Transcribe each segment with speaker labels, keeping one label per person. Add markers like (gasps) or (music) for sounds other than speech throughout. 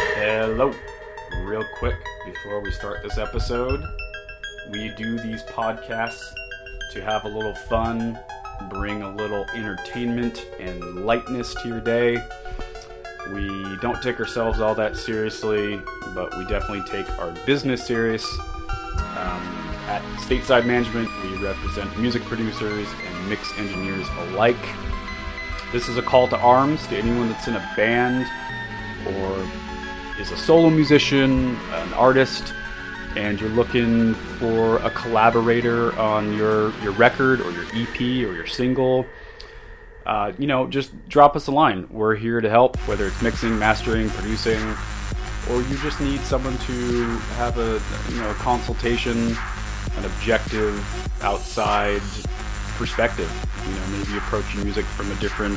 Speaker 1: Hello. Real quick, before we start this episode, we do these podcasts to have a little fun, bring a little entertainment and lightness to your day. We don't take ourselves all that seriously, but we definitely take our business serious. Um, at Stateside Management, we represent music producers and mix engineers alike. This is a call to arms to anyone that's in a band or is a solo musician, an artist, and you're looking for a collaborator on your, your record or your EP or your single, uh, you know, just drop us a line. We're here to help, whether it's mixing, mastering, producing, or you just need someone to have a you know a consultation, an objective, outside perspective. You know, maybe approaching music from a different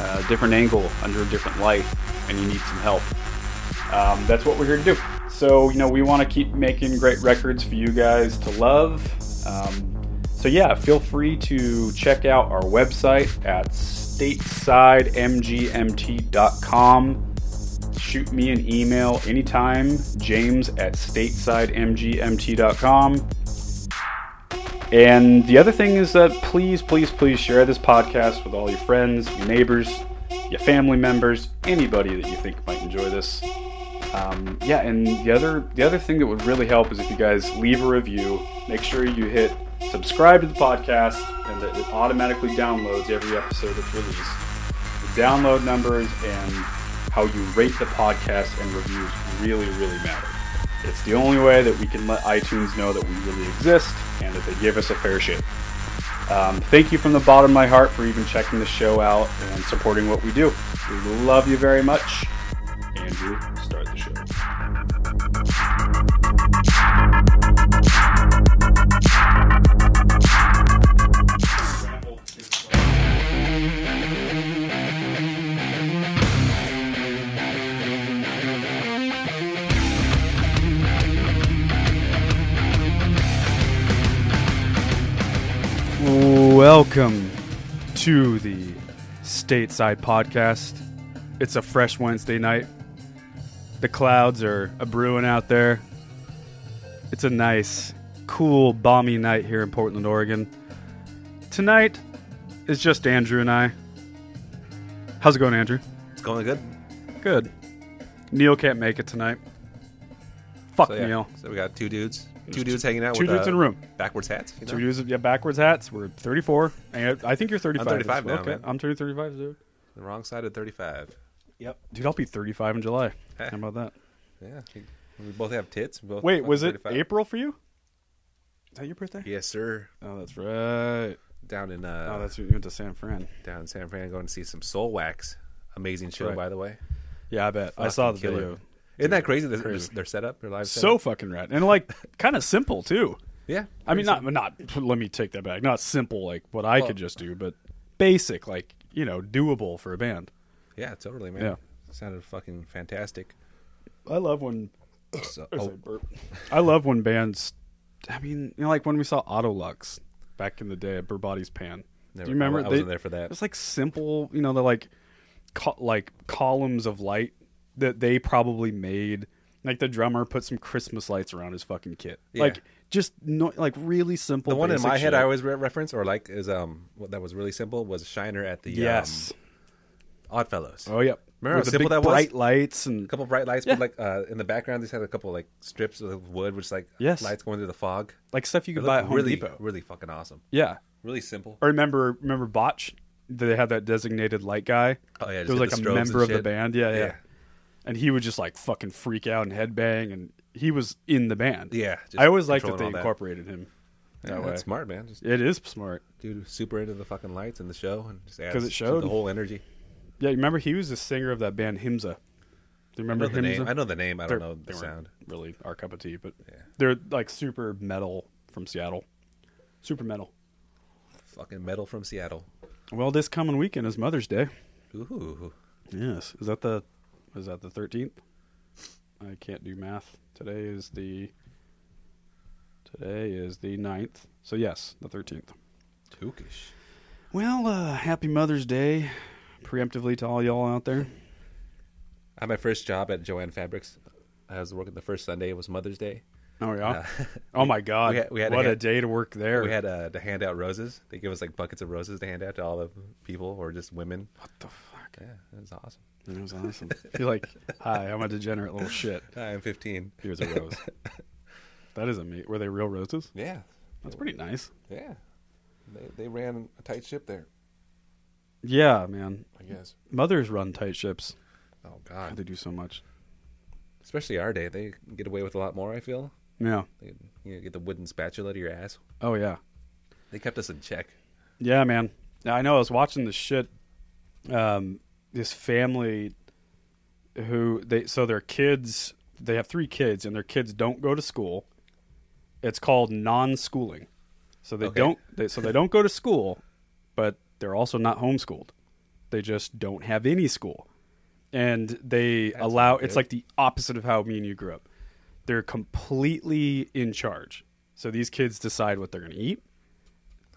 Speaker 1: uh, different angle, under a different light, and you need some help um, that's what we're here to do. So, you know, we want to keep making great records for you guys to love. Um, so, yeah, feel free to check out our website at statesidemgmt.com. Shoot me an email anytime, james at statesidemgmt.com. And the other thing is that please, please, please share this podcast with all your friends, your neighbors, your family members, anybody that you think might enjoy this. Um, yeah, and the other the other thing that would really help is if you guys leave a review. Make sure you hit subscribe to the podcast, and that it automatically downloads every episode that's released. The download numbers and how you rate the podcast and reviews really, really matter. It's the only way that we can let iTunes know that we really exist and that they give us a fair shake. Um, thank you from the bottom of my heart for even checking the show out and supporting what we do. We love you very much. Andrew, start the show. Welcome to the Stateside Podcast. It's a fresh Wednesday night. The clouds are a brewing out there. It's a nice, cool, balmy night here in Portland, Oregon. Tonight is just Andrew and I. How's it going, Andrew?
Speaker 2: It's going good.
Speaker 1: Good. Neil can't make it tonight. Fuck
Speaker 2: So yeah,
Speaker 1: Neil.
Speaker 2: so we got two dudes, two dudes hanging out.
Speaker 1: two
Speaker 2: with,
Speaker 1: dudes
Speaker 2: uh,
Speaker 1: in a room.
Speaker 2: backwards hats. You know?
Speaker 1: So we use yeah, backwards hats. We're 34. And I think you're 35.
Speaker 2: 35 now,
Speaker 1: okay.
Speaker 2: man.
Speaker 1: I'm turning 35, dude.
Speaker 2: The wrong side of thirty-five.
Speaker 1: Yep. Dude, I'll be 35 in July.
Speaker 2: Hey.
Speaker 1: How about that?
Speaker 2: Yeah, we, we both have tits. We both
Speaker 1: Wait,
Speaker 2: fucking
Speaker 1: was it
Speaker 2: 35.
Speaker 1: April for you? Is that your birthday?
Speaker 2: Yes, sir.
Speaker 1: Oh, that's right.
Speaker 2: Down in uh,
Speaker 1: Oh, that's you went to San Fran.
Speaker 2: down in San Fran, going to see some Soul Wax. Amazing show,
Speaker 1: right.
Speaker 2: by the way.
Speaker 1: Yeah, I bet. I saw the
Speaker 2: Fucking killer.
Speaker 1: video.
Speaker 2: Isn't that crazy? Their,
Speaker 1: crazy.
Speaker 2: their setup, their live
Speaker 1: So
Speaker 2: setup.
Speaker 1: fucking rad. And like kind of simple too.
Speaker 2: yeah.
Speaker 1: I mean
Speaker 2: pretty
Speaker 1: not not let me take that back. Not simple like what I
Speaker 2: Well-
Speaker 1: could just do, but basic like, you know, doable for a band.
Speaker 2: sim- yeah, totally, man.
Speaker 1: Yeah.
Speaker 2: sounded fucking
Speaker 1: (coughs)
Speaker 2: fantastic.
Speaker 1: I love when
Speaker 2: So,
Speaker 1: There's
Speaker 2: oh,
Speaker 1: a burp. I love when bands. I mean, you know, like when we saw Autolux back in the day at Burbodi's Pan.
Speaker 2: Never-
Speaker 1: Do you remember?
Speaker 2: I wasn't there for that.
Speaker 1: It's like simple, you know, they're like co- like columns of light that they probably made. Like the drummer put some Christmas lights around his fucking kit.
Speaker 2: Yeah.
Speaker 1: Like just no, like really simple.
Speaker 2: the one in
Speaker 1: basic
Speaker 2: my head
Speaker 1: shit.
Speaker 2: I always re- reference or like is um what that was really simple was Shiner at the
Speaker 1: yes.
Speaker 2: um, Oddfellows.
Speaker 1: oh yep.
Speaker 2: Remember how
Speaker 1: With the
Speaker 2: simple
Speaker 1: big
Speaker 2: that was?
Speaker 1: bright lights and
Speaker 2: a couple bright lights,
Speaker 1: Yeah.
Speaker 2: but like uh, in the background, these had a couple like strips of wood, which like
Speaker 1: Yes.
Speaker 2: lights going through the fog.
Speaker 1: like stuff you
Speaker 2: It
Speaker 1: could buy at
Speaker 2: looked
Speaker 1: Home
Speaker 2: really,
Speaker 1: Depot.
Speaker 2: really fucking awesome.
Speaker 1: Yeah.
Speaker 2: Really simple.
Speaker 1: I remember remember Botch. They had that designated light guy.
Speaker 2: Oh, yeah,
Speaker 1: there
Speaker 2: just
Speaker 1: was
Speaker 2: hit
Speaker 1: like
Speaker 2: the
Speaker 1: a
Speaker 2: strobes
Speaker 1: member
Speaker 2: and
Speaker 1: of the
Speaker 2: shit.
Speaker 1: band. Yeah, yeah,
Speaker 2: Yeah.
Speaker 1: And he would just like fucking freak out and headbang, and he was in the band.
Speaker 2: Yeah, just
Speaker 1: I always liked that they
Speaker 2: controlling all that.
Speaker 1: incorporated him that
Speaker 2: Yeah,
Speaker 1: way.
Speaker 2: that's smart, man. Just
Speaker 1: It is smart.
Speaker 2: dude, super into the fucking lights and the show, and just adds
Speaker 1: 'Cause it
Speaker 2: to
Speaker 1: showed.
Speaker 2: the whole energy.
Speaker 1: Yeah, you remember he was the singer of that band Himza. Do you
Speaker 2: I
Speaker 1: remember
Speaker 2: know the
Speaker 1: Himza?
Speaker 2: name. I know the name. I don't
Speaker 1: They're-
Speaker 2: know
Speaker 1: they
Speaker 2: the
Speaker 1: weren't
Speaker 2: sound.
Speaker 1: Really, our cup of tea, but they're like super metal from Seattle. Super metal.
Speaker 2: Fucking metal from Seattle.
Speaker 1: Well, this coming weekend is Mother's Day.
Speaker 2: Ooh,
Speaker 1: Yes. Is that the is that the thirteenth? I can't do math. Today is the today is the 9th. So yes, the thirteenth.
Speaker 2: kookish.
Speaker 1: Well, uh, happy Mother's Day preemptively to all y'all out there.
Speaker 2: I had my first job at Joanne Fabrics I was working the first Sunday. It was Mother's Day.
Speaker 1: Oh yeah. (laughs) oh my God.
Speaker 2: we had- we had to
Speaker 1: what a
Speaker 2: hit-
Speaker 1: day to work there.
Speaker 2: We had uh, to hand out roses. They give us like buckets of roses to hand out to all the people or just women.
Speaker 1: what the fuck?
Speaker 2: Yeah, it was awesome.
Speaker 1: It was awesome. You're like, hi, I'm a degenerate little shit.
Speaker 2: I'm 15.
Speaker 1: Here's a rose. that is amazing. Were they real roses?
Speaker 2: Yeah,
Speaker 1: That's pretty nice.
Speaker 2: yeah. They they ran a tight ship there,
Speaker 1: Yeah, man.
Speaker 2: I guess.
Speaker 1: Mothers run tight ships.
Speaker 2: Oh
Speaker 1: God,
Speaker 2: God,
Speaker 1: they do so much.
Speaker 2: especially our day, they get away with a lot more. I feel
Speaker 1: Yeah.
Speaker 2: they you know, get the wooden spatula to your ass.
Speaker 1: Oh yeah.
Speaker 2: They kept us in check.
Speaker 1: Yeah, man. Now, I know. I was watching this shit. Um, this family who they so their kids they have three kids and their kids don't go to school. It's called non-schooling. So they
Speaker 2: Okay.
Speaker 1: don't they, so they don't go to school, but they're also not homeschooled. They just don't have any school. And they
Speaker 2: That's
Speaker 1: allow
Speaker 2: not
Speaker 1: it's
Speaker 2: good.
Speaker 1: like the opposite of how me and you grew up. They're completely in charge. So these kids decide what they're going to eat.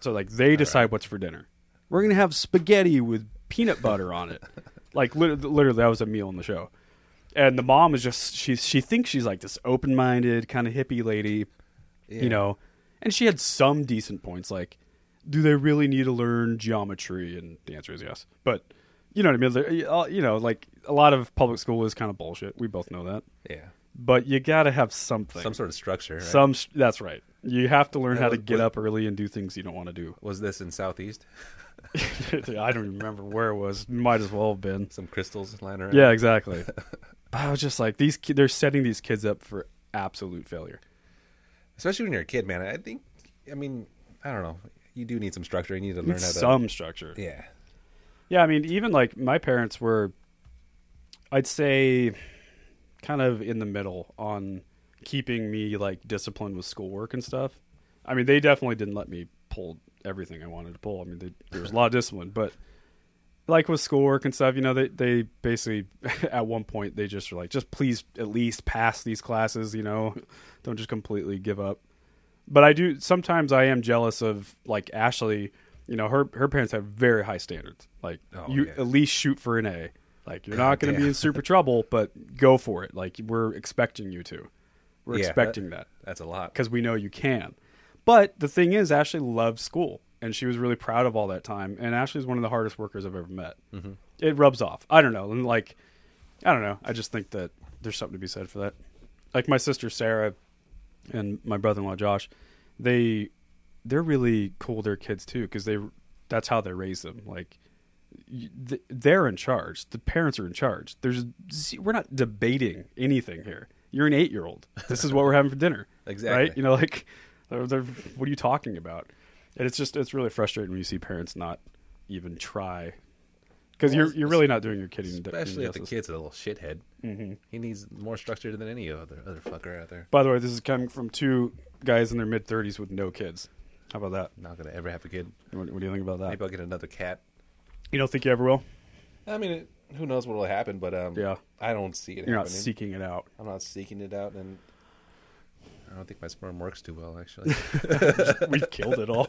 Speaker 1: So like they decide what's for dinner. We're gonna have spaghetti with peanut butter on
Speaker 2: (laughs)
Speaker 1: it. like lit- literally, that was a meal in the show. And the mom is just she she thinks she's like this open minded kind of hippie lady,
Speaker 2: Yeah.
Speaker 1: you know. And she had some decent points like, do they really need to learn geometry? And the answer is yes. But you know what I mean? They're- uh, You know, like a lot of public school is kind of bullshit. We both know that.
Speaker 2: Yeah,
Speaker 1: But you gotta have something.
Speaker 2: some sort of structure. Right?
Speaker 1: Some s- that's right. You have to learn
Speaker 2: That
Speaker 1: how to
Speaker 2: was-
Speaker 1: get
Speaker 2: was-
Speaker 1: up early and do things you don't want to do.
Speaker 2: was this in Southeast?
Speaker 1: (laughs) I don't even remember where it was. Might as well have been.
Speaker 2: Some crystals lying around.
Speaker 1: Yeah, (laughs) exactly. I was just like these. ki- They're setting these kids up for absolute failure.
Speaker 2: especially when you're a kid, man. I think, I mean, I don't know. You do need some structure. You need to learn
Speaker 1: It's
Speaker 2: how to.
Speaker 1: some structure. Yeah.
Speaker 2: Yeah,
Speaker 1: I mean, even like my parents were, I'd say, kind of in the middle on keeping me like disciplined with schoolwork and stuff. I mean, they definitely didn't let me pull everything I wanted to pull. I mean, they, there was a lot of discipline, but like with schoolwork and stuff, you know, they, they basically (laughs) at one point they just were like, just please at least pass these classes, you know, (laughs) don't just completely give up. But I do sometimes I am jealous of like Ashley, you know, her her parents have very high standards. Like
Speaker 2: Oh,
Speaker 1: you
Speaker 2: yeah.
Speaker 1: at least shoot for an A. Like you're not going to be
Speaker 2: Goddamn.
Speaker 1: in super trouble, but go for it. Like we're expecting you to. We're
Speaker 2: Yeah, that-
Speaker 1: expecting that
Speaker 2: that's a lot.
Speaker 1: because we know you can. But the thing is, Ashley loved school, and she was really proud of all that time. And Ashley's one of the hardest workers I've ever met. Mm-hmm. It rubs off. I don't know, and like, I don't know. I just think that there's something to be said for that. Like my sister Sarah and my brother-in-law Josh, they they're really cool with their kids too because they that's how they raise them. Like y- th- they're in charge. The parents are in charge. There's z- we're not debating anything here. You're an eight year old. This is what we're having for
Speaker 2: (laughs)
Speaker 1: dinner.
Speaker 2: Exactly.
Speaker 1: Right? You know, like they're, they're, what are you talking about? And it's just it's really frustrating when you see parents not even try because
Speaker 2: Well,
Speaker 1: you're you're really not doing your kid any
Speaker 2: Especially if the
Speaker 1: injustice.
Speaker 2: kid's a little shithead. Mm-hmm. He needs more structure than any other other fucker out there.
Speaker 1: By the way, this is coming from two guys in their mid thirties with no kids. How about that?
Speaker 2: Not gonna ever have a kid.
Speaker 1: What, what do you think about that?
Speaker 2: Maybe I'll get another cat.
Speaker 1: You don't think you ever will?
Speaker 2: I mean, it, who knows what will happen? But um,
Speaker 1: Yeah.
Speaker 2: I don't see it
Speaker 1: You're not
Speaker 2: happening.
Speaker 1: seeking it out.
Speaker 2: I'm not seeking it out, and I don't think my sperm works too well.
Speaker 1: (laughs)
Speaker 2: Actually, it's
Speaker 1: We've killed it
Speaker 2: (laughs)
Speaker 1: all.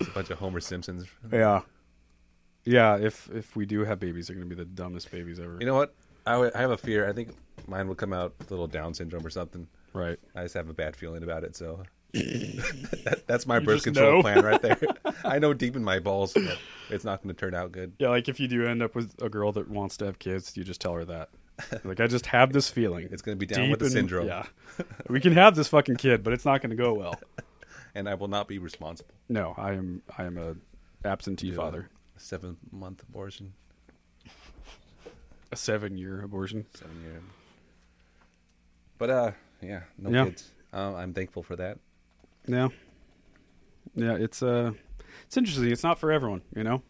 Speaker 2: a bunch of Homer Simpsons.
Speaker 1: yeah, yeah. If if we do have babies, they're going to be the dumbest babies ever.
Speaker 2: You know what? I w- I have a fear. I think mine will come out with a little Down syndrome or something.
Speaker 1: right?
Speaker 2: I just have a bad feeling about it. So (laughs) that, that's my
Speaker 1: You
Speaker 2: birth
Speaker 1: just
Speaker 2: control
Speaker 1: know.
Speaker 2: plan right there.
Speaker 1: (laughs)
Speaker 2: I know deep in my balls that it's not going to turn out good.
Speaker 1: Yeah, like if you do end up with a girl that wants to have kids, you just tell her
Speaker 2: (laughs)
Speaker 1: that. Like I just have this feeling.
Speaker 2: It's gonna be down with the
Speaker 1: in-
Speaker 2: syndrome. (laughs)
Speaker 1: Yeah, we can have this fucking kid, but it's not going to go well.
Speaker 2: And I will not be responsible.
Speaker 1: No, I am I am a absentee father.
Speaker 2: Seven month abortion.
Speaker 1: A seven year abortion.
Speaker 2: Seven year. But uh, yeah, no
Speaker 1: Yeah.
Speaker 2: kids. Um, I'm thankful for that.
Speaker 1: Yeah. Yeah, it's uh it's interesting. It's not for everyone, you know.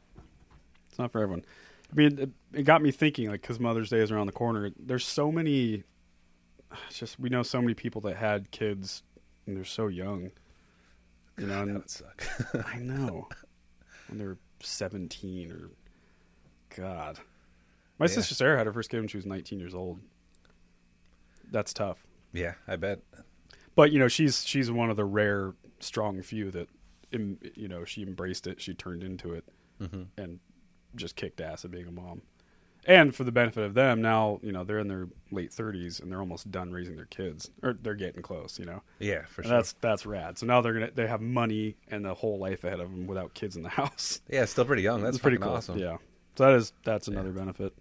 Speaker 1: It's not for everyone. I mean, it, it got me thinking like cuz Mother's Day is around the corner. There's so many it's just we know so many people that had kids and they're so young. You know,
Speaker 2: That
Speaker 1: and
Speaker 2: would suck. (laughs)
Speaker 1: I know. When they're 17 or god. My
Speaker 2: Yeah.
Speaker 1: sister Sarah had her first kid when she was 19 years old. That's tough
Speaker 2: yeah, I bet.
Speaker 1: but you know she's she's one of the rare strong few that em- you
Speaker 2: Mm-hmm.
Speaker 1: know she embraced it she turned into it and just kicked ass at being a mom And for the benefit of them, now you know they're in their late 30s and they're almost done raising their kids, or they're getting close. You know,
Speaker 2: Yeah, for
Speaker 1: And
Speaker 2: sure.
Speaker 1: that's that's rad. So now they're gonna they have money and the whole life ahead of them without kids in the (laughs) house.
Speaker 2: Yeah, it's still pretty young. That's
Speaker 1: It's pretty
Speaker 2: fucking
Speaker 1: cool.
Speaker 2: awesome.
Speaker 1: Yeah. So that is that's another benefit.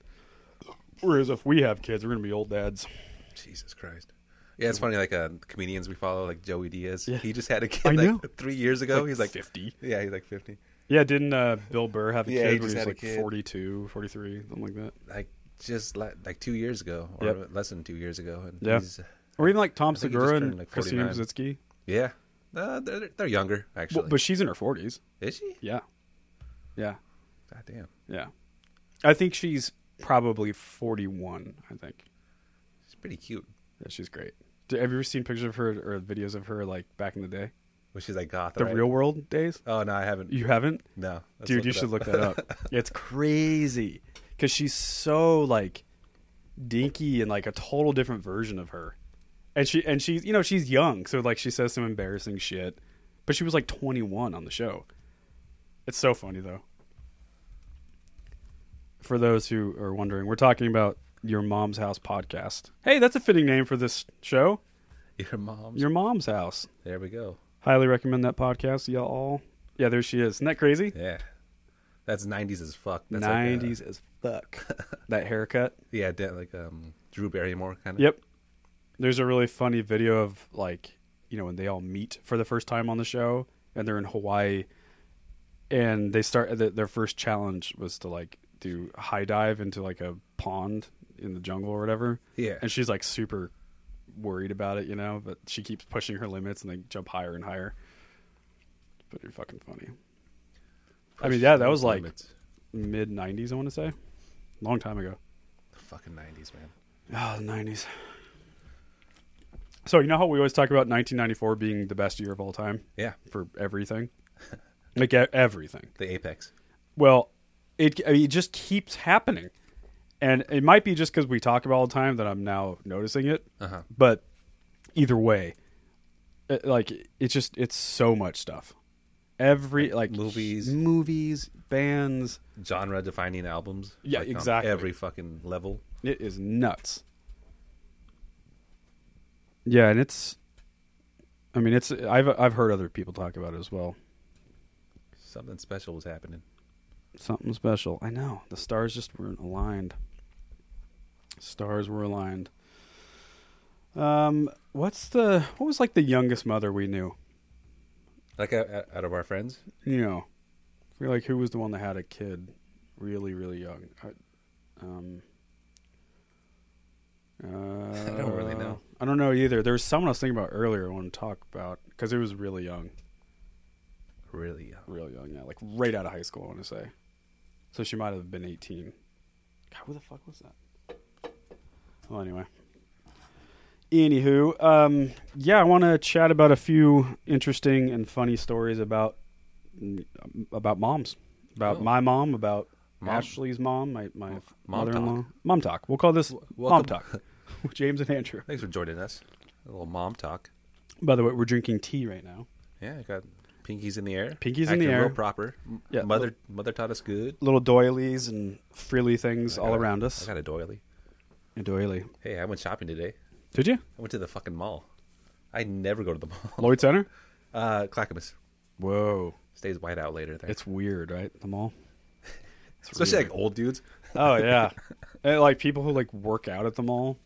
Speaker 1: Whereas if we have kids, we're gonna be old dads.
Speaker 2: Jesus Christ. Yeah, it's funny. Like uh, comedians we follow, like Joey Diaz.
Speaker 1: Yeah.
Speaker 2: He just had a
Speaker 1: I
Speaker 2: kid
Speaker 1: know.
Speaker 2: like three years ago.
Speaker 1: Like
Speaker 2: he's like
Speaker 1: 50.
Speaker 2: Yeah, he's like fifty.
Speaker 1: Yeah, didn't uh, Bill Burr have a
Speaker 2: Yeah, he
Speaker 1: kid when
Speaker 2: just
Speaker 1: he was
Speaker 2: had a
Speaker 1: like
Speaker 2: kid.
Speaker 1: 42, 43, something like that?
Speaker 2: Like just like, like two years ago, or
Speaker 1: Yep.
Speaker 2: less than two years ago. And
Speaker 1: Yeah.
Speaker 2: he's-
Speaker 1: Or even like Tom
Speaker 2: I think he just
Speaker 1: Segura and
Speaker 2: turned, like,
Speaker 1: Christine
Speaker 2: 49.
Speaker 1: Rositsky.
Speaker 2: yeah. Uh, they're, they're younger actually.
Speaker 1: Well, but she's in her 40s.
Speaker 2: Is she?
Speaker 1: Yeah. Yeah.
Speaker 2: God damn.
Speaker 1: Yeah. I think she's probably 41, I think.
Speaker 2: She's pretty cute.
Speaker 1: Yeah, she's great. D- Have you ever seen pictures of her or videos of her like back in the day?
Speaker 2: Well, she's like goth.
Speaker 1: The
Speaker 2: right?
Speaker 1: real world days?
Speaker 2: Oh no, I haven't.
Speaker 1: You haven't?
Speaker 2: No, Let's
Speaker 1: Dude, you
Speaker 2: it
Speaker 1: should
Speaker 2: up.
Speaker 1: look that up. it's crazy because she's so like dinky and like a total different version of her. And she and she's you know she's young, so like she says some embarrassing shit, but she was like 21 on the show. It's so funny though. For those who are wondering, we're talking about your mom's house podcast. Hey, that's a fitting name for this show.
Speaker 2: (laughs) Your mom's.
Speaker 1: Your mom's house.
Speaker 2: There we go.
Speaker 1: Highly recommend that podcast, y'all. all Yeah, there she is. Isn't that crazy?
Speaker 2: Yeah, that's '90s as fuck. That's like, uh,
Speaker 1: Nineties as fuck. (laughs) that haircut.
Speaker 2: yeah, de- like um, Drew Barrymore kind of.
Speaker 1: Yep. There's a really funny video of like you know when they all meet for the first time on the show, and they're in Hawaii, and they start th- their first challenge was to like do high dive into like a pond in the jungle or whatever.
Speaker 2: Yeah.
Speaker 1: And she's like super worried about it, you know, but she keeps pushing her limits and they jump higher and higher. But you're fucking funny. I mean, yeah, that was like
Speaker 2: Limits.
Speaker 1: mid '90s, I want to say, long time ago.
Speaker 2: fucking '90s, man.
Speaker 1: Ah, the nineties. So you know how we always talk about 1994 being the best year of all time
Speaker 2: Yeah,
Speaker 1: for
Speaker 2: (laughs)
Speaker 1: everything, like e- everything.
Speaker 2: the apex.
Speaker 1: Well, it I mean, it just keeps happening, and it might be just because we talk about it all the time that I'm now noticing it.
Speaker 2: Uh huh.
Speaker 1: But either way, it, like it's just it's so much stuff. Every like
Speaker 2: movies.
Speaker 1: movies, bands.
Speaker 2: Genre defining albums.
Speaker 1: Yeah,
Speaker 2: like, on
Speaker 1: exactly.
Speaker 2: every fucking level.
Speaker 1: It is nuts. Yeah, and it's. I mean, it's. I've I've heard other people talk about it as well.
Speaker 2: Something special was happening.
Speaker 1: Something special. I know the stars just weren't aligned. Stars were aligned. Um, what's the what was like the youngest mother we knew?
Speaker 2: Like uh, uh, out of our friends,
Speaker 1: You know, I feel like who was the one that had a kid really really young? I, um.
Speaker 2: (laughs) I don't really
Speaker 1: uh,
Speaker 2: know.
Speaker 1: I don't know either. There was someone I was thinking about earlier I want to talk about because it was really young,
Speaker 2: really young.
Speaker 1: real young. Yeah, like right out of high school. I want to say, so she might have been eighteen. God, who the fuck was that? Well, anyway. Anywho, um, yeah, I want to chat about a few interesting and funny stories about mm, about moms, about
Speaker 2: Oh.
Speaker 1: my mom, about
Speaker 2: Mom-
Speaker 1: Ashley's mom, my my
Speaker 2: Mom
Speaker 1: mother-in-law. Mom talk. We'll call this mom
Speaker 2: welcome.
Speaker 1: talk. (laughs) with James and Andrew.
Speaker 2: Thanks for joining us. A little mom talk.
Speaker 1: By the way, we're drinking tea right now.
Speaker 2: Yeah, I got pinkies in the air.
Speaker 1: Pinkies in
Speaker 2: Acting
Speaker 1: the air.
Speaker 2: Real proper. M-
Speaker 1: Yeah,
Speaker 2: Mother, mother taught us good.
Speaker 1: Little doilies and frilly things
Speaker 2: I
Speaker 1: all
Speaker 2: got a-
Speaker 1: around
Speaker 2: I
Speaker 1: us.
Speaker 2: got a doily.
Speaker 1: A doily.
Speaker 2: Hey, I went shopping today.
Speaker 1: Did you?
Speaker 2: I went to the fucking mall. I never go to the (laughs) mall.
Speaker 1: Lloyd Center?
Speaker 2: Uh, Clackamas
Speaker 1: Whoa.
Speaker 2: stays white out later there.
Speaker 1: It's weird, right? The mall. It's
Speaker 2: Especially
Speaker 1: weird.
Speaker 2: like old dudes.
Speaker 1: oh
Speaker 2: (laughs)
Speaker 1: yeah, and, like people who like work out at the mall,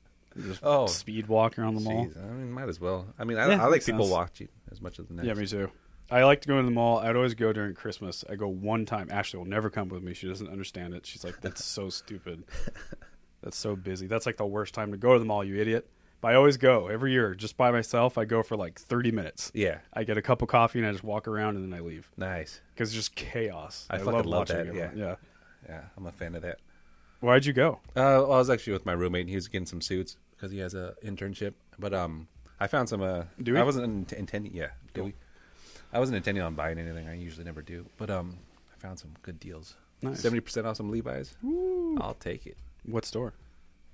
Speaker 1: just
Speaker 2: Oh.
Speaker 1: speed walk around the mall.
Speaker 2: Jeez, I mean, might as well. I mean, I,
Speaker 1: Yeah,
Speaker 2: I like
Speaker 1: makes
Speaker 2: people
Speaker 1: sense.
Speaker 2: watching as much as the next.
Speaker 1: Yeah, me too. I like to go to the mall. I'd always go during Christmas. I go one time. Ashley will never come with me. She doesn't understand it. She's like, "That's so stupid. That's so busy. That's like the worst time to go to the mall, you idiot." But I always go every year, just by myself. I go for like thirty minutes.
Speaker 2: yeah,
Speaker 1: I get a cup of coffee and I just walk around and then I leave
Speaker 2: nice.
Speaker 1: because it's just chaos.
Speaker 2: I fucking love
Speaker 1: watching
Speaker 2: that,
Speaker 1: people.
Speaker 2: yeah.
Speaker 1: yeah.
Speaker 2: Yeah, I'm a fan of that.
Speaker 1: Why'd you go?
Speaker 2: Uh, well, I was actually with my roommate. and He was getting some suits because he has a internship. But um, I found some. Uh,
Speaker 1: Dewey?
Speaker 2: I wasn't int- intending. Yeah, Dewey. I wasn't intending on buying anything. I usually never do. But um, I found some good deals.
Speaker 1: Nice.
Speaker 2: Seventy percent off some Levi's. I'll take it.
Speaker 1: What store?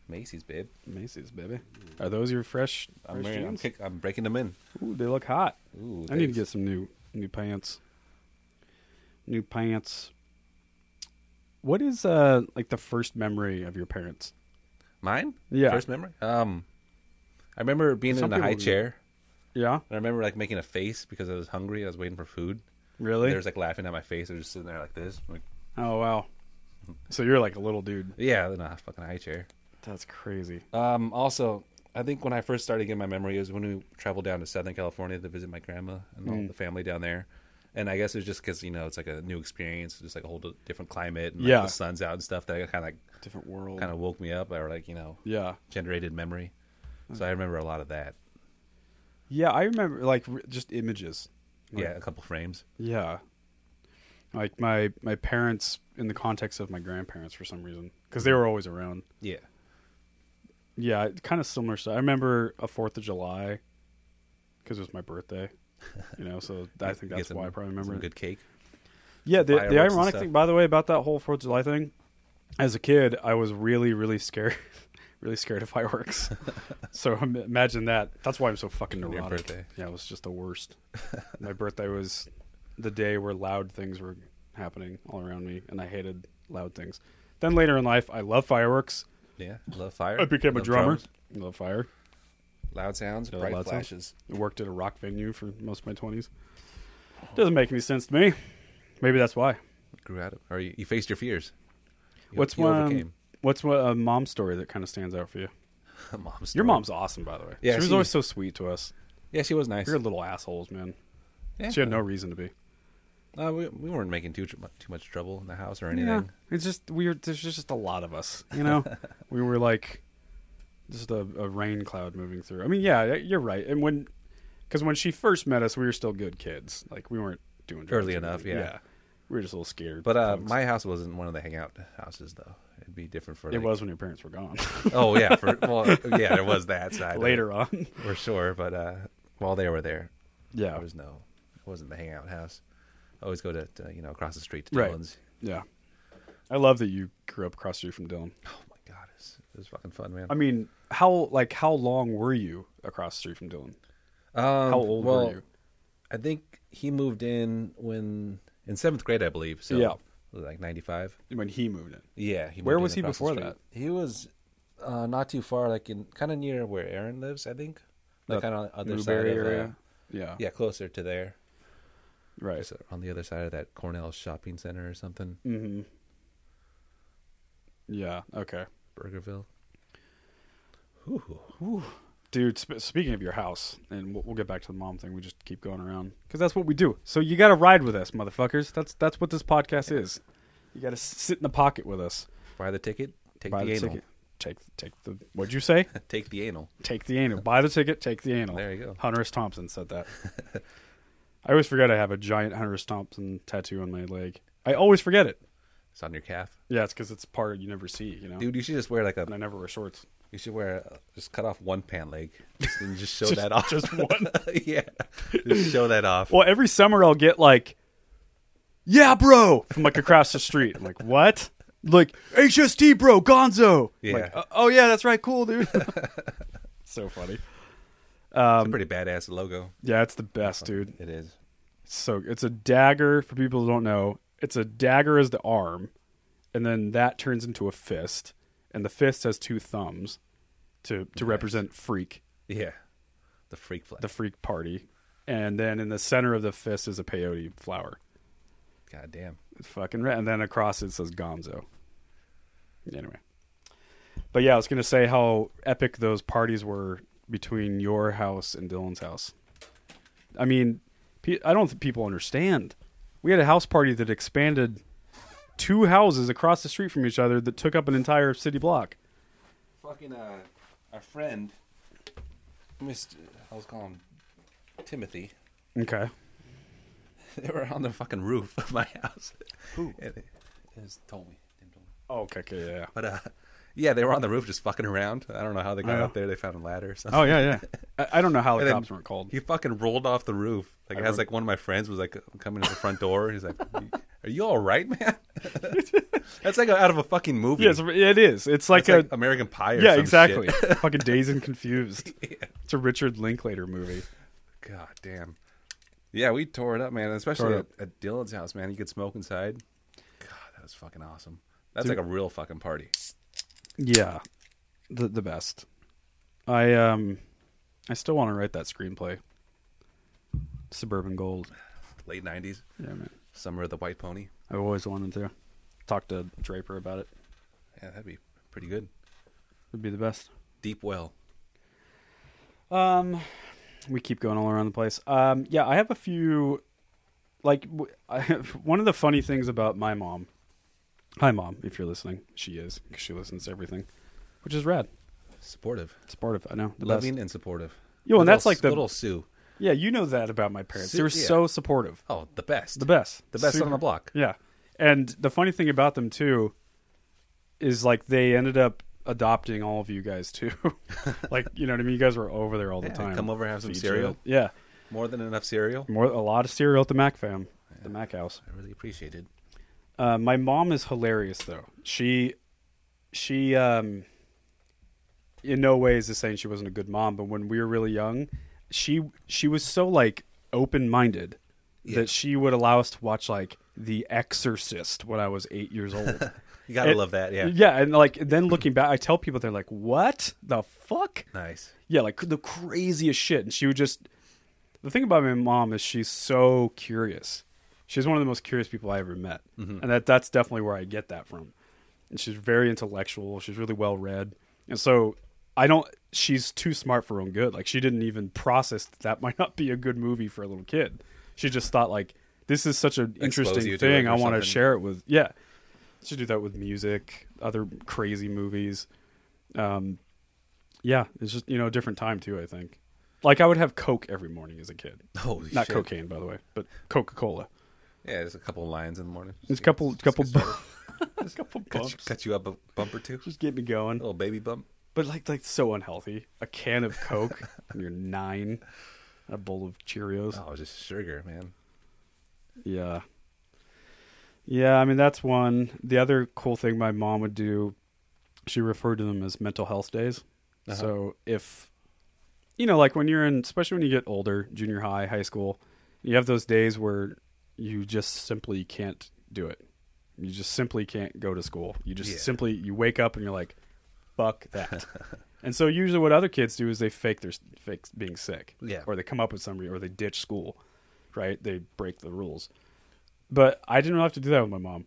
Speaker 2: Macy's, babe.
Speaker 1: Macy's, baby. Are those your Mm. fresh?
Speaker 2: I'm,
Speaker 1: fresh
Speaker 2: wearing, I'm,
Speaker 1: jeans?
Speaker 2: kick, I'm breaking them in.
Speaker 1: Ooh, they look hot.
Speaker 2: Ooh,
Speaker 1: I need to
Speaker 2: thanks.
Speaker 1: get some new new pants. New pants. What is uh like the first memory of your parents?
Speaker 2: Mine?
Speaker 1: Yeah.
Speaker 2: First memory? Um, I remember being
Speaker 1: Some
Speaker 2: in a high
Speaker 1: people-
Speaker 2: chair,
Speaker 1: Yeah,
Speaker 2: and I remember like making a face because I was hungry. I was waiting for food.
Speaker 1: really?
Speaker 2: They was like laughing at my face. I was just sitting there like this. I'm like,
Speaker 1: oh wow. So you're like a little dude.
Speaker 2: yeah, in a fucking high chair.
Speaker 1: That's crazy.
Speaker 2: Um, also, I think when I first started getting my memory it was when we traveled down to Southern California to visit my grandma and
Speaker 1: Mm.
Speaker 2: all the family down there. And I guess it was just because you know it's like a new experience, just like a whole di- different climate and like,
Speaker 1: Yeah.
Speaker 2: the sun's out and stuff that kind of like,
Speaker 1: Different world.
Speaker 2: kind of woke me up or like you know
Speaker 1: Yeah.
Speaker 2: generated memory. So I remember a lot of that.
Speaker 1: Yeah, I remember like r- just images. Like,
Speaker 2: Yeah, a couple frames.
Speaker 1: Yeah. Like my my parents in the context of my grandparents for some reason because they were always around.
Speaker 2: Yeah,
Speaker 1: Yeah, kind of similar stuff. I remember a Fourth of July because it was my birthday. You know,
Speaker 2: (laughs)
Speaker 1: so I think
Speaker 2: You get
Speaker 1: that's
Speaker 2: some-
Speaker 1: why I probably remember.
Speaker 2: some
Speaker 1: it.
Speaker 2: good cake.
Speaker 1: Yeah, the, the
Speaker 2: fireworks and
Speaker 1: ironic
Speaker 2: stuff.
Speaker 1: thing, by the way, about that whole Fourth of July thing, as a kid, I was really, really scared, (laughs) really scared of
Speaker 2: (laughs)
Speaker 1: fireworks. so im- imagine that. That's why I'm so fucking
Speaker 2: On your
Speaker 1: neurotic.
Speaker 2: birthday.
Speaker 1: Yeah, it was just the
Speaker 2: (laughs)
Speaker 1: worst. My birthday was the day where loud things were happening all around me, and I hated loud things. Then later in life, I love fireworks.
Speaker 2: Yeah, love fire.
Speaker 1: I became a
Speaker 2: Love
Speaker 1: drummer.
Speaker 2: drums,
Speaker 1: I love fire.
Speaker 2: Loud sounds,
Speaker 1: Yeah,
Speaker 2: bright
Speaker 1: loud sounds.
Speaker 2: flashes.
Speaker 1: I worked at a rock venue for most of my twenties. Doesn't make any sense to me. Maybe that's why.
Speaker 2: Grew out of, or you, you faced your fears. You-
Speaker 1: What's
Speaker 2: you
Speaker 1: one?
Speaker 2: overcame.
Speaker 1: What's what a mom story that kind of stands out for you?
Speaker 2: (laughs) mom's
Speaker 1: um, Your
Speaker 2: story.
Speaker 1: mom's awesome, by the way.
Speaker 2: Yeah,
Speaker 1: she was
Speaker 2: she-
Speaker 1: always so sweet to us.
Speaker 2: Yeah, she was nice.
Speaker 1: We were little assholes, man.
Speaker 2: Yeah.
Speaker 1: She had no reason to be.
Speaker 2: Uh, we, we weren't making too tr- too much trouble in the house or anything.
Speaker 1: Yeah, it's just weird. There's just a lot of us, you
Speaker 2: (laughs)
Speaker 1: know. we were like just a, a rain cloud moving through. I mean, yeah, you're right. And when because when she first met us, we were still good kids. Like we weren't doing drugs
Speaker 2: Early
Speaker 1: or
Speaker 2: enough,
Speaker 1: anything.
Speaker 2: yeah.
Speaker 1: We were just a little scared.
Speaker 2: But uh,
Speaker 1: punks.
Speaker 2: my house wasn't one of the hangout houses though. It'd be different for
Speaker 1: it
Speaker 2: like-
Speaker 1: was when your parents were
Speaker 2: (laughs)
Speaker 1: gone.
Speaker 2: Oh yeah, for,
Speaker 1: (laughs)
Speaker 2: well yeah, there was that side of it,
Speaker 1: Later on, (laughs)
Speaker 2: for sure. But uh, while they were there,
Speaker 1: yeah,
Speaker 2: there was no. It wasn't the hangout house. I always go to, to you know across the street to
Speaker 1: Right.
Speaker 2: Dylan's.
Speaker 1: yeah. I love that you grew up across the street from Dylan.
Speaker 2: Oh my god, it was, it was fucking fun, man.
Speaker 1: I mean, how like how long were you across the street from Dylan?
Speaker 2: Um,
Speaker 1: How old
Speaker 2: well,
Speaker 1: were you?
Speaker 2: I think he moved in when in seventh grade, I believe. So
Speaker 1: Yeah.
Speaker 2: was it like ninety five.
Speaker 1: When he moved in.
Speaker 2: Yeah. He
Speaker 1: Where
Speaker 2: moved
Speaker 1: was
Speaker 2: in
Speaker 1: he
Speaker 2: across the
Speaker 1: before
Speaker 2: street.
Speaker 1: that?
Speaker 2: He was uh, not too far, like in kind of near where Aaron lives, I think. Like
Speaker 1: That
Speaker 2: kind of other
Speaker 1: Newberry
Speaker 2: side of,
Speaker 1: area.
Speaker 2: Uh,
Speaker 1: yeah.
Speaker 2: yeah, closer to there.
Speaker 1: Right.
Speaker 2: Just on the other side of that Cornell shopping center or something,
Speaker 1: Mm-hmm. Yeah. Okay.
Speaker 2: Burgerville.
Speaker 1: Dude, sp- speaking of your house, and we'll, we'll get back to the mom thing. We just keep going around because that's what we do. So you got to ride with us, motherfuckers. That's that's what this podcast is. You got to sit in the pocket with us.
Speaker 2: Buy the ticket, take
Speaker 1: Buy
Speaker 2: the,
Speaker 1: the
Speaker 2: anal.
Speaker 1: ticket. Take take the. What'd you say?
Speaker 2: Take the anal.
Speaker 1: take the anal. Buy the ticket. Take the anal.
Speaker 2: There you go.
Speaker 1: Hunter S. Thompson said that. (laughs) I always forget I have a giant Hunter S. Thompson tattoo on my leg. I always forget it.
Speaker 2: It's on your calf,
Speaker 1: Yeah, it's because it's part you never see, you know.
Speaker 2: dude. You should just wear like
Speaker 1: And I
Speaker 2: a.
Speaker 1: never wear shorts.
Speaker 2: You should wear uh, just cut off one pant leg and (laughs) just show that off.
Speaker 1: Just one.
Speaker 2: yeah, just show that off.
Speaker 1: Well, every summer I'll get like, yeah, bro, from like across the street. I'm like, what? Like HST, bro, Gonzo. I'm Like,
Speaker 2: Yeah.
Speaker 1: "Oh, oh yeah, that's right, cool, dude. (laughs) so funny.
Speaker 2: It's a pretty badass logo.
Speaker 1: Yeah, it's the best, dude.
Speaker 2: um, It is.
Speaker 1: So it's a dagger for people who don't know. It's a dagger as the arm, and then that turns into a fist, and the fist has two thumbs to to represent freak,
Speaker 2: Yeah, the freak flag.
Speaker 1: the freak party, and then in the center of the fist is a peyote flower.
Speaker 2: God damn.
Speaker 1: It's fucking red, and then across it says Gonzo. Anyway, but yeah, I was gonna say how epic those parties were between your house and Dylan's house. I mean, pe- I don't think people understand. We had a house party that expanded two houses across the street from each other that took up an entire city block.
Speaker 2: Fucking uh, our friend, Mr. I was calling him Timothy. (laughs)
Speaker 1: Okay.
Speaker 2: They were on the fucking roof of my house. Who? (laughs) It, it was Tommy. Tim Tommy.
Speaker 1: Oh, okay, okay,
Speaker 2: (laughs)
Speaker 1: yeah, yeah.
Speaker 2: But uh, yeah, they were on the roof just fucking around. I don't know how they got
Speaker 1: Oh.
Speaker 2: up there. They found a ladder or something.
Speaker 1: Oh, yeah, yeah. I, I don't know how the
Speaker 2: And then
Speaker 1: cops weren't called.
Speaker 2: He fucking rolled off the roof. Like it has like one of my friends was like coming to the front door. He's like, "Are you all
Speaker 1: (laughs)
Speaker 2: right, man?" That's like out of a fucking movie.
Speaker 1: Yes, it is. It's like
Speaker 2: It's like
Speaker 1: a
Speaker 2: American Pie. Or
Speaker 1: yeah,
Speaker 2: some
Speaker 1: exactly. (laughs)
Speaker 2: shit. (laughs)
Speaker 1: Fucking dazed and confused. It's a Richard Linklater movie.
Speaker 2: God damn. Yeah, we tore it up, man. Especially
Speaker 1: Tore it
Speaker 2: at, at Dylan's house, man. You could smoke inside. God, that was fucking awesome. That's
Speaker 1: Dude.
Speaker 2: like a real fucking party.
Speaker 1: Yeah, the the best. I um, I still want to write that screenplay. Suburban Gold.
Speaker 2: Late '90s,
Speaker 1: Yeah, man.
Speaker 2: summer of the white pony.
Speaker 1: I've always wanted to talk to Draper about it.
Speaker 2: Yeah, that'd be pretty good.
Speaker 1: Would be the best.
Speaker 2: Deep well.
Speaker 1: Um, we keep going all around the place. Um, yeah, I have a few. Like, w I have, (laughs) one of the funny things about my mom. Hi, mom, if you're listening. She is 'cause she listens to everything, which is rad.
Speaker 2: Supportive,
Speaker 1: Supportive, I know. The best.
Speaker 2: loving, and supportive.
Speaker 1: Yo, and
Speaker 2: Little-
Speaker 1: that's like the-
Speaker 2: little Sue.
Speaker 1: Yeah, you know that about my parents. They
Speaker 2: Su-
Speaker 1: were
Speaker 2: yeah.
Speaker 1: so supportive.
Speaker 2: Oh, the best.
Speaker 1: The best.
Speaker 2: The best on
Speaker 1: Super-
Speaker 2: the block.
Speaker 1: Yeah. And the funny thing about them too is like they ended up adopting all of you guys too. (laughs) like, you know what I mean? You guys were over there all the
Speaker 2: Yeah,
Speaker 1: time.
Speaker 2: come over, have some
Speaker 1: Feed
Speaker 2: cereal.
Speaker 1: you. Yeah.
Speaker 2: More than enough cereal.
Speaker 1: More a lot of cereal at the Mac fam. The Mac house.
Speaker 2: I really appreciate it.
Speaker 1: Uh, my mom is hilarious though. She she um in no ways is saying she wasn't a good mom, but when we were really young, she she was so like open minded
Speaker 2: Yeah.
Speaker 1: that she would allow us to watch like The Exorcist when I was eight years old.
Speaker 2: You gotta
Speaker 1: It-
Speaker 2: love that. (laughs) Yeah.
Speaker 1: yeah, and like then looking back, I tell people they're like, "What the fuck?"
Speaker 2: Nice.
Speaker 1: Yeah, like the craziest shit. And she would just. The thing about my mom is she's so curious. She's one of the most curious people I ever met,
Speaker 2: Mm-hmm.
Speaker 1: and that that's definitely where I get that from. And she's very intellectual. She's really well read, and so I don't. She's too smart for her own good. Like she didn't even process that, that might not be a good movie for a little kid. She just thought like this is such an
Speaker 2: you
Speaker 1: interesting
Speaker 2: to it
Speaker 1: thing. I
Speaker 2: or
Speaker 1: want to
Speaker 2: something.
Speaker 1: share it with yeah. She do that with music, other crazy movies. Um, Yeah, it's just you know a different time too. I think. Like I would have Coke every morning as a kid.
Speaker 2: Holy
Speaker 1: Not
Speaker 2: shit.
Speaker 1: cocaine, by the way, but Coca Cola.
Speaker 2: Yeah, just a couple lines in the morning.
Speaker 1: It's a couple, couple,
Speaker 2: Just
Speaker 1: bu-
Speaker 2: get started.
Speaker 1: couple
Speaker 2: Cut,
Speaker 1: (laughs)
Speaker 2: you-
Speaker 1: bumps.
Speaker 2: cut you up a bump or two.
Speaker 1: Just get me going.
Speaker 2: little baby bump.
Speaker 1: But like, like so unhealthy. A can of Coke, (laughs) and you're nine. A bowl of Cheerios.
Speaker 2: Oh, just sugar, man.
Speaker 1: Yeah. Yeah, I mean that's one. The other cool thing my mom would do, she referred to them as mental health days. So if you know, like when you're in especially when you get older, junior high, high school, you have those days where you just simply can't do it. You just simply can't go to school. You just
Speaker 2: Yeah.
Speaker 1: simply you wake up and you're like, fuck that. and so usually what other kids do is they fake their fake being sick.
Speaker 2: Yeah.
Speaker 1: Or they come up with some re- or they ditch school, right? They break the rules. But I didn't really have to do that with my mom.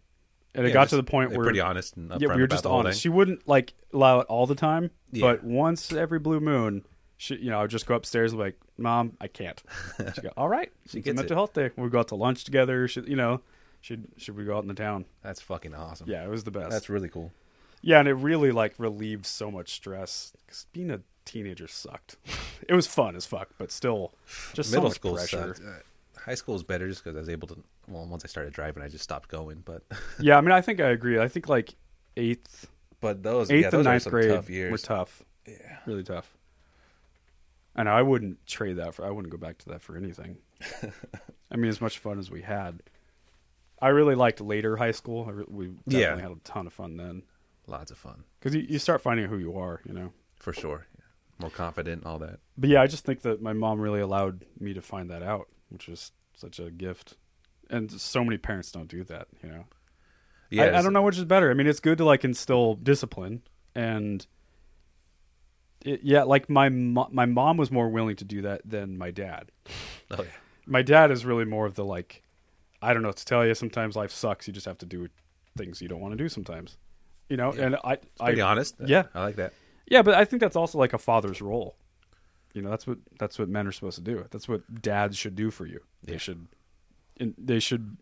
Speaker 1: And it
Speaker 2: Yeah,
Speaker 1: got
Speaker 2: just-
Speaker 1: to the point
Speaker 2: they're
Speaker 1: where
Speaker 2: pretty honest and
Speaker 1: yeah,
Speaker 2: upfront
Speaker 1: we were
Speaker 2: about
Speaker 1: just
Speaker 2: the whole
Speaker 1: honest. She
Speaker 2: thing.
Speaker 1: wouldn't like allow it all the time,
Speaker 2: Yeah.
Speaker 1: but once every blue moon, she, you know, I would just go upstairs and be like, "Mom, I can't." She go, "All
Speaker 2: (laughs)
Speaker 1: right." she
Speaker 2: gets
Speaker 1: mental
Speaker 2: it.
Speaker 1: health day. We would go out to lunch together. She, you know, should should we go out in the town?
Speaker 2: That's fucking awesome.
Speaker 1: Yeah, it was the best.
Speaker 2: that's really cool.
Speaker 1: yeah, and it really like relieved so much stress because being a teenager sucked. (laughs) it was fun as fuck, but still, just so
Speaker 2: Middle
Speaker 1: much
Speaker 2: school
Speaker 1: pressure.
Speaker 2: sucked. (laughs) Uh, high school is better just because I was able to. Well, once I started driving, I just stopped going. But (laughs)
Speaker 1: Yeah, I mean, I think I agree. I think like eighth,
Speaker 2: but those
Speaker 1: eighth
Speaker 2: yeah,
Speaker 1: and
Speaker 2: those are
Speaker 1: ninth
Speaker 2: some
Speaker 1: grade
Speaker 2: tough years.
Speaker 1: were tough.
Speaker 2: Yeah.
Speaker 1: really tough. And I wouldn't trade that for. I wouldn't go back to that for
Speaker 2: (laughs)
Speaker 1: anything. I mean, as much fun as we had, I really liked later high school. I re- we definitely
Speaker 2: Yeah.
Speaker 1: had a ton of fun then
Speaker 2: Lots of fun
Speaker 1: because you, you start finding who you are, you know.
Speaker 2: for sure. Yeah. More confident, all that.
Speaker 1: But yeah, I just think that my mom really allowed me to find that out, which was such a gift. And so many parents don't do that, you know.
Speaker 2: Yeah,
Speaker 1: I, I don't know which is better. I mean, it's good to like instill discipline and it, yeah, like my mo- my mom was more willing to do that than my dad.
Speaker 2: Oh yeah.
Speaker 1: My dad is really more of the like, I don't know what to tell you. Sometimes life sucks. You just have to do things you don't want to do sometimes, you know.
Speaker 2: Yeah.
Speaker 1: And I,
Speaker 2: Pretty
Speaker 1: I,
Speaker 2: honest.
Speaker 1: yeah.
Speaker 2: I like that.
Speaker 1: yeah, but I think that's also like a father's role. You know, that's what that's what men are supposed to do. That's what dads should do for you. They
Speaker 2: Yeah.
Speaker 1: should, and they should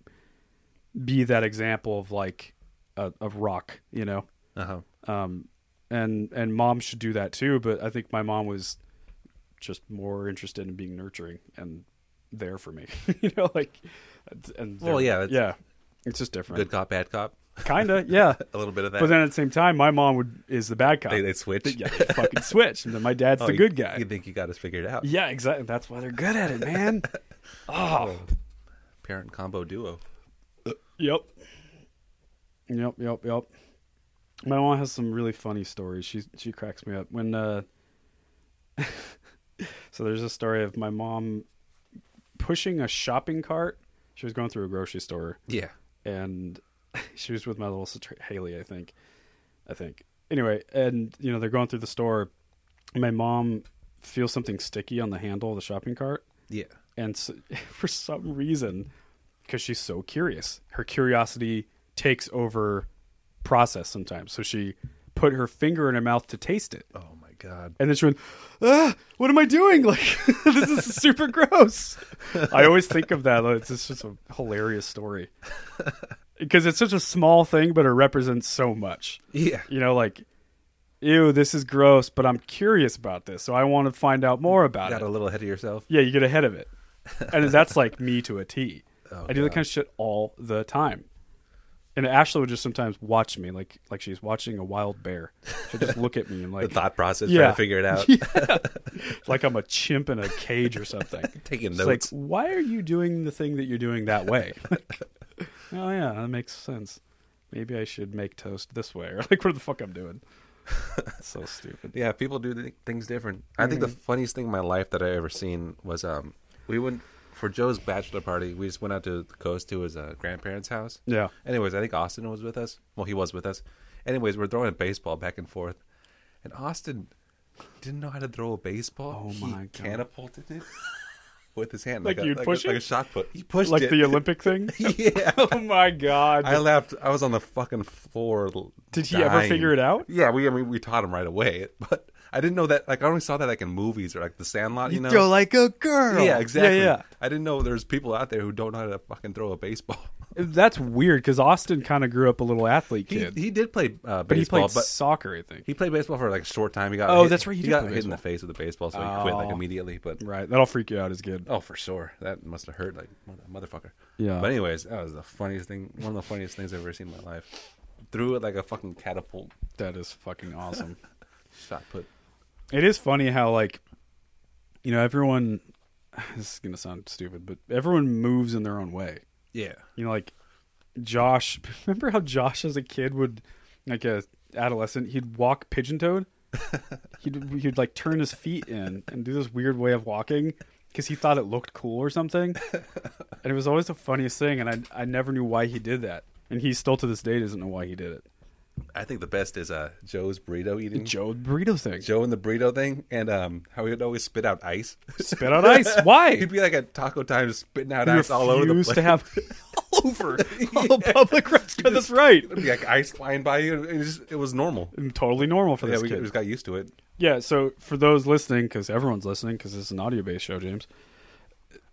Speaker 1: be that example of like a, of rock. You know,
Speaker 2: Uh huh.
Speaker 1: um, and and mom should do that too. But I think my mom was just more interested in being nurturing and there for me. (laughs) you know, like and
Speaker 2: Well, yeah, it's-
Speaker 1: yeah, it's just different.
Speaker 2: Good cop, bad cop.
Speaker 1: Kinda,
Speaker 2: (laughs)
Speaker 1: yeah.
Speaker 2: A little bit of that.
Speaker 1: But then at the same time, my mom would is the bad cop.
Speaker 2: they, they switch.
Speaker 1: (laughs) yeah, they fucking switch, and then my dad's
Speaker 2: Oh,
Speaker 1: the
Speaker 2: you-
Speaker 1: good guy.
Speaker 2: You think you got us figured out?
Speaker 1: yeah, exactly. That's why they're good at it, (laughs) man. oh,
Speaker 2: Parent combo duo.
Speaker 1: Yep. Yep, yep, yep. My mom has some really funny stories. She she cracks me up when uh (laughs) So there's a story of my mom pushing a shopping cart. She was going through a grocery store
Speaker 2: Yeah.
Speaker 1: and (laughs) she was with my little sister Haley, I think. I think. Anyway, and you know they're going through the store. and My mom feels something sticky on the handle of the shopping cart,
Speaker 2: Yeah.
Speaker 1: and so, (laughs) for some reason, because she's so curious, her curiosity takes over process sometimes. So she put her finger in her mouth to taste it.
Speaker 2: Oh my god.
Speaker 1: And then she went, ah, what am I doing? Like, (laughs) this is super gross. I always think of that. It's just, just a hilarious (laughs) story. Because it's such a small thing, but it represents so much.
Speaker 2: Yeah.
Speaker 1: You know, like, ew, this is gross, but I'm curious about this. So I want to find out more about
Speaker 2: Got
Speaker 1: it.
Speaker 2: a little ahead of yourself.
Speaker 1: Yeah, you get ahead of it. And that's like me to a (laughs) T. I
Speaker 2: Oh,
Speaker 1: do that
Speaker 2: God.
Speaker 1: kind of shit all the time. And Ashley would just sometimes watch me like like she's watching a wild bear. She'd just look at me (laughs) and
Speaker 2: The
Speaker 1: like
Speaker 2: thought process,
Speaker 1: Yeah.
Speaker 2: trying to figure
Speaker 1: (laughs)
Speaker 2: it (laughs) out.
Speaker 1: Yeah. like I'm a chimp in a cage or something.
Speaker 2: (laughs) Taking
Speaker 1: It's like,
Speaker 2: notes.
Speaker 1: why are you doing the thing that you're doing that
Speaker 2: (laughs)
Speaker 1: way? Like, oh yeah, that makes sense. Maybe I should make toast this way, or like what the fuck I'm doing. so stupid.
Speaker 2: Yeah, people do th- things different. I think the
Speaker 1: Mm.
Speaker 2: funniest thing in my life that I ever seen was um we went for Joe's bachelor party. We just went out to the coast to his uh, grandparents' house.
Speaker 1: Yeah.
Speaker 2: Anyways, I think Austin was with us. Well, he was with us. Anyways, we're throwing a baseball back and forth, and Austin didn't know how to throw a baseball.
Speaker 1: Oh,
Speaker 2: he
Speaker 1: my God. (laughs)
Speaker 2: catapulted it with his hand
Speaker 1: Like
Speaker 2: a,
Speaker 1: you'd
Speaker 2: like,
Speaker 1: push
Speaker 2: a, like a
Speaker 1: it?
Speaker 2: shot put. He pushed
Speaker 1: Like
Speaker 2: it.
Speaker 1: the Olympic thing.
Speaker 2: (laughs) yeah.
Speaker 1: (laughs) oh my god.
Speaker 2: I laughed. I was on the fucking floor. l-
Speaker 1: Did he ever
Speaker 2: dying.
Speaker 1: figure it out?
Speaker 2: Yeah, we I mean, we taught him right away, but I didn't know that. Like I only saw that like in movies or like The Sandlot. You, know?
Speaker 1: throw like a girl.
Speaker 2: yeah, exactly.
Speaker 1: Yeah, yeah.
Speaker 2: I didn't know there's people out there who don't know how to fucking throw a baseball. (laughs)
Speaker 1: That's weird because Austin kind of grew up a little athlete
Speaker 2: He
Speaker 1: kid,
Speaker 2: he did play uh,
Speaker 1: but he
Speaker 2: baseball,
Speaker 1: played
Speaker 2: but
Speaker 1: soccer, I think.
Speaker 2: he played baseball for like a short time. He got
Speaker 1: Oh,
Speaker 2: hit-
Speaker 1: that's right, he
Speaker 2: He,
Speaker 1: did
Speaker 2: got
Speaker 1: play
Speaker 2: hit in the face with a baseball, so he quit like
Speaker 1: Oh.
Speaker 2: immediately. But
Speaker 1: right, that'll freak you out as good.
Speaker 2: oh, for sure, that must have hurt like mother- motherfucker.
Speaker 1: Yeah.
Speaker 2: But anyways, that was the funniest thing. One of the funniest things I've ever seen in my life. Threw it like a fucking catapult
Speaker 1: That is fucking
Speaker 2: (laughs)
Speaker 1: awesome.
Speaker 2: shot put.
Speaker 1: It is funny how like you know everyone (sighs) this is going to sound stupid, but everyone moves in their own way.
Speaker 2: Yeah.
Speaker 1: You know like Josh, (laughs) remember how Josh as a kid would like a adolescent, he'd walk pigeon-toed. he'd he'd like turn his feet in and do this weird way of walking cuz he thought it looked cool or something. and it was always the funniest thing and I I never knew why he did that. And he still to this day doesn't know why he did it.
Speaker 2: I think the best is uh, Joe's burrito eating. Joe.
Speaker 1: Joe burrito thing.
Speaker 2: and the burrito thing, and um, how he would always spit out ice.
Speaker 1: Spit out ice. (laughs)
Speaker 2: (laughs)
Speaker 1: Why?
Speaker 2: He'd be like at taco time, spitting out
Speaker 1: We
Speaker 2: ice all over the
Speaker 1: refuse
Speaker 2: place.
Speaker 1: to have (laughs) all over (laughs) all (laughs) public restaurants. That's right.
Speaker 2: It'd (laughs) be like ice flying by you. and It, just, it was normal.
Speaker 1: And totally normal for
Speaker 2: Yeah,
Speaker 1: this
Speaker 2: we
Speaker 1: kid.
Speaker 2: just got used to it.
Speaker 1: yeah. So for those listening, because everyone's listening, because this is an audio-based show, James.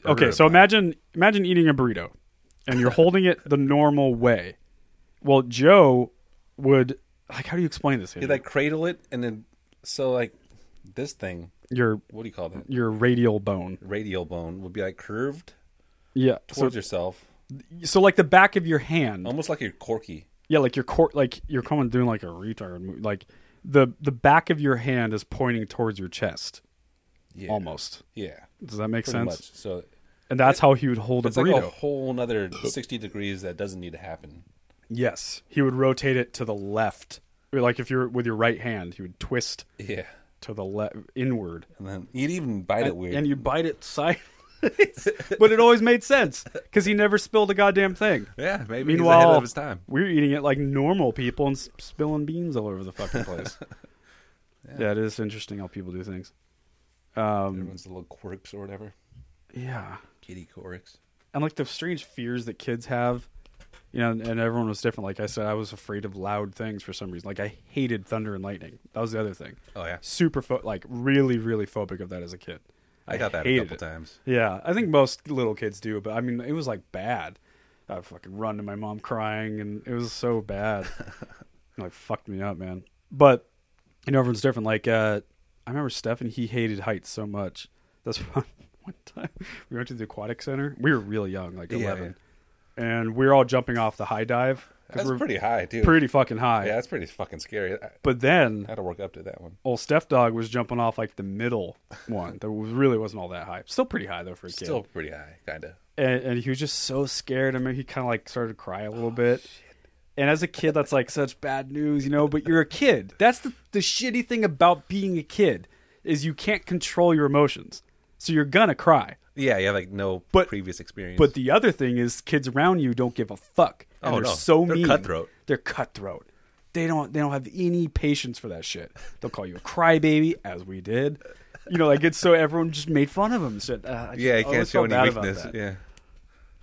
Speaker 1: Okay,
Speaker 2: Burrito
Speaker 1: so
Speaker 2: bun.
Speaker 1: imagine imagine eating a burrito, and you're holding it the normal way. Well, Joe would like. How do you explain this?
Speaker 2: He'd like cradle it, and then so like this thing.
Speaker 1: your
Speaker 2: What do you call that?
Speaker 1: your radial bone.
Speaker 2: Radial bone would be like curved
Speaker 1: Yeah. So
Speaker 2: towards yourself,
Speaker 1: so like the back of your hand.
Speaker 2: almost like you're corky.
Speaker 1: Yeah, like your court, like you're coming doing like a retard move. Like the the back of your hand is pointing towards your chest,
Speaker 2: Yeah,
Speaker 1: almost.
Speaker 2: Yeah,
Speaker 1: Does that make
Speaker 2: pretty
Speaker 1: sense?
Speaker 2: much. So
Speaker 1: And that's how he would hold
Speaker 2: it's
Speaker 1: a burrito.
Speaker 2: like oh. a whole another sixty degrees that doesn't need to happen.
Speaker 1: Yes, he would rotate it to the left. Or, Like if you're with your right hand, he would twist
Speaker 2: Yeah,
Speaker 1: to the left inward,
Speaker 2: and then you'd even bite it weird.
Speaker 1: and you bite it sideways. (laughs) but it always made sense because he never spilled a goddamn thing.
Speaker 2: Yeah, maybe he's ahead
Speaker 1: Meanwhile,
Speaker 2: of his time.
Speaker 1: we're eating it like normal people and s- spilling beans all over the fucking
Speaker 2: (laughs)
Speaker 1: place. yeah. it is interesting how people do things. Um,
Speaker 2: Everyone's little quirks or whatever.
Speaker 1: yeah.
Speaker 2: Kitty quirks.
Speaker 1: and like the strange fears that kids have you know and, and everyone was different like i said i was afraid of loud things for some reason like i hated thunder and lightning that was the other thing
Speaker 2: Oh yeah,
Speaker 1: super pho- like really really phobic of that as a kid
Speaker 2: I, got that a
Speaker 1: hated
Speaker 2: couple
Speaker 1: it.
Speaker 2: times.
Speaker 1: yeah i think most little kids do but i mean it was like bad i fucking run to my mom crying and it was so bad
Speaker 2: (laughs)
Speaker 1: It, like fucked me up man but you know everyone's different like uh i remember stefan he hated heights so much that's (laughs) one, one time we went to the aquatic center we were really young like
Speaker 2: Yeah,
Speaker 1: 11 and we were all jumping off the high dive 'cause
Speaker 2: That's
Speaker 1: we're
Speaker 2: pretty high too.
Speaker 1: pretty fucking high
Speaker 2: yeah, that's pretty fucking scary. I, I
Speaker 1: but then
Speaker 2: had to work up to that one.
Speaker 1: old Steph Dog was jumping off like the middle one that was, really wasn't all that high. Still pretty high though for a kid.
Speaker 2: Still pretty high, kinda.
Speaker 1: And, and he was just so scared. I mean, he kind of like started to cry a
Speaker 2: Oh,
Speaker 1: little bit. And as a kid, that's like such bad news, you know. But you're a kid. That's the the shitty thing about being a kid is you can't control your emotions, so you're gonna cry.
Speaker 2: Yeah, you have like no
Speaker 1: But-
Speaker 2: previous experience.
Speaker 1: But the other thing is, kids around you don't give a fuck. And
Speaker 2: Oh,
Speaker 1: they're
Speaker 2: no.
Speaker 1: so
Speaker 2: They're
Speaker 1: mean.
Speaker 2: cutthroat.
Speaker 1: They're cutthroat. They don't. They don't have any patience for that shit. They'll call you a crybaby, as we did. You know, like it's so everyone just made fun of him. So, uh, I just
Speaker 2: yeah, you
Speaker 1: always
Speaker 2: can't show
Speaker 1: felt
Speaker 2: any
Speaker 1: bad about
Speaker 2: weakness.
Speaker 1: that.
Speaker 2: Yeah,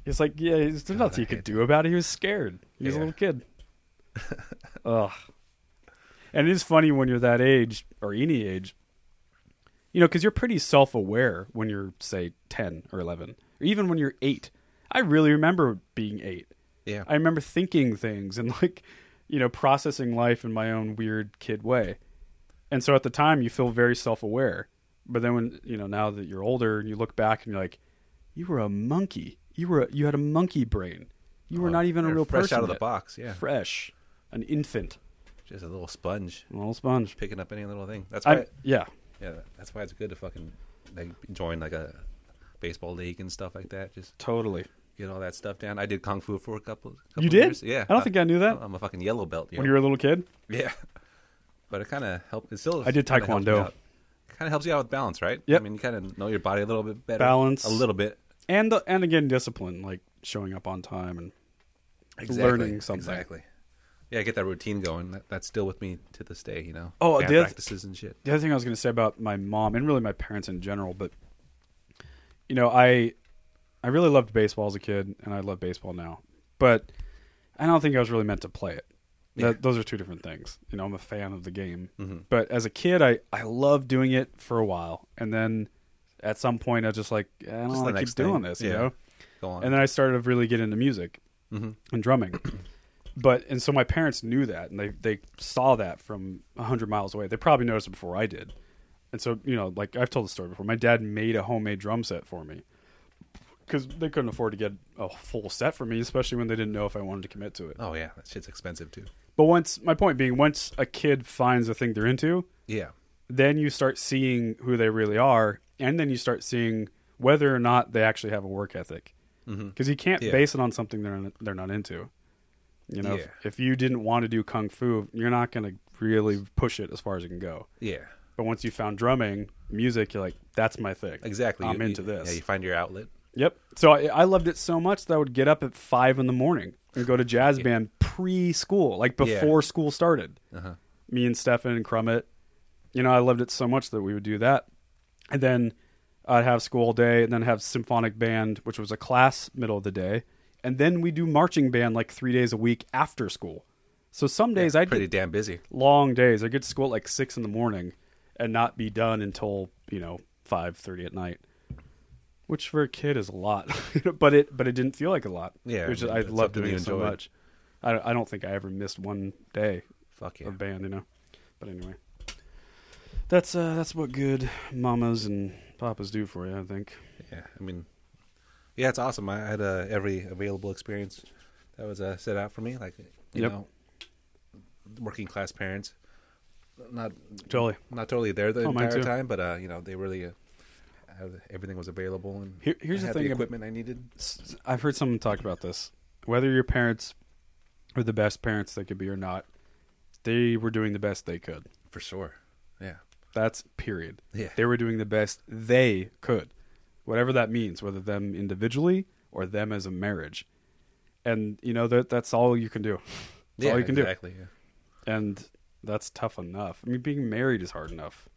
Speaker 1: It's like, yeah, it's- there's nothing you could do about it. He was scared. He was a
Speaker 2: Yeah.
Speaker 1: little (laughs) kid. Ugh. And it is funny when you're that age or any age, you know, because you're pretty self aware when you're, say, 10 or 11, or even when you're eight. I really remember being eight.
Speaker 2: yeah.
Speaker 1: I remember thinking things and, like, you know, processing life in my own weird kid way. And so at the time, you feel very self aware. But then when, you know, now that you're older and you look back and you're like, you were a monkey. You were, a, you had a monkey brain. You were
Speaker 2: Oh,
Speaker 1: not even a
Speaker 2: they're
Speaker 1: real
Speaker 2: fresh
Speaker 1: person.
Speaker 2: out of the
Speaker 1: yet.
Speaker 2: box. Yeah,
Speaker 1: Fresh. An infant.
Speaker 2: just a little sponge
Speaker 1: A little sponge.
Speaker 2: picking up any little thing. That's why.
Speaker 1: I, yeah.
Speaker 2: yeah, that's why it's good to fucking like join like a baseball league and stuff like that. Just
Speaker 1: Totally.
Speaker 2: get all that stuff down. I did kung fu for a couple. couple
Speaker 1: You did?
Speaker 2: Years. Yeah.
Speaker 1: I don't think I knew that.
Speaker 2: I'm a fucking yellow belt.
Speaker 1: When you were a little kid?
Speaker 2: (laughs) Yeah. But it kind of helps. It still.
Speaker 1: I did taekwondo.
Speaker 2: Kind of helps you out with balance, right?
Speaker 1: Yep.
Speaker 2: I mean, you kind of know your body a little bit better.
Speaker 1: Balance.
Speaker 2: A little bit.
Speaker 1: And the, and again, discipline, like showing up on time and learning something.
Speaker 2: Exactly. Yeah, get that routine going. That, that's still with me to this day. You know.
Speaker 1: Oh,
Speaker 2: Band
Speaker 1: the oth-
Speaker 2: practices and shit.
Speaker 1: the other thing I was going to say about my mom and really my parents in general, but you know, I I really loved baseball as a kid, and I love baseball now, but I don't think I was really meant to play it. That,
Speaker 2: Yeah. Mm-hmm.
Speaker 1: Those are two different things. You know, I'm a fan of the game, but as a kid, I I loved doing it for a while, and then at some point, I was just like "Eh, I don't
Speaker 2: Just the
Speaker 1: want to keep
Speaker 2: next thing.
Speaker 1: doing this, you
Speaker 2: Yeah.
Speaker 1: know.
Speaker 2: Go on.
Speaker 1: And then I started to really get into music and drumming. But and so my parents knew that, and they they saw that from hundred miles away. They probably noticed it before I did. And so you know, like I've told the story before, my dad made a homemade drum set for me because they couldn't afford to get a full set for me, especially when they didn't know if I wanted to commit to it.
Speaker 2: oh yeah, that shit's expensive too.
Speaker 1: But once my point being, once a kid finds a thing they're into,
Speaker 2: Yeah.
Speaker 1: then you start seeing who they really are, and then you start seeing whether or not they actually have a work ethic. Because you can't
Speaker 2: Mm-hmm. Yeah.
Speaker 1: base it on something they're they're not into. You know,
Speaker 2: Yeah.
Speaker 1: if, if you didn't want to do kung fu, you're not going to really push it as far as it can go.
Speaker 2: Yeah.
Speaker 1: But once you found drumming, music, you're like, that's my thing.
Speaker 2: Exactly.
Speaker 1: I'm
Speaker 2: You-
Speaker 1: into
Speaker 2: you-
Speaker 1: this.
Speaker 2: Yeah, you find your outlet.
Speaker 1: Yep. So I, I loved it so much that I would get up at five in the morning and go to jazz band pre-school, like
Speaker 2: Yeah.
Speaker 1: before school started.
Speaker 2: Uh-huh.
Speaker 1: Me and Stefan and Crummett, you know, I loved it so much that we would do that. And then I'd have school all day and then have symphonic band, which was a class middle of the day. And then we do marching band like three days a week after school. So some days I'd
Speaker 2: Pretty
Speaker 1: get
Speaker 2: damn busy.
Speaker 1: long days. I'd get to school at like six in the morning and not be done until, you know, five thirty at night which for a kid is a lot, (laughs) but it but it didn't feel like a lot.
Speaker 2: Yeah,
Speaker 1: it was
Speaker 2: I
Speaker 1: just,
Speaker 2: mean,
Speaker 1: I
Speaker 2: it's
Speaker 1: loved
Speaker 2: something
Speaker 1: doing
Speaker 2: you
Speaker 1: it so
Speaker 2: enjoyed.
Speaker 1: much. I don't, I don't think I ever missed one day
Speaker 2: Fuck yeah.
Speaker 1: of band, you know. But anyway, that's uh, that's what good mamas and papas do for you, I think.
Speaker 2: Yeah, I mean, yeah, it's awesome. I had uh, every available experience that was uh, set out for me, like you
Speaker 1: Yep.
Speaker 2: know, working class parents, not
Speaker 1: Totally.
Speaker 2: not totally there the
Speaker 1: Oh, mine
Speaker 2: entire
Speaker 1: too.
Speaker 2: time, but uh, you know, they really uh, had- everything was available and
Speaker 1: Here- here's
Speaker 2: I
Speaker 1: the
Speaker 2: had
Speaker 1: thing ab-
Speaker 2: equipment I needed.
Speaker 1: S- I've heard someone talk about this. Whether your parents were the best parents they could be or not, they were doing the best they could.
Speaker 2: for sure. Yeah,
Speaker 1: That's period.
Speaker 2: Yeah.
Speaker 1: They were doing the best they could, whatever that means, whether them individually or them as a marriage. And you know that that's all you can do. That's
Speaker 2: yeah,
Speaker 1: all you can
Speaker 2: exactly. Yeah.
Speaker 1: do. And that's tough enough. I mean, being married is hard enough.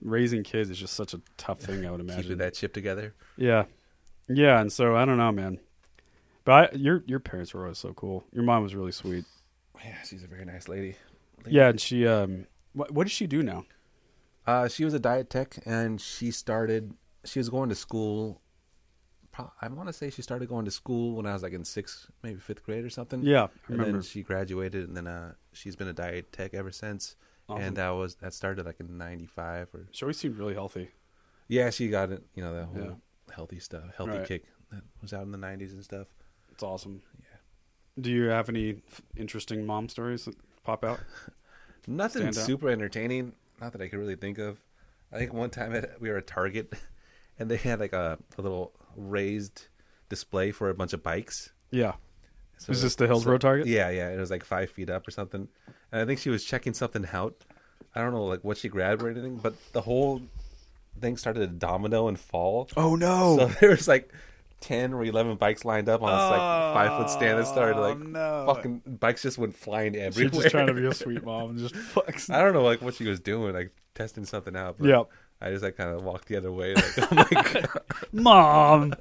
Speaker 1: Raising kids is just such a tough thing. I would imagine.
Speaker 2: Keeping that chip together.
Speaker 1: Yeah, yeah. And so I don't know, man. But I, your your parents were always so cool. Your mom was really sweet.
Speaker 2: Yeah, she's a very nice lady.
Speaker 1: Yeah, and she um, what, what does she do now?
Speaker 2: Uh, she was a diet tech, and she started. She was going to school. pro- I want to say she started going to school when I was like in sixth, maybe fifth grade or something.
Speaker 1: Yeah, I
Speaker 2: and
Speaker 1: remember.
Speaker 2: then she graduated, and then uh, she's been a diet tech ever since.
Speaker 1: Awesome.
Speaker 2: And that was that started like in '95 or
Speaker 1: She always seemed really healthy.
Speaker 2: yeah, she got it. You know the whole
Speaker 1: Yeah.
Speaker 2: healthy stuff, healthy
Speaker 1: Right.
Speaker 2: kick that was out in the '90s and stuff.
Speaker 1: It's awesome. Do you have any f- interesting mom stories that pop out?
Speaker 2: Nothing
Speaker 1: Stand out?
Speaker 2: super entertaining. Not that I could really think of. I think one time at, we were at Target, (laughs) and they had like a, a little raised display for a bunch of bikes.
Speaker 1: Yeah.
Speaker 2: So,
Speaker 1: Is this the Hills Road Target?
Speaker 2: Yeah, yeah. It was like five feet up or something. And I think she was checking something out. I don't know like what she grabbed or anything, but the whole things started to domino and fall.
Speaker 3: Oh no!
Speaker 2: So (laughs) there was like ten or eleven bikes lined up on this like
Speaker 1: Oh,
Speaker 2: five foot stand that started like
Speaker 3: no.
Speaker 2: fucking bikes just went flying
Speaker 1: She's
Speaker 2: everywhere.
Speaker 1: Oh, just trying
Speaker 2: (laughs)
Speaker 1: to be a sweet mom and just fucks.
Speaker 2: I don't know like what she was doing, like testing something out. But
Speaker 1: Yep.
Speaker 2: I just like kind of walked the other way. Like, (laughs) oh my god.
Speaker 1: Mom,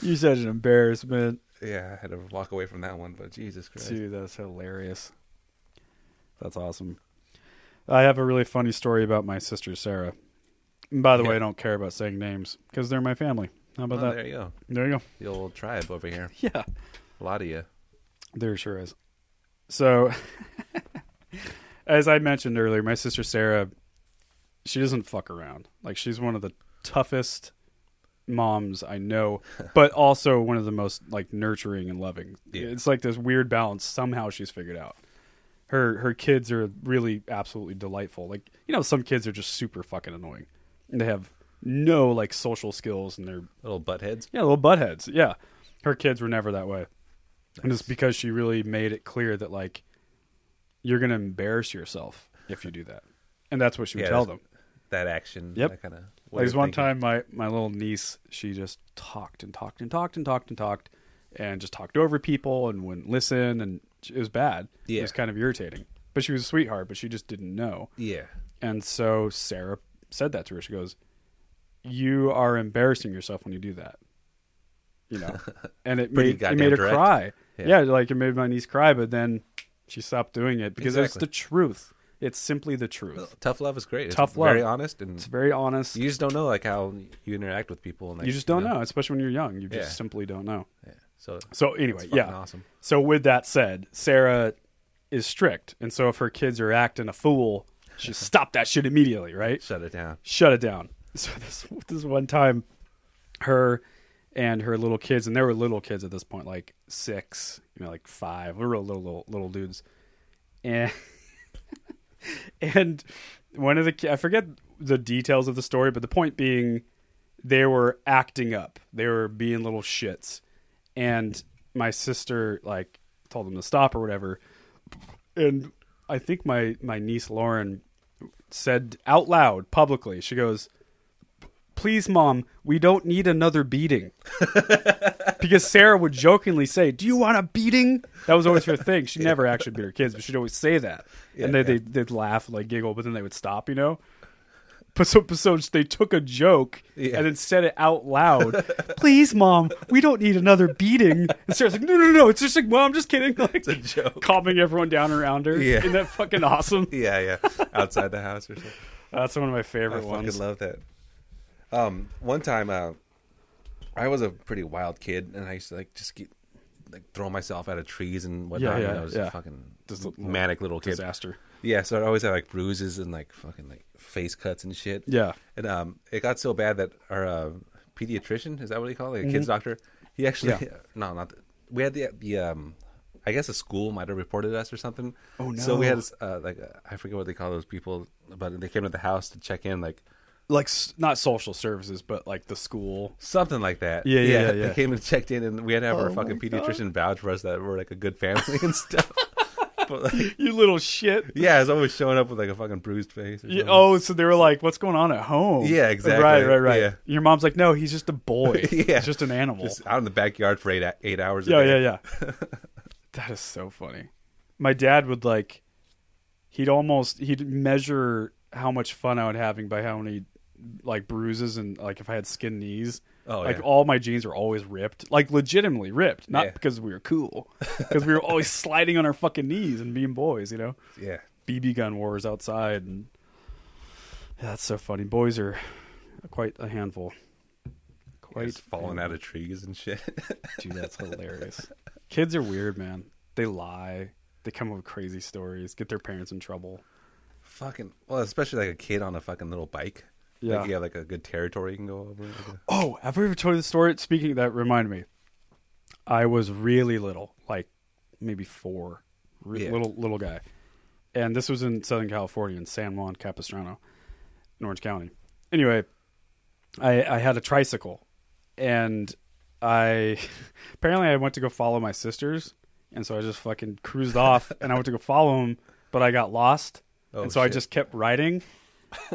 Speaker 1: you such an embarrassment.
Speaker 2: Yeah, I had to walk away from that one. But Jesus Christ.
Speaker 1: Dude, that's hilarious. That's awesome. I have a really funny story about my sister Sarah. And by the way, I don't care about saying names because they're my family. How about
Speaker 2: Oh,
Speaker 1: that?
Speaker 2: there you go.
Speaker 1: there you go.
Speaker 2: The old tribe over here.
Speaker 1: Yeah.
Speaker 2: A lot of you.
Speaker 1: There sure is. So, (laughs) as I mentioned earlier, my sister Sarah, she doesn't fuck around. Like, she's one of the toughest moms I know, but also one of the most, like, nurturing and loving.
Speaker 2: Yeah.
Speaker 1: It's like this weird balance somehow she's figured out. Her her kids are really absolutely delightful. Like, you know, some kids are just super fucking annoying. They have no, like, social skills and they're
Speaker 2: Little butt heads.
Speaker 1: yeah, little buttheads. Yeah. Her kids were never that way. And it's because she really made it clear that like you're gonna embarrass yourself if you do that. And that's what she would
Speaker 2: Yeah,
Speaker 1: tell them.
Speaker 2: that's- That action.
Speaker 1: Yep.
Speaker 2: That kind of.
Speaker 1: Like this one time my, my little niece, she just talked and talked and talked and talked and talked and just talked over people and wouldn't listen and it was bad. It
Speaker 2: Yeah.
Speaker 1: was kind of irritating. But she was a sweetheart, but she just didn't know.
Speaker 2: Yeah.
Speaker 1: And so Sarah said that to her. She goes, "You are embarrassing yourself when you do that." You
Speaker 2: (laughs)
Speaker 1: know, and it
Speaker 2: Pretty
Speaker 1: made it
Speaker 2: goddamn
Speaker 1: made her
Speaker 2: direct.
Speaker 1: cry. Yeah.
Speaker 2: Yeah.
Speaker 1: like it made my niece cry. But then she stopped doing it because it's
Speaker 2: Exactly.
Speaker 1: the truth. It's simply the truth.
Speaker 2: Tough love is great.
Speaker 1: Tough
Speaker 2: it's Very
Speaker 1: love.
Speaker 2: honest and
Speaker 1: It's very honest.
Speaker 2: you
Speaker 1: You,
Speaker 2: just don't know like how you interact with people and like,
Speaker 1: just don't know, especially when you're young. You just
Speaker 2: Yeah.
Speaker 1: simply don't know.
Speaker 2: Yeah. So
Speaker 1: So anyway,
Speaker 2: it's fucking
Speaker 1: yeah.
Speaker 2: awesome.
Speaker 1: So with that said, Sarah is strict, and so if her kids are acting a fool,
Speaker 2: (laughs)
Speaker 1: she stop that shit immediately, right?
Speaker 2: Shut it down.
Speaker 1: shut it down. (laughs) So this this one time, her and her little kids, and they were little kids at this point, like six, you know, like five. We were little little, little dudes, and (laughs) and one of the ki- I forget the details of the story, but the point being, they were acting up. They were being little shits, and my sister like told them to stop or whatever. And I think my my niece Lauren said out loud publicly she goes please mom we don't need another beating (laughs) because sarah would jokingly say do you want a beating that was always her thing she never actually beat her kids but she'd always say that and they,
Speaker 2: Yeah, yeah.
Speaker 1: they, they'd laugh like giggle but then they would stop you know but so, but so they took a joke
Speaker 2: Yeah.
Speaker 1: and then said it out loud (laughs) please mom we don't need another beating and sarah's like no no no it's just like mom I'm just kidding (laughs) like
Speaker 2: a joke.
Speaker 1: calming everyone down around her
Speaker 2: Yeah.
Speaker 1: isn't that fucking
Speaker 2: (laughs)
Speaker 1: awesome
Speaker 2: Yeah,
Speaker 1: (laughs)
Speaker 2: yeah. Outside the house or something.
Speaker 1: that's one of my favorite
Speaker 2: I
Speaker 1: ones
Speaker 2: fucking love that. Um, one time, uh, I was a pretty wild kid, and I used to like just get like throw myself out of trees and whatnot.
Speaker 1: yeah,
Speaker 2: and I was
Speaker 1: yeah.
Speaker 2: a fucking
Speaker 1: Just a-
Speaker 2: manic little kid.
Speaker 1: disaster.
Speaker 2: Yeah, so I always had like bruises and like fucking like face cuts and shit.
Speaker 1: Yeah.
Speaker 2: and um, it got so bad that our uh, pediatrician is that what he called like a kids doctor? He actually
Speaker 1: Mm-hmm. Yeah.
Speaker 2: (laughs) no, not the, we had the the um, I guess a school might have reported us or something. Oh So we
Speaker 1: no.
Speaker 2: had this, uh, like uh, I forget what they call those people, but they came to the house to check in like.
Speaker 1: Like s- not social services, but like the school.
Speaker 2: Something like that.
Speaker 1: Yeah, yeah, yeah, yeah.
Speaker 2: (laughs) They came and checked in, and we had to have our
Speaker 1: my
Speaker 2: fucking
Speaker 1: God.
Speaker 2: pediatrician vouch for us that we're like a good family
Speaker 1: (laughs)
Speaker 2: and stuff. but like,
Speaker 1: You little shit.
Speaker 2: yeah, I was always showing up with like a fucking bruised face. Or
Speaker 1: You-
Speaker 2: something.
Speaker 1: oh, so they were like, "What's going on at home?"
Speaker 2: Yeah, exactly.
Speaker 1: Right, right, right.
Speaker 2: Yeah.
Speaker 1: Your mom's like, "No, he's just a boy.
Speaker 2: (laughs) Yeah.
Speaker 1: He's just an animal."
Speaker 2: just out in the backyard for eight eight hours. a
Speaker 1: yeah, yeah,
Speaker 2: day.
Speaker 1: yeah. that is so funny. My dad would like, he'd almost he'd measure how much fun I would having by how many like bruises and like if I had skin knees.
Speaker 2: Oh,
Speaker 1: like
Speaker 2: yeah.
Speaker 1: all my jeans were always ripped, like legitimately ripped, not
Speaker 2: Yeah.
Speaker 1: because we were cool, because we were always sliding on our fucking knees and being boys, you know.
Speaker 2: yeah.
Speaker 1: BB gun wars outside, and yeah, that's so funny. Boys are quite a handful. Quite
Speaker 2: Just falling out of trees and shit. (laughs)
Speaker 1: Dude, that's hilarious. Kids are weird, man. They lie. They come up with crazy stories. Get their parents in trouble.
Speaker 2: fucking well, especially like a kid on a fucking little bike.
Speaker 1: Yeah.
Speaker 2: like you have like a good territory you can go over. Like a-
Speaker 1: Oh, have we ever told you the story? Speaking of that, remind me. I was really little, like maybe four, re-
Speaker 2: Yeah.
Speaker 1: little little guy, and this was in Southern California, in San Juan Capistrano, in Orange County. Anyway, I I had a tricycle, and I (laughs) apparently I went to go follow my sisters, and so I just fucking cruised off, and I went to go follow them, but I got lost,
Speaker 2: Oh,
Speaker 1: and so I
Speaker 2: shit.
Speaker 1: just kept riding,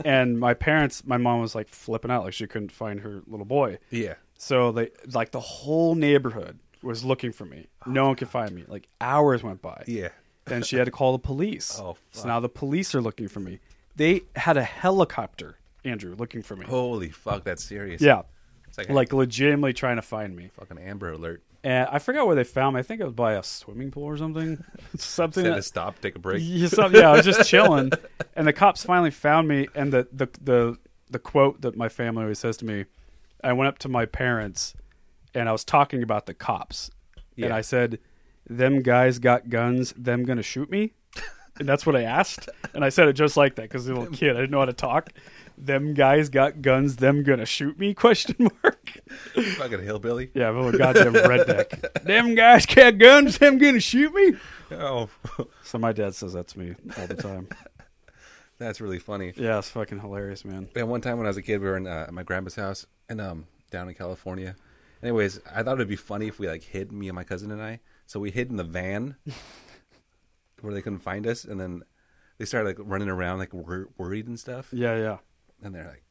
Speaker 1: and my parents, my mom was like flipping out, like she couldn't find her little boy.
Speaker 2: Yeah.
Speaker 1: So they like the whole neighborhood was looking for me. no one could find me. Like hours went by.
Speaker 2: Yeah.
Speaker 1: Then she had to call the police.
Speaker 2: Oh, fuck.
Speaker 1: so now the police are looking for me. They had a helicopter, Andrew, looking for me.
Speaker 2: Holy fuck, that's serious.
Speaker 1: Yeah,
Speaker 2: It's like,
Speaker 1: like legitimately trying to find me.
Speaker 2: fucking Amber Alert.
Speaker 1: And I forgot where they found me. I think it was by a swimming pool or something. (laughs) something.
Speaker 2: Said
Speaker 1: that-
Speaker 2: to stop, take a break.
Speaker 1: Yeah, some- yeah, I was just
Speaker 2: (laughs)
Speaker 1: chilling, and the cops finally found me. And the, the the the quote that my family always says to me, I went up to my parents, and I was talking about the cops, and
Speaker 2: Yeah.
Speaker 1: I said, "Them guys got guns. Them gonna shoot me." And that's what I asked, and I said it just like that because I was a little kid. I didn't know how to talk. Them guys got guns. Them gonna shoot me? (laughs) Question mark.
Speaker 2: Fucking hillbilly.
Speaker 1: Yeah, I'm a goddamn redneck. them guys got guns. Them gonna shoot me?
Speaker 2: (laughs) Oh, (laughs)
Speaker 1: So my dad says that to me all the time.
Speaker 2: that's really funny.
Speaker 1: Yeah, it's fucking hilarious, man.
Speaker 2: Yeah, one time when I was a kid, we were in uh, at my grandpa's house and um down in California. Anyways, I thought it'd be funny if we like hid me and my cousin and I. So we hid in the
Speaker 1: (laughs)
Speaker 2: van where they couldn't find us, and then they started like running around like wor- worried and stuff.
Speaker 1: Yeah, yeah.
Speaker 2: And they're like,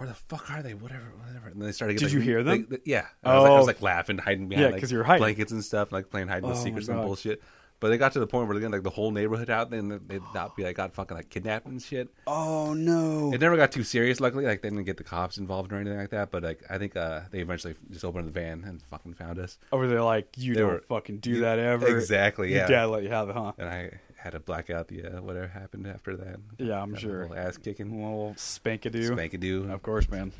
Speaker 2: "Where the fuck are they? Whatever, whatever." And then they started.
Speaker 1: Did
Speaker 2: like,
Speaker 1: you hear them?
Speaker 2: they- they- yeah. And I, was like, I
Speaker 1: Oh.
Speaker 2: was like laughing, hiding behind
Speaker 1: Yeah,
Speaker 2: like,
Speaker 1: 'cause you were hiding.
Speaker 2: blankets and stuff, like playing hide and
Speaker 1: Oh, my
Speaker 2: seek or some
Speaker 1: God.
Speaker 2: bullshit. But they got to the point where they got like the whole neighborhood out, then they- they'd not be like got fucking like kidnapped and shit.
Speaker 1: Oh no.
Speaker 2: It never got too serious, luckily. Like they didn't get the cops involved or anything like that. But like I think uh, they eventually just opened the van and fucking found us.
Speaker 1: Over there, like you
Speaker 2: They
Speaker 1: don't
Speaker 2: were-
Speaker 1: fucking do that ever.
Speaker 2: Exactly,
Speaker 1: Your
Speaker 2: yeah.
Speaker 1: dad let you have it, huh?
Speaker 2: And I had to black out the uh, whatever happened after that.
Speaker 1: Yeah, I'm
Speaker 2: Got a
Speaker 1: sure.
Speaker 2: little ass kicking,
Speaker 1: Well, spankadoo.
Speaker 2: spankadoo,
Speaker 1: Of course, man.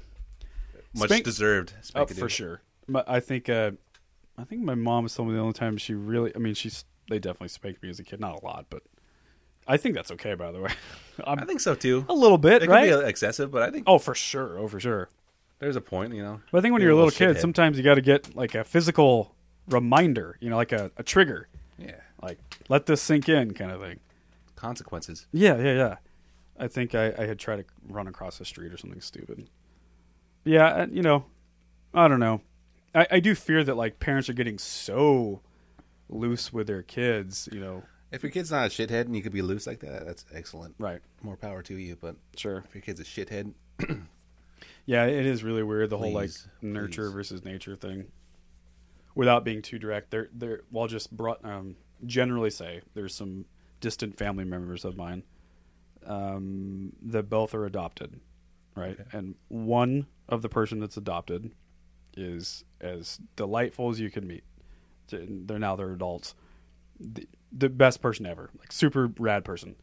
Speaker 2: much
Speaker 1: spank-
Speaker 2: deserved.
Speaker 1: Oh,
Speaker 2: Spankadoo.
Speaker 1: for sure. My, I think. Uh, I think my mom is probably the only time she really. I mean, she's. They definitely spanked me as a kid. Not a lot, but I think that's okay. By the way, (laughs) I'm,
Speaker 2: I think so too.
Speaker 1: a little
Speaker 2: It
Speaker 1: bit,
Speaker 2: could
Speaker 1: right?
Speaker 2: be excessive, but I think
Speaker 1: oh, for sure. Oh, for sure.
Speaker 2: there's a point, you know.
Speaker 1: But I think when you're, a little, kid,
Speaker 2: shithead.
Speaker 1: sometimes you got to get like a physical reminder. You know, like a, a trigger.
Speaker 2: yeah,
Speaker 1: like let this sink in kind of thing
Speaker 2: consequences.
Speaker 1: yeah yeah yeah i think i, I had tried to run across the street or something stupid yeah I- you know i don't know I, I do fear that like parents are getting so loose with their kids you know
Speaker 2: If your kid's not a shithead and you could be loose like that, that's excellent.
Speaker 1: right
Speaker 2: More power to you. But
Speaker 1: sure
Speaker 2: if your kid's a shithead,
Speaker 1: yeah it is really weird the whole like
Speaker 2: Please,
Speaker 1: nurture
Speaker 2: please.
Speaker 1: versus nature thing without being too direct they're they're well just brought um generally say there's some distant family members of mine um, that both are adopted, right? And one of the person that's adopted is as delightful as you can meet. They're now they're adults, the, the best person ever, like super rad person.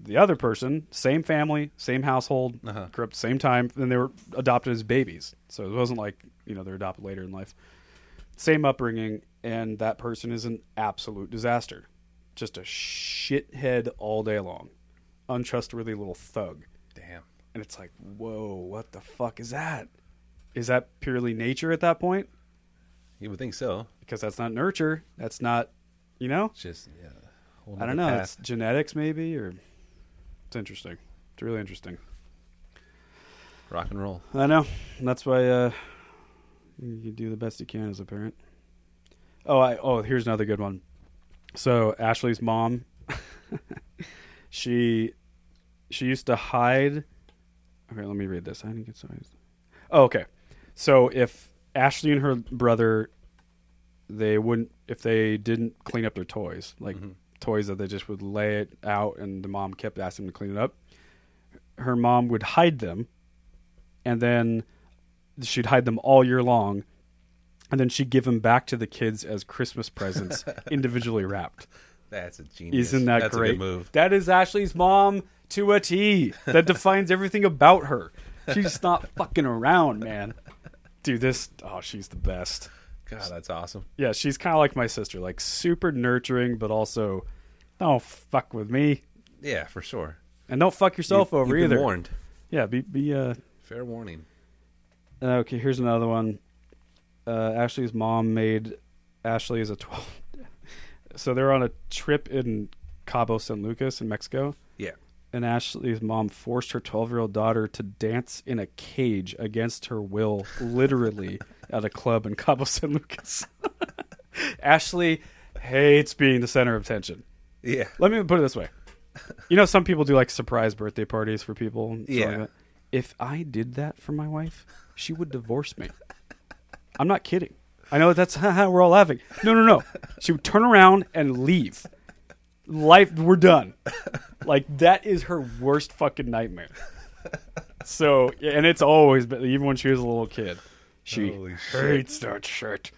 Speaker 1: The other person, same family, same household,
Speaker 2: Uh-huh.
Speaker 1: grew up same time. Then they were adopted as babies, so it wasn't like you know they're adopted later in life. Same upbringing, and that person is an absolute disaster, just a shithead all day long untrustworthy little thug.
Speaker 2: damn.
Speaker 1: And it's like, whoa, what the fuck is that? Is that purely nature at that point?
Speaker 2: You would think so.
Speaker 1: Because that's not nurture. That's not, you know?
Speaker 2: It's just yeah. a whole
Speaker 1: I
Speaker 2: nother
Speaker 1: don't know.
Speaker 2: path.
Speaker 1: It's genetics, maybe, or it's interesting. It's really interesting.
Speaker 2: rock and roll.
Speaker 1: I know. And that's why uh, you do the best you can as a parent. Oh, I, oh, here's another good one. So Ashley's mom, (laughs) she, she used to hide. Okay, let me read this. I didn't get so. Oh, okay. So if Ashley and her brother, they wouldn't if they didn't clean up their toys, like toys that they just would lay it out, and the mom kept asking them to clean it up. Her mom would hide them and then she'd hide them all year long and then she'd give them back to the kids as christmas
Speaker 2: (laughs)
Speaker 1: presents individually wrapped
Speaker 2: That's a genius.
Speaker 1: isn't that
Speaker 2: That's
Speaker 1: great
Speaker 2: A good move.
Speaker 1: that is ashley's mom to a t that defines everything about her she's not fucking around man dude this oh she's the best
Speaker 2: God, that's awesome.
Speaker 1: yeah she's kind of like my sister like super nurturing but also don't fuck with me
Speaker 2: Yeah, for sure.
Speaker 1: and don't fuck yourself
Speaker 2: You-
Speaker 1: over
Speaker 2: you've been
Speaker 1: either
Speaker 2: warned.
Speaker 1: yeah be be uh
Speaker 2: Fair warning.
Speaker 1: Okay, here's another one. Uh, Ashley's mom made Ashley as a 12. (laughs) so they're on a trip in Cabo San Lucas in Mexico,
Speaker 2: Yeah.
Speaker 1: and Ashley's mom forced her 12 year old daughter to dance in a cage against her will, literally, at a club in Cabo San Lucas. (laughs) Ashley hates being the center of attention.
Speaker 2: Yeah.
Speaker 1: Let me put it this way You know, some people do like surprise birthday parties for people. and stuff like
Speaker 2: Yeah.
Speaker 1: that. If I did that for my wife, she would divorce me. I'm not kidding. I know that's (laughs) haha, we're all laughing. No, no, no. She would turn around and leave. Life, we're done. Like that is her worst fucking nightmare. So, yeah, and it's always been even when she was a little kid, she
Speaker 2: Holy shit.
Speaker 1: hates that shit.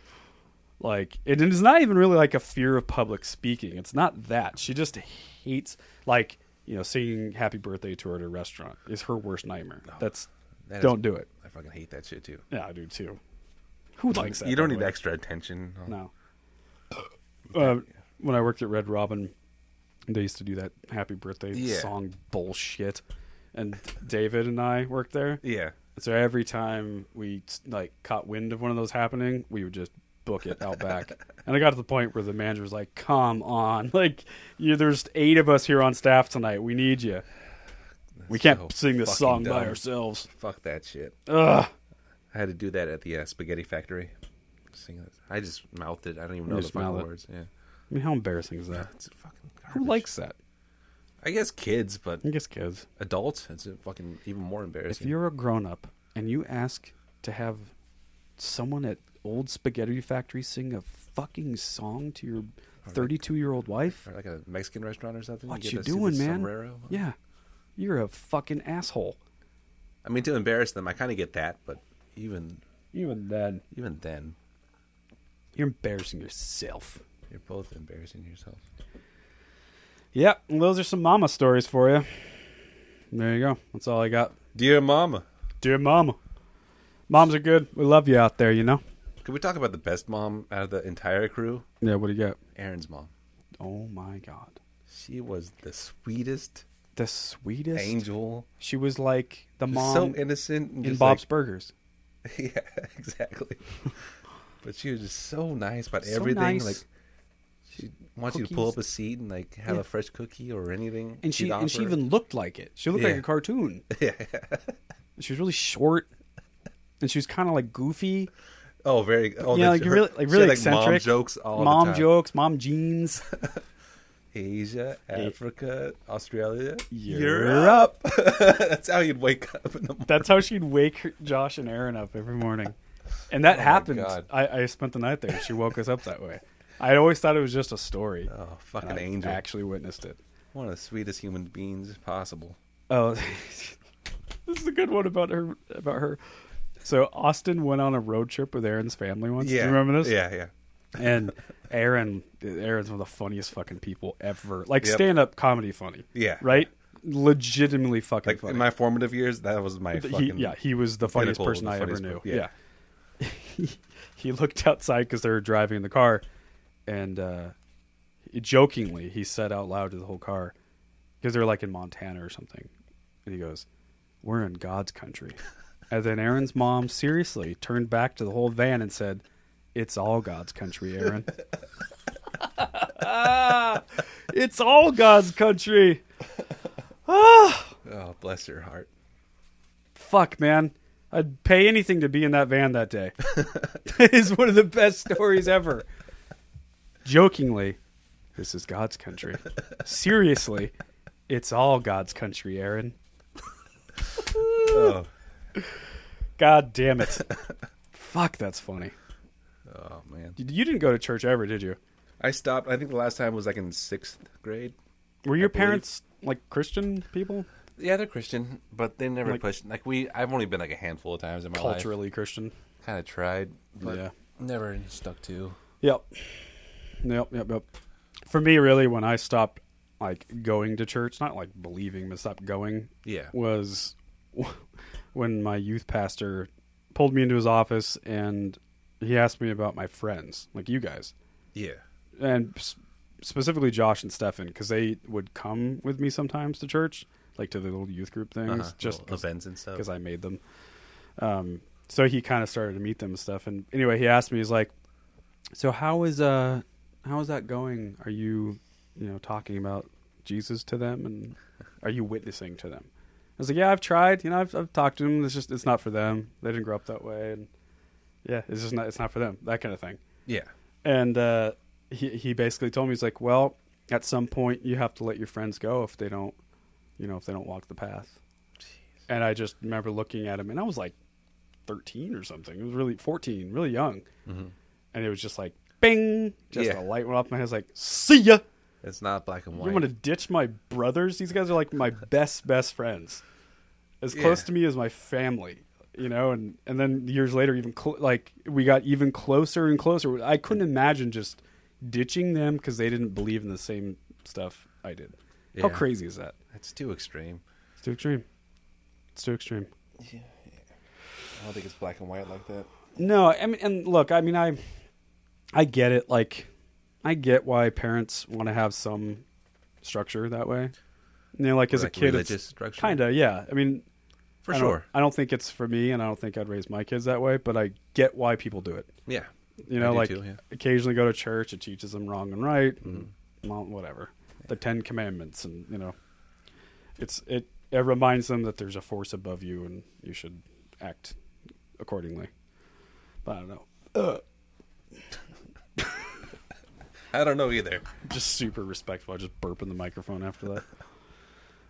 Speaker 1: Like, it is not even really like a fear of public speaking. It's not that. She just hates like you know singing "Happy Birthday" to her at a restaurant is her worst nightmare. That's
Speaker 2: That is-
Speaker 1: don't do it.
Speaker 2: I fucking hate that shit too.
Speaker 1: Yeah, I do too. Who likes that?
Speaker 2: you don't
Speaker 1: by the
Speaker 2: need
Speaker 1: way?
Speaker 2: extra attention. (coughs)
Speaker 1: No. Uh, when I worked at Red Robin, they used to do that happy birthday
Speaker 2: Yeah.
Speaker 1: song bullshit. And David and I worked there.
Speaker 2: Yeah.
Speaker 1: So every time we like caught wind of one of those happening, we would just book it out
Speaker 2: (laughs)
Speaker 1: back. and I got to the point where the manager was like, "Come on, (laughs) like you, there's eight of us here on staff tonight. We need you. we can't
Speaker 2: so
Speaker 1: sing this
Speaker 2: fucking
Speaker 1: song by
Speaker 2: dumb.
Speaker 1: ourselves."
Speaker 2: Fuck that shit.
Speaker 1: Ugh.
Speaker 2: I had to do that at the uh, spaghetti factory. Sing it. I just mouthed it. I don't even
Speaker 1: You
Speaker 2: know the
Speaker 1: just mouth
Speaker 2: fucking
Speaker 1: it.
Speaker 2: words. Yeah.
Speaker 1: I mean, how embarrassing is that?
Speaker 2: It's fucking
Speaker 1: Who
Speaker 2: garbage.
Speaker 1: likes that?
Speaker 2: I guess kids, but
Speaker 1: I guess kids.
Speaker 2: adults, it's fucking even more
Speaker 1: If
Speaker 2: embarrassing.
Speaker 1: you're a grown up and you ask to have someone at Old Spaghetti Factory sing a fucking song to your 32 year old wife,
Speaker 2: Or like a Mexican restaurant or something.
Speaker 1: what
Speaker 2: get
Speaker 1: you
Speaker 2: to see the
Speaker 1: doing, man?
Speaker 2: Sombrero.
Speaker 1: Yeah, you're a fucking asshole.
Speaker 2: I mean, to embarrass them, I kind of get that, but even
Speaker 1: Even then,
Speaker 2: even then,
Speaker 1: you're embarrassing yourself.
Speaker 2: you're both embarrassing yourself.
Speaker 1: Yep, and those are some mama stories for you. There you go. That's all I got.
Speaker 2: Dear Mama,
Speaker 1: Dear mama, moms are good. We love you out there. You know.
Speaker 2: could we talk about the best mom out of the entire crew?
Speaker 1: Yeah. What do you got?
Speaker 2: Aaron's mom.
Speaker 1: Oh my god,
Speaker 2: She was the sweetest
Speaker 1: the sweetest.
Speaker 2: angel.
Speaker 1: She was like the mom
Speaker 2: so innocent. And
Speaker 1: in
Speaker 2: just
Speaker 1: Bob's Burgers.
Speaker 2: like- (laughs) yeah, exactly. but she was just so nice about
Speaker 1: So
Speaker 2: everything.
Speaker 1: nice.
Speaker 2: Like she wants you to pull
Speaker 1: Cookies.
Speaker 2: up a seat and like have
Speaker 1: Yeah.
Speaker 2: a fresh cookie or anything.
Speaker 1: and she
Speaker 2: she'd
Speaker 1: and she
Speaker 2: offer.
Speaker 1: even looked like it. She looked like
Speaker 2: Yeah.
Speaker 1: a
Speaker 2: (laughs)
Speaker 1: cartoon. she was really short, and she was kind of like goofy.
Speaker 2: oh very oh
Speaker 1: yeah,
Speaker 2: the-
Speaker 1: like
Speaker 2: her-
Speaker 1: really,
Speaker 2: (laughs) she
Speaker 1: like really
Speaker 2: had,
Speaker 1: eccentric.
Speaker 2: mom jokes all
Speaker 1: mom
Speaker 2: the time.
Speaker 1: jokes, mom jeans.
Speaker 2: Asia,
Speaker 1: Yeah.
Speaker 2: Africa, Australia,
Speaker 1: Europe.
Speaker 2: (laughs) That's how you'd wake up in the morning.
Speaker 1: That's how she'd wake her- Josh and Aaron up every morning, and that happened.
Speaker 2: Oh, God.
Speaker 1: I, I spent the night there. She woke us up that way. I always thought it was just a story.
Speaker 2: Oh,
Speaker 1: and
Speaker 2: fucking
Speaker 1: I
Speaker 2: angel!
Speaker 1: Actually witnessed it.
Speaker 2: One of the sweetest human beings possible.
Speaker 1: Oh, (laughs) this is a good one about her. About her. So Austin went on a road trip with Aaron's family once. Do you remember this?
Speaker 2: Yeah, yeah.
Speaker 1: And Aaron, Aaron's one of the funniest fucking people ever. Like
Speaker 2: Yep.
Speaker 1: stand up comedy funny.
Speaker 2: Yeah.
Speaker 1: Right. Legitimately fucking
Speaker 2: Like
Speaker 1: funny.
Speaker 2: in my formative years, that was my
Speaker 1: Th- he,
Speaker 2: fucking.
Speaker 1: yeah, he was the funniest
Speaker 2: pinnacle of
Speaker 1: person
Speaker 2: the
Speaker 1: I ever
Speaker 2: funniest
Speaker 1: knew.
Speaker 2: per-
Speaker 1: yeah. (laughs)
Speaker 2: yeah.
Speaker 1: He- he looked outside because they were driving in the car, and uh, he- jokingly he said out loud to the whole car because they're like in Montana or something, and he goes, "We're in God's
Speaker 2: (laughs)
Speaker 1: country." And then Aaron's mom seriously turned back to the whole van and said, "It's all God's country,
Speaker 2: (laughs)
Speaker 1: Aaron." (laughs) it's all God's country.
Speaker 2: Oh, bless
Speaker 1: (laughs)
Speaker 2: your heart.
Speaker 1: fuck man i'd pay anything to be in that van that day (laughs) it is one of the best stories ever jokingly this is god's country seriously it's all god's country aaron
Speaker 2: Oh,
Speaker 1: god damn it fuck that's funny
Speaker 2: oh man.
Speaker 1: you, you didn't go to church ever did you
Speaker 2: I stopped. I think the last time was like in sixth grade.
Speaker 1: were your
Speaker 2: believe-
Speaker 1: parents like christian people
Speaker 2: Yeah, they're Christian, but they never
Speaker 1: Like-
Speaker 2: pushed. Like we, I've only been like a handful of times in my life.
Speaker 1: culturally christian
Speaker 2: Kind of tried, but
Speaker 1: Yeah.
Speaker 2: never stuck to.
Speaker 1: Yep. Yep, yep, yep. For me, really, when I stopped like going to church, not like believing, but stopped going,
Speaker 2: Yeah.
Speaker 1: was (laughs) when my youth pastor pulled me into his office and he asked me about my friends, like you guys,
Speaker 2: Yeah.
Speaker 1: and s- specifically Josh and Stefan, because they would come with me sometimes to church, like to the little youth group things,
Speaker 2: Uh-huh.
Speaker 1: just
Speaker 2: Little events and stuff.
Speaker 1: because I made them. Um, so he kind of started to meet them and stuff. And anyway, he asked me, he's like, "So how is uh how is that going? Are you you know talking about Jesus to them and are you witnessing to them?" I was like, "Yeah, I've tried. You know, I've I've talked to them. It's just it's not for them. They didn't grow up that way, and yeah, it's just not it's not for them. That kind of thing."
Speaker 2: Yeah.
Speaker 1: And uh, he he basically told me he's like, "Well, at some point you have to let your friends go if they don't you know if they don't walk the path and i just remember looking at him and i was like 13 or something it was really 14 really young and it was just like bing just a
Speaker 2: Yeah.
Speaker 1: light went off my head I was like see ya
Speaker 2: It's not black and
Speaker 1: you
Speaker 2: white.
Speaker 1: want to ditch my brothers these guys are like
Speaker 2: (laughs)
Speaker 1: my best best friends as
Speaker 2: Yeah.
Speaker 1: close to me as my family you know and and then years later even cl- like we got even closer and closer i couldn't imagine just ditching them because they didn't believe in the same stuff i did how
Speaker 2: Yeah.
Speaker 1: crazy is that
Speaker 2: That's too extreme.
Speaker 1: it's too extreme it's too extreme
Speaker 4: I don't think it's black and white like that.
Speaker 1: No, I mean, and look, I mean, I, I get it. Like, I get why parents want to have some structure that way. You know, like as
Speaker 2: Like
Speaker 1: a kid,
Speaker 2: religious structure?
Speaker 1: kind of, yeah. I mean,
Speaker 2: For
Speaker 1: I don't-
Speaker 2: sure.
Speaker 1: I don't think it's for me, and I don't think I'd raise my kids that way. But I get why people do it.
Speaker 2: Yeah.
Speaker 1: You
Speaker 2: I
Speaker 1: know,
Speaker 2: do
Speaker 1: like
Speaker 2: too, yeah.
Speaker 1: occasionally go to church; it teaches them wrong and right, and
Speaker 2: Mm-hmm.
Speaker 1: well, whatever. The Ten Commandments, and you know, it's it. It reminds them that there's a force above you, and you should act accordingly. But I don't know.
Speaker 2: I don't know either.
Speaker 1: just super respectful. I just burp in the microphone after
Speaker 2: (laughs)
Speaker 1: that.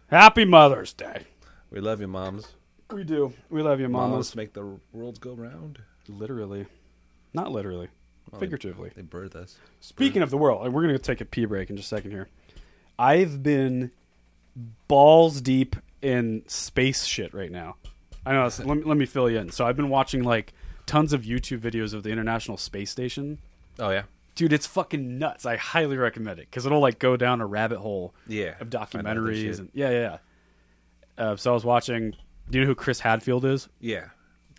Speaker 1: Happy Mother's Day.
Speaker 2: We love you, moms.
Speaker 1: We do. We love you,
Speaker 2: Moms,
Speaker 1: mamas.
Speaker 2: make the world go round.
Speaker 1: Literally, not literally,
Speaker 2: Well, they-
Speaker 1: figuratively.
Speaker 2: They birth us.
Speaker 1: Speaking of the world, and we're gonna take a pee break in just a second here. I've been balls deep in space shit right now. I know. it's- Let me, let me fill you in. So I've been watching like tons of YouTube videos of the International Space Station.
Speaker 2: Oh yeah.
Speaker 1: dude it's fucking nuts i highly recommend it because it'll like go down a rabbit hole
Speaker 2: Yeah,
Speaker 1: of
Speaker 2: find out this shit.
Speaker 1: documentaries and yeah yeah, yeah. Uh, so i was watching do you know who chris hadfield is
Speaker 2: Yeah.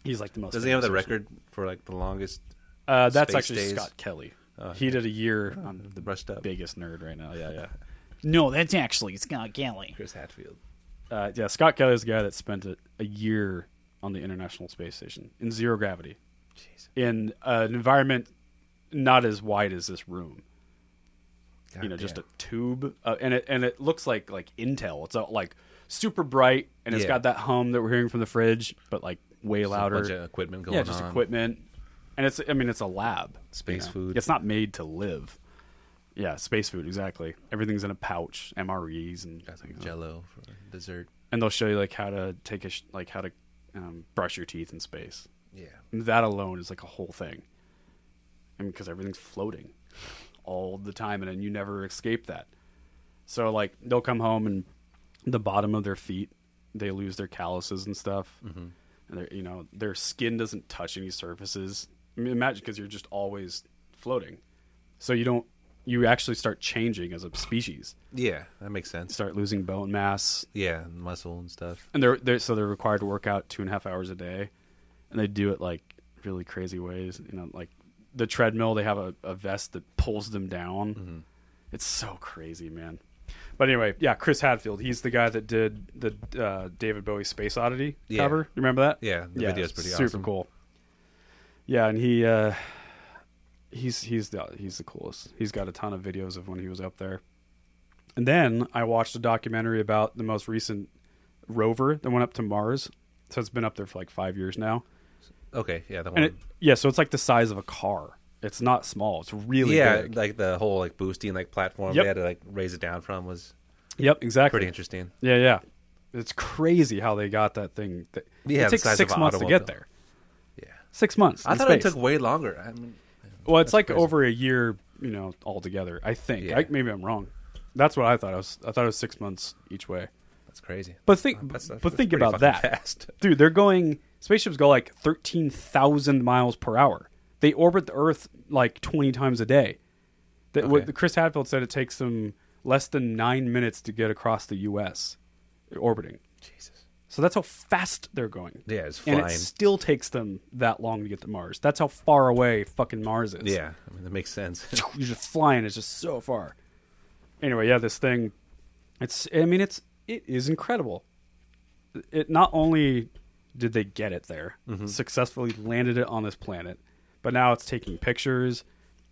Speaker 1: he's like the most
Speaker 2: Does he have the
Speaker 1: famous person.
Speaker 2: record for like the longest?
Speaker 1: uh, that's
Speaker 2: Space
Speaker 1: actually
Speaker 2: Days?
Speaker 1: scott kelly he did a year on the
Speaker 2: Brushed up.
Speaker 1: biggest nerd right now yeah yeah
Speaker 5: No, that's actually Scott Kelly.
Speaker 2: Chris Hatfield.
Speaker 1: uh, yeah scott kelly is the guy that spent a, a year on the international space station in zero gravity
Speaker 2: Jeez.
Speaker 1: in uh, an environment not as wide as this room
Speaker 2: God
Speaker 1: you know, just a
Speaker 2: damn.
Speaker 1: tube, uh, and it and it looks like like Intel. It's all, like super bright, and it's
Speaker 2: Yeah.
Speaker 1: got that hum that we're hearing from the fridge, but like way
Speaker 2: Just
Speaker 1: louder.
Speaker 2: A bunch of equipment going
Speaker 1: yeah, just
Speaker 2: on.
Speaker 1: equipment, and it's I mean it's a lab,
Speaker 2: Space food.
Speaker 1: It's not made to live. Yeah, space food exactly. Everything's in a pouch, MREs, and
Speaker 2: Got some Jello for dessert.
Speaker 1: and they'll show you like how to take a sh- like how to um, brush your teeth in space.
Speaker 2: Yeah.
Speaker 1: And that alone is like a whole thing. I mean, because everything's floating all the time, and then you never escape that. So, like, they'll come home and the bottom of their feet, they lose their calluses and stuff, and they're you know their skin doesn't touch any surfaces. I mean, imagine because you're just always floating, so you don't you actually start changing as a species,
Speaker 2: Yeah, that makes sense.
Speaker 1: start losing bone mass,
Speaker 2: Yeah, and muscle and stuff.
Speaker 1: and they're, they're so they're required to work out two and a half hours a day and they do it like really crazy ways you know like the treadmill they have a, a vest that pulls them down it's so crazy man but anyway yeah chris hadfield he's the guy that did the uh, david bowie space oddity
Speaker 2: Yeah.
Speaker 1: cover you remember that
Speaker 2: Yeah, the
Speaker 1: yeah
Speaker 2: video's pretty
Speaker 1: super
Speaker 2: awesome.
Speaker 1: cool yeah and he uh he's he's the he's the coolest he's got a ton of videos of when he was up there and then I watched a documentary about the most recent rover that went up to Mars. So it's been up there for like five years now.
Speaker 2: Okay, yeah, that one.
Speaker 1: And it, yeah, so it's like the size of a car. It's not small. It's really
Speaker 2: yeah,
Speaker 1: big.
Speaker 2: like the whole like boosting like platform
Speaker 1: Yep.
Speaker 2: they had to like raise it down from was
Speaker 1: yep, exactly.
Speaker 2: pretty interesting.
Speaker 1: Yeah, yeah. It's crazy how they got that thing. That,
Speaker 2: Yeah,
Speaker 1: it
Speaker 2: the
Speaker 1: takes
Speaker 2: size
Speaker 1: six
Speaker 2: of an
Speaker 1: months to
Speaker 2: automobile.
Speaker 1: get there.
Speaker 2: Yeah.
Speaker 1: Six months.
Speaker 2: I
Speaker 1: in
Speaker 2: thought it
Speaker 1: space.
Speaker 2: took way longer. I mean,
Speaker 1: Well, it's like
Speaker 2: crazy.
Speaker 1: over a year, you know, altogether. I think.
Speaker 2: Yeah.
Speaker 1: I, maybe I'm wrong. That's what I thought. I was. I thought it was six months each way.
Speaker 2: that's crazy.
Speaker 1: But think.
Speaker 2: That's- that's-
Speaker 1: but
Speaker 2: that's
Speaker 1: think
Speaker 2: pretty
Speaker 1: about
Speaker 2: fucking
Speaker 1: that.
Speaker 2: Fast. (laughs)
Speaker 1: dude they're going spaceships go like 13,000 miles per hour they orbit the earth like 20 times a day that
Speaker 2: Okay.
Speaker 1: what chris hadfield said it takes them less than nine minutes to get across the us orbiting
Speaker 2: Jesus.
Speaker 1: so that's how fast they're going
Speaker 2: Yeah, it's
Speaker 1: and
Speaker 2: flying.
Speaker 1: it still takes them that long to get to mars that's how far away fucking mars is
Speaker 2: yeah, I mean that
Speaker 1: (laughs)
Speaker 2: makes sense. (laughs)
Speaker 1: you're just flying it's just so far anyway yeah this thing it's i mean it's it is incredible it not only did they get it there successfully landed it on this planet but now it's taking pictures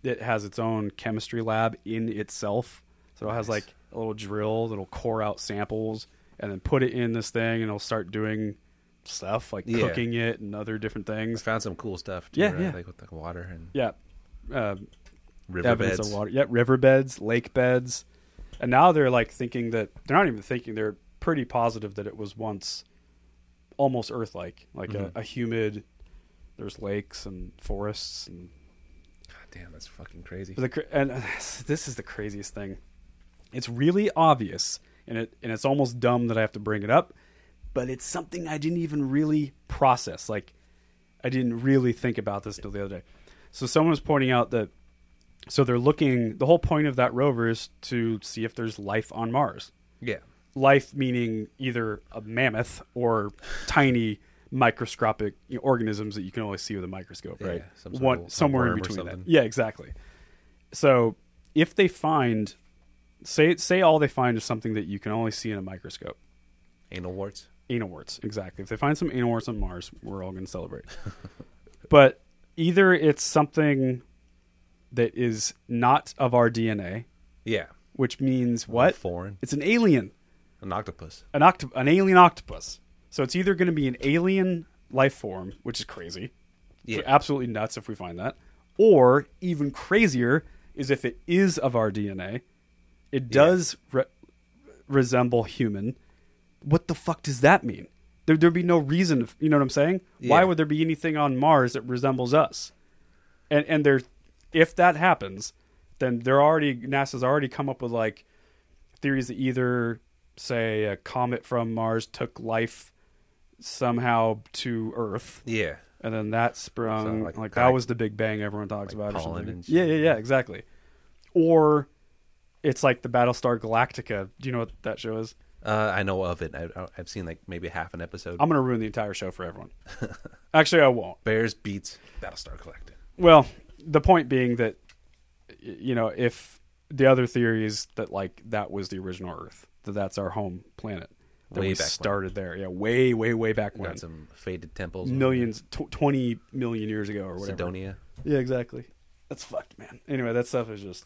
Speaker 1: it has its own chemistry lab in itself so it has like a little drill that'll core out samples and then put it in this thing and it'll start doing stuff like
Speaker 2: Yeah.
Speaker 1: cooking it and other different
Speaker 2: I
Speaker 1: things
Speaker 2: found some cool stuff. Too,
Speaker 1: Yeah,
Speaker 2: right?
Speaker 1: yeah.
Speaker 2: Like with the water and
Speaker 1: yeah uh,
Speaker 2: river
Speaker 1: evidence
Speaker 2: beds.
Speaker 1: of water. Yeah, riverbeds, lake beds, And now they're like thinking that they're not even thinking they're pretty positive that it was once almost Earth-like, like a, a humid. There's lakes and forests, and,
Speaker 2: God damn, that's fucking crazy.
Speaker 1: but the, cra- and uh, (sighs) this is the craziest thing. It's really obvious, and it and it's almost dumb that I have to bring it up, but it's something I didn't even really process. Like, I didn't really think about this until the other day. So someone was pointing out that so they're looking. The whole point of that rover is to see if there's life on Mars.
Speaker 2: Yeah.
Speaker 1: Life meaning either a mammoth or tiny microscopic you know, organisms that you can only see with a microscope,
Speaker 2: Yeah,
Speaker 1: right?
Speaker 2: some sort
Speaker 1: One-
Speaker 2: of- some
Speaker 1: somewhere in
Speaker 2: worm or
Speaker 1: between that.
Speaker 2: something.
Speaker 1: Yeah, exactly. So if they find, say, say all they find is something that you can only see in a microscope
Speaker 2: Anal warts.
Speaker 1: anal warts exactly if they find some anal warts on mars we're all going to
Speaker 2: (laughs)
Speaker 1: celebrate but either it's something that is not of our dna
Speaker 2: Yeah.
Speaker 1: which means what
Speaker 2: Foreign.
Speaker 1: it's an alien
Speaker 2: An octopus.
Speaker 1: an, octo- an alien octopus so it's either going to be an alien life form which is crazy
Speaker 2: Yeah.
Speaker 1: It's absolutely nuts if we find that or even crazier is if it is of our dna it does re- resemble human what the fuck does that mean? There, there'd be no reason, if- you know what I'm saying? Why
Speaker 2: Yeah.
Speaker 1: would there be anything on Mars that resembles us? And and there, if that happens, then they're already NASA's already come up with like theories that either say a comet from Mars took life somehow to Earth,
Speaker 2: Yeah.
Speaker 1: and then that sprung
Speaker 2: So,
Speaker 1: like,
Speaker 2: like,
Speaker 1: that
Speaker 2: like-
Speaker 1: was the Big Bang everyone talks
Speaker 2: like
Speaker 1: about or
Speaker 2: pollen
Speaker 1: something.
Speaker 2: and
Speaker 1: yeah, yeah,
Speaker 2: shit.
Speaker 1: yeah, exactly. Or it's like the Battlestar Galactica. Do you know what that show is?
Speaker 2: Uh, I know of it. I, I- I've seen like maybe half an episode.
Speaker 1: I'm going to ruin the entire show for everyone. Actually, I won't.
Speaker 2: Bears beats Battlestar Collective.
Speaker 1: Well, the point being that y- you know, if the other theory is that like that was the original Earth, that that's our home planet, that
Speaker 2: Way
Speaker 1: we
Speaker 2: back when.
Speaker 1: started there. Yeah, way, way, way back when,
Speaker 2: Got some faded temples. over
Speaker 1: millions, tw- twenty million years ago or
Speaker 2: there.
Speaker 1: whatever.
Speaker 2: Sidonia.
Speaker 1: Yeah, exactly. That's fucked, man. Anyway, that stuff is just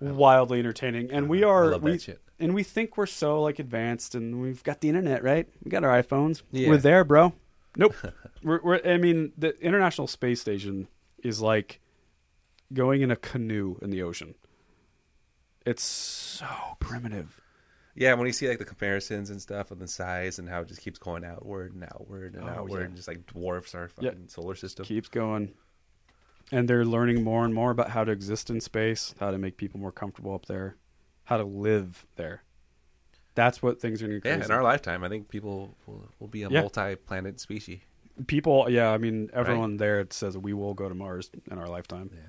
Speaker 1: wildly entertaining, and we are
Speaker 2: love
Speaker 1: we,
Speaker 2: that shit.
Speaker 1: and we think we're so like advanced, and we've got the internet, right? We got our iPhones.
Speaker 2: Yeah.
Speaker 1: We're there, bro. Nope.
Speaker 2: (laughs)
Speaker 1: we're, we're, I mean, the International Space Station is like going in a canoe in the ocean. It's so primitive.
Speaker 2: Yeah, when you see like the comparisons and stuff of the size and how it just keeps going outward and outward and
Speaker 1: Oh,
Speaker 2: outward
Speaker 1: yeah.
Speaker 2: and just like dwarfs our fucking
Speaker 1: Yeah.
Speaker 2: solar system.
Speaker 1: keeps going. And they're learning more and more about how to exist in space, how to make people more comfortable up there, how to live there. That's what things are going to
Speaker 2: yeah, in our lifetime, I think people will, will be a
Speaker 1: Yeah.
Speaker 2: multi-planet species.
Speaker 1: People, yeah, I mean, everyone there says we will go to Mars in our lifetime.
Speaker 2: Yeah.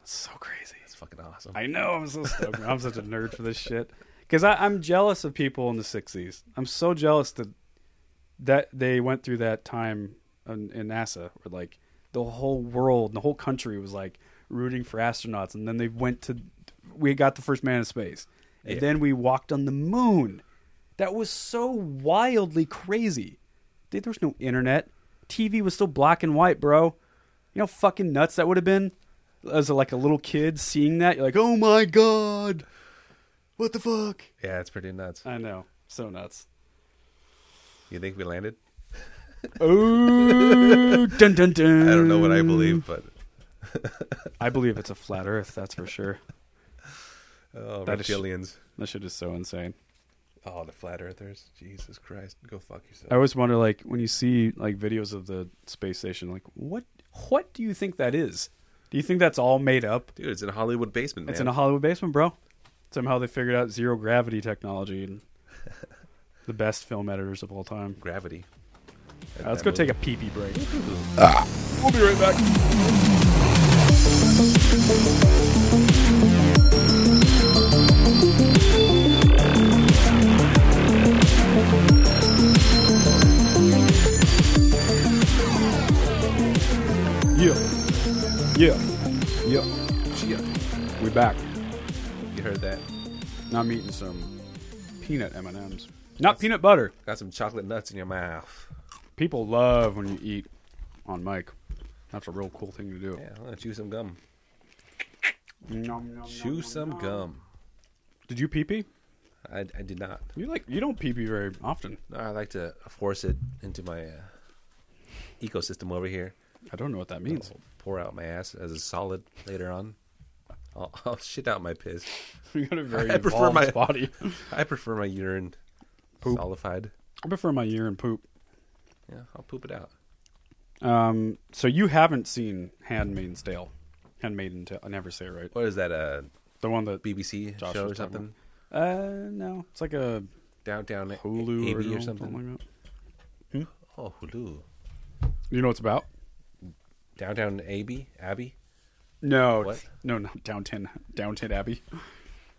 Speaker 1: That's so crazy.
Speaker 2: It's fucking awesome.
Speaker 1: I know. I'm so stoked. I'm such a nerd for this shit because I'm jealous of people in the '60s. I'm so jealous that that they went through that time in, in NASA, where like the whole world, and the whole country was like rooting for astronauts, and then they went to we got the first man in space, and
Speaker 2: Yeah.
Speaker 1: then we walked on the moon. That was so wildly crazy. Dude, there was no internet. TV was still black and white, bro. You know, how fucking nuts that would have been as like a little kid seeing that. You're like, oh my god, what the fuck?
Speaker 2: yeah, it's pretty nuts.
Speaker 1: I know, so nuts.
Speaker 2: You think we landed? (laughs)
Speaker 1: Oh, dun dun dun.
Speaker 2: I don't know what I believe, but
Speaker 1: I believe it's a flat Earth. That's for sure.
Speaker 2: oh,
Speaker 1: That is-
Speaker 2: reptilians.
Speaker 1: That shit is so insane.
Speaker 2: Oh, the flat earthers. Jesus Christ. Go fuck yourself.
Speaker 1: I always wonder, like, when you see like videos of the space station, like, what what do you think that is? Do you think that's all made up?
Speaker 2: Dude, it's in a Hollywood basement, man.
Speaker 1: It's in a Hollywood basement, bro. Somehow they figured out zero gravity technology and (laughs) the best film editors of all time.
Speaker 2: Gravity.
Speaker 1: All right, let's go take a pee pee break. Ah. Yeah. Yeah. Yeah. We back.
Speaker 2: You heard that.
Speaker 1: Now I'm eating some peanut M&Ms. Not peanut butter.
Speaker 2: Got some chocolate nuts in your mouth.
Speaker 1: People love when you eat on mic. That's a real cool thing to do.
Speaker 2: Yeah, I'm gonna chew some gum.
Speaker 1: Nom, nom, nom,
Speaker 2: Chew
Speaker 1: nom,
Speaker 2: some
Speaker 1: nom.
Speaker 2: gum.
Speaker 1: Did you pee pee?
Speaker 2: I, I did not.
Speaker 1: You like you don't pee pee very often.
Speaker 2: No, I like to force it into my uh, ecosystem over here. Oh,
Speaker 1: I don't know what that means.
Speaker 2: I'll pour out my ass as a solid later on. I'll, (laughs) I'll shit out my piss.
Speaker 1: (laughs) You got a (laughs) very
Speaker 2: I prefer
Speaker 1: evolved
Speaker 2: my-
Speaker 1: body.
Speaker 2: I prefer my urine
Speaker 1: Poop.
Speaker 2: solidified.
Speaker 1: I prefer my urine poop.
Speaker 2: Yeah, I'll poop it out.
Speaker 1: Um, so you haven't seen Handmaid's Tale, Handmaid's Tale. I never say it right.
Speaker 2: What is that? uh, A
Speaker 1: The one that
Speaker 2: BBC
Speaker 1: Josh
Speaker 2: show
Speaker 1: was
Speaker 2: or
Speaker 1: talking
Speaker 2: something?
Speaker 1: uh no, it's like a
Speaker 2: Downtown
Speaker 1: Hulu
Speaker 2: Hulu
Speaker 1: original,
Speaker 2: or something.
Speaker 1: like that.
Speaker 2: Oh, Hulu.
Speaker 1: You know what it's about?
Speaker 2: Downtown AB Abbey.
Speaker 1: No,
Speaker 2: What?
Speaker 1: no, not Downton, Downton Abbey.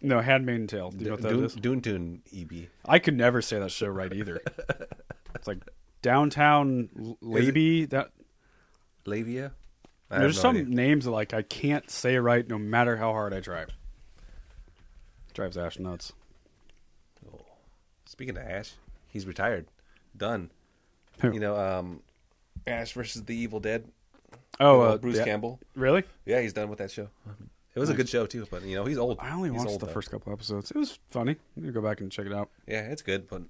Speaker 1: No, Handmaid's Tale. Do you know what that is?
Speaker 2: Dune, Dune Tune EB.
Speaker 1: I could never say that show right either. it's like downtown L-
Speaker 2: Is it-
Speaker 1: Laby. That
Speaker 2: Lavia. I
Speaker 1: there's
Speaker 2: have no
Speaker 1: some
Speaker 2: idea.
Speaker 1: names that like I can't say right no matter how hard I try. Drives Ash nuts.
Speaker 2: Oh, Speaking of Ash, he's retired. Done.
Speaker 1: Who?
Speaker 2: You know, um, Ash versus the Evil Dead.
Speaker 1: Oh,
Speaker 2: You know,
Speaker 1: uh,
Speaker 2: Bruce
Speaker 1: yeah.
Speaker 2: Campbell.
Speaker 1: Really?
Speaker 2: Yeah, he's done with that show. It was a good show too, but you know he's old.
Speaker 1: I only
Speaker 2: He's
Speaker 1: watched
Speaker 2: old,
Speaker 1: the
Speaker 2: though.
Speaker 1: first couple episodes. It was funny. You go back and check it out.
Speaker 2: Yeah, it's good, but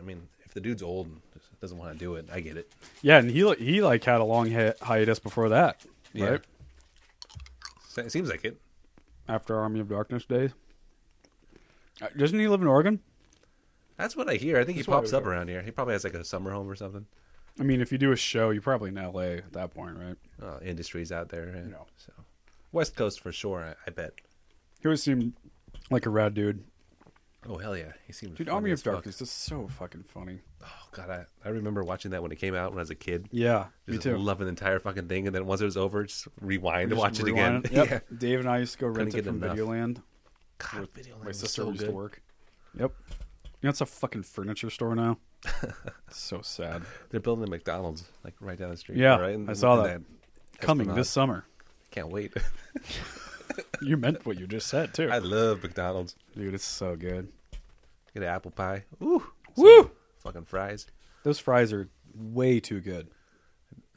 Speaker 2: I mean, if the dude's old and just doesn't want to do it, I get it.
Speaker 1: Yeah, and he li- he like had a long hi- hiatus before that,
Speaker 2: Yeah.
Speaker 1: right?
Speaker 2: So it seems like it.
Speaker 1: After Army of Darkness days. Uh, Doesn't he live in Oregon?
Speaker 2: That's what I hear. I think he
Speaker 1: what I
Speaker 2: pops
Speaker 1: would
Speaker 2: up around here. He probably has like a summer home or something.
Speaker 1: I mean, if you do a show, you're probably in L.A. at that point, right?
Speaker 2: Uh, industries out there. And,
Speaker 1: No.
Speaker 2: So West Coast for sure. I, I bet.
Speaker 1: He always seemed like a rad dude.
Speaker 2: Oh hell yeah, he seems.
Speaker 1: Dude,
Speaker 2: funny
Speaker 1: Army
Speaker 2: as
Speaker 1: of
Speaker 2: fuck.
Speaker 1: Darkness is so fucking funny.
Speaker 2: Oh god, I, I remember watching that when it came out when I was a kid.
Speaker 1: Yeah,
Speaker 2: Just
Speaker 1: me too.
Speaker 2: loving the entire fucking thing, and then once it was over, just rewind
Speaker 1: Just
Speaker 2: and watch it again.
Speaker 1: rewind
Speaker 2: (laughs)
Speaker 1: Yep. Dave and I used to go rent it
Speaker 2: get
Speaker 1: from
Speaker 2: enough.
Speaker 1: Videoland.
Speaker 2: God, video
Speaker 1: My sister used to work. Yep. You know, it's a fucking furniture store
Speaker 2: (laughs)
Speaker 1: now. It's so sad.
Speaker 2: They're building a McDonald's like right down the street.
Speaker 1: Yeah,
Speaker 2: right?
Speaker 1: I saw
Speaker 2: in
Speaker 1: that. Coming
Speaker 2: Esplanade.
Speaker 1: this summer.
Speaker 2: Can't wait. (laughs)
Speaker 1: You meant what you just said too,
Speaker 2: I love McDonald's.
Speaker 1: dude. It's so good.
Speaker 2: Get an apple pie. Ooh,
Speaker 1: Woo!
Speaker 2: some Fucking fries.
Speaker 1: Those fries are way too good.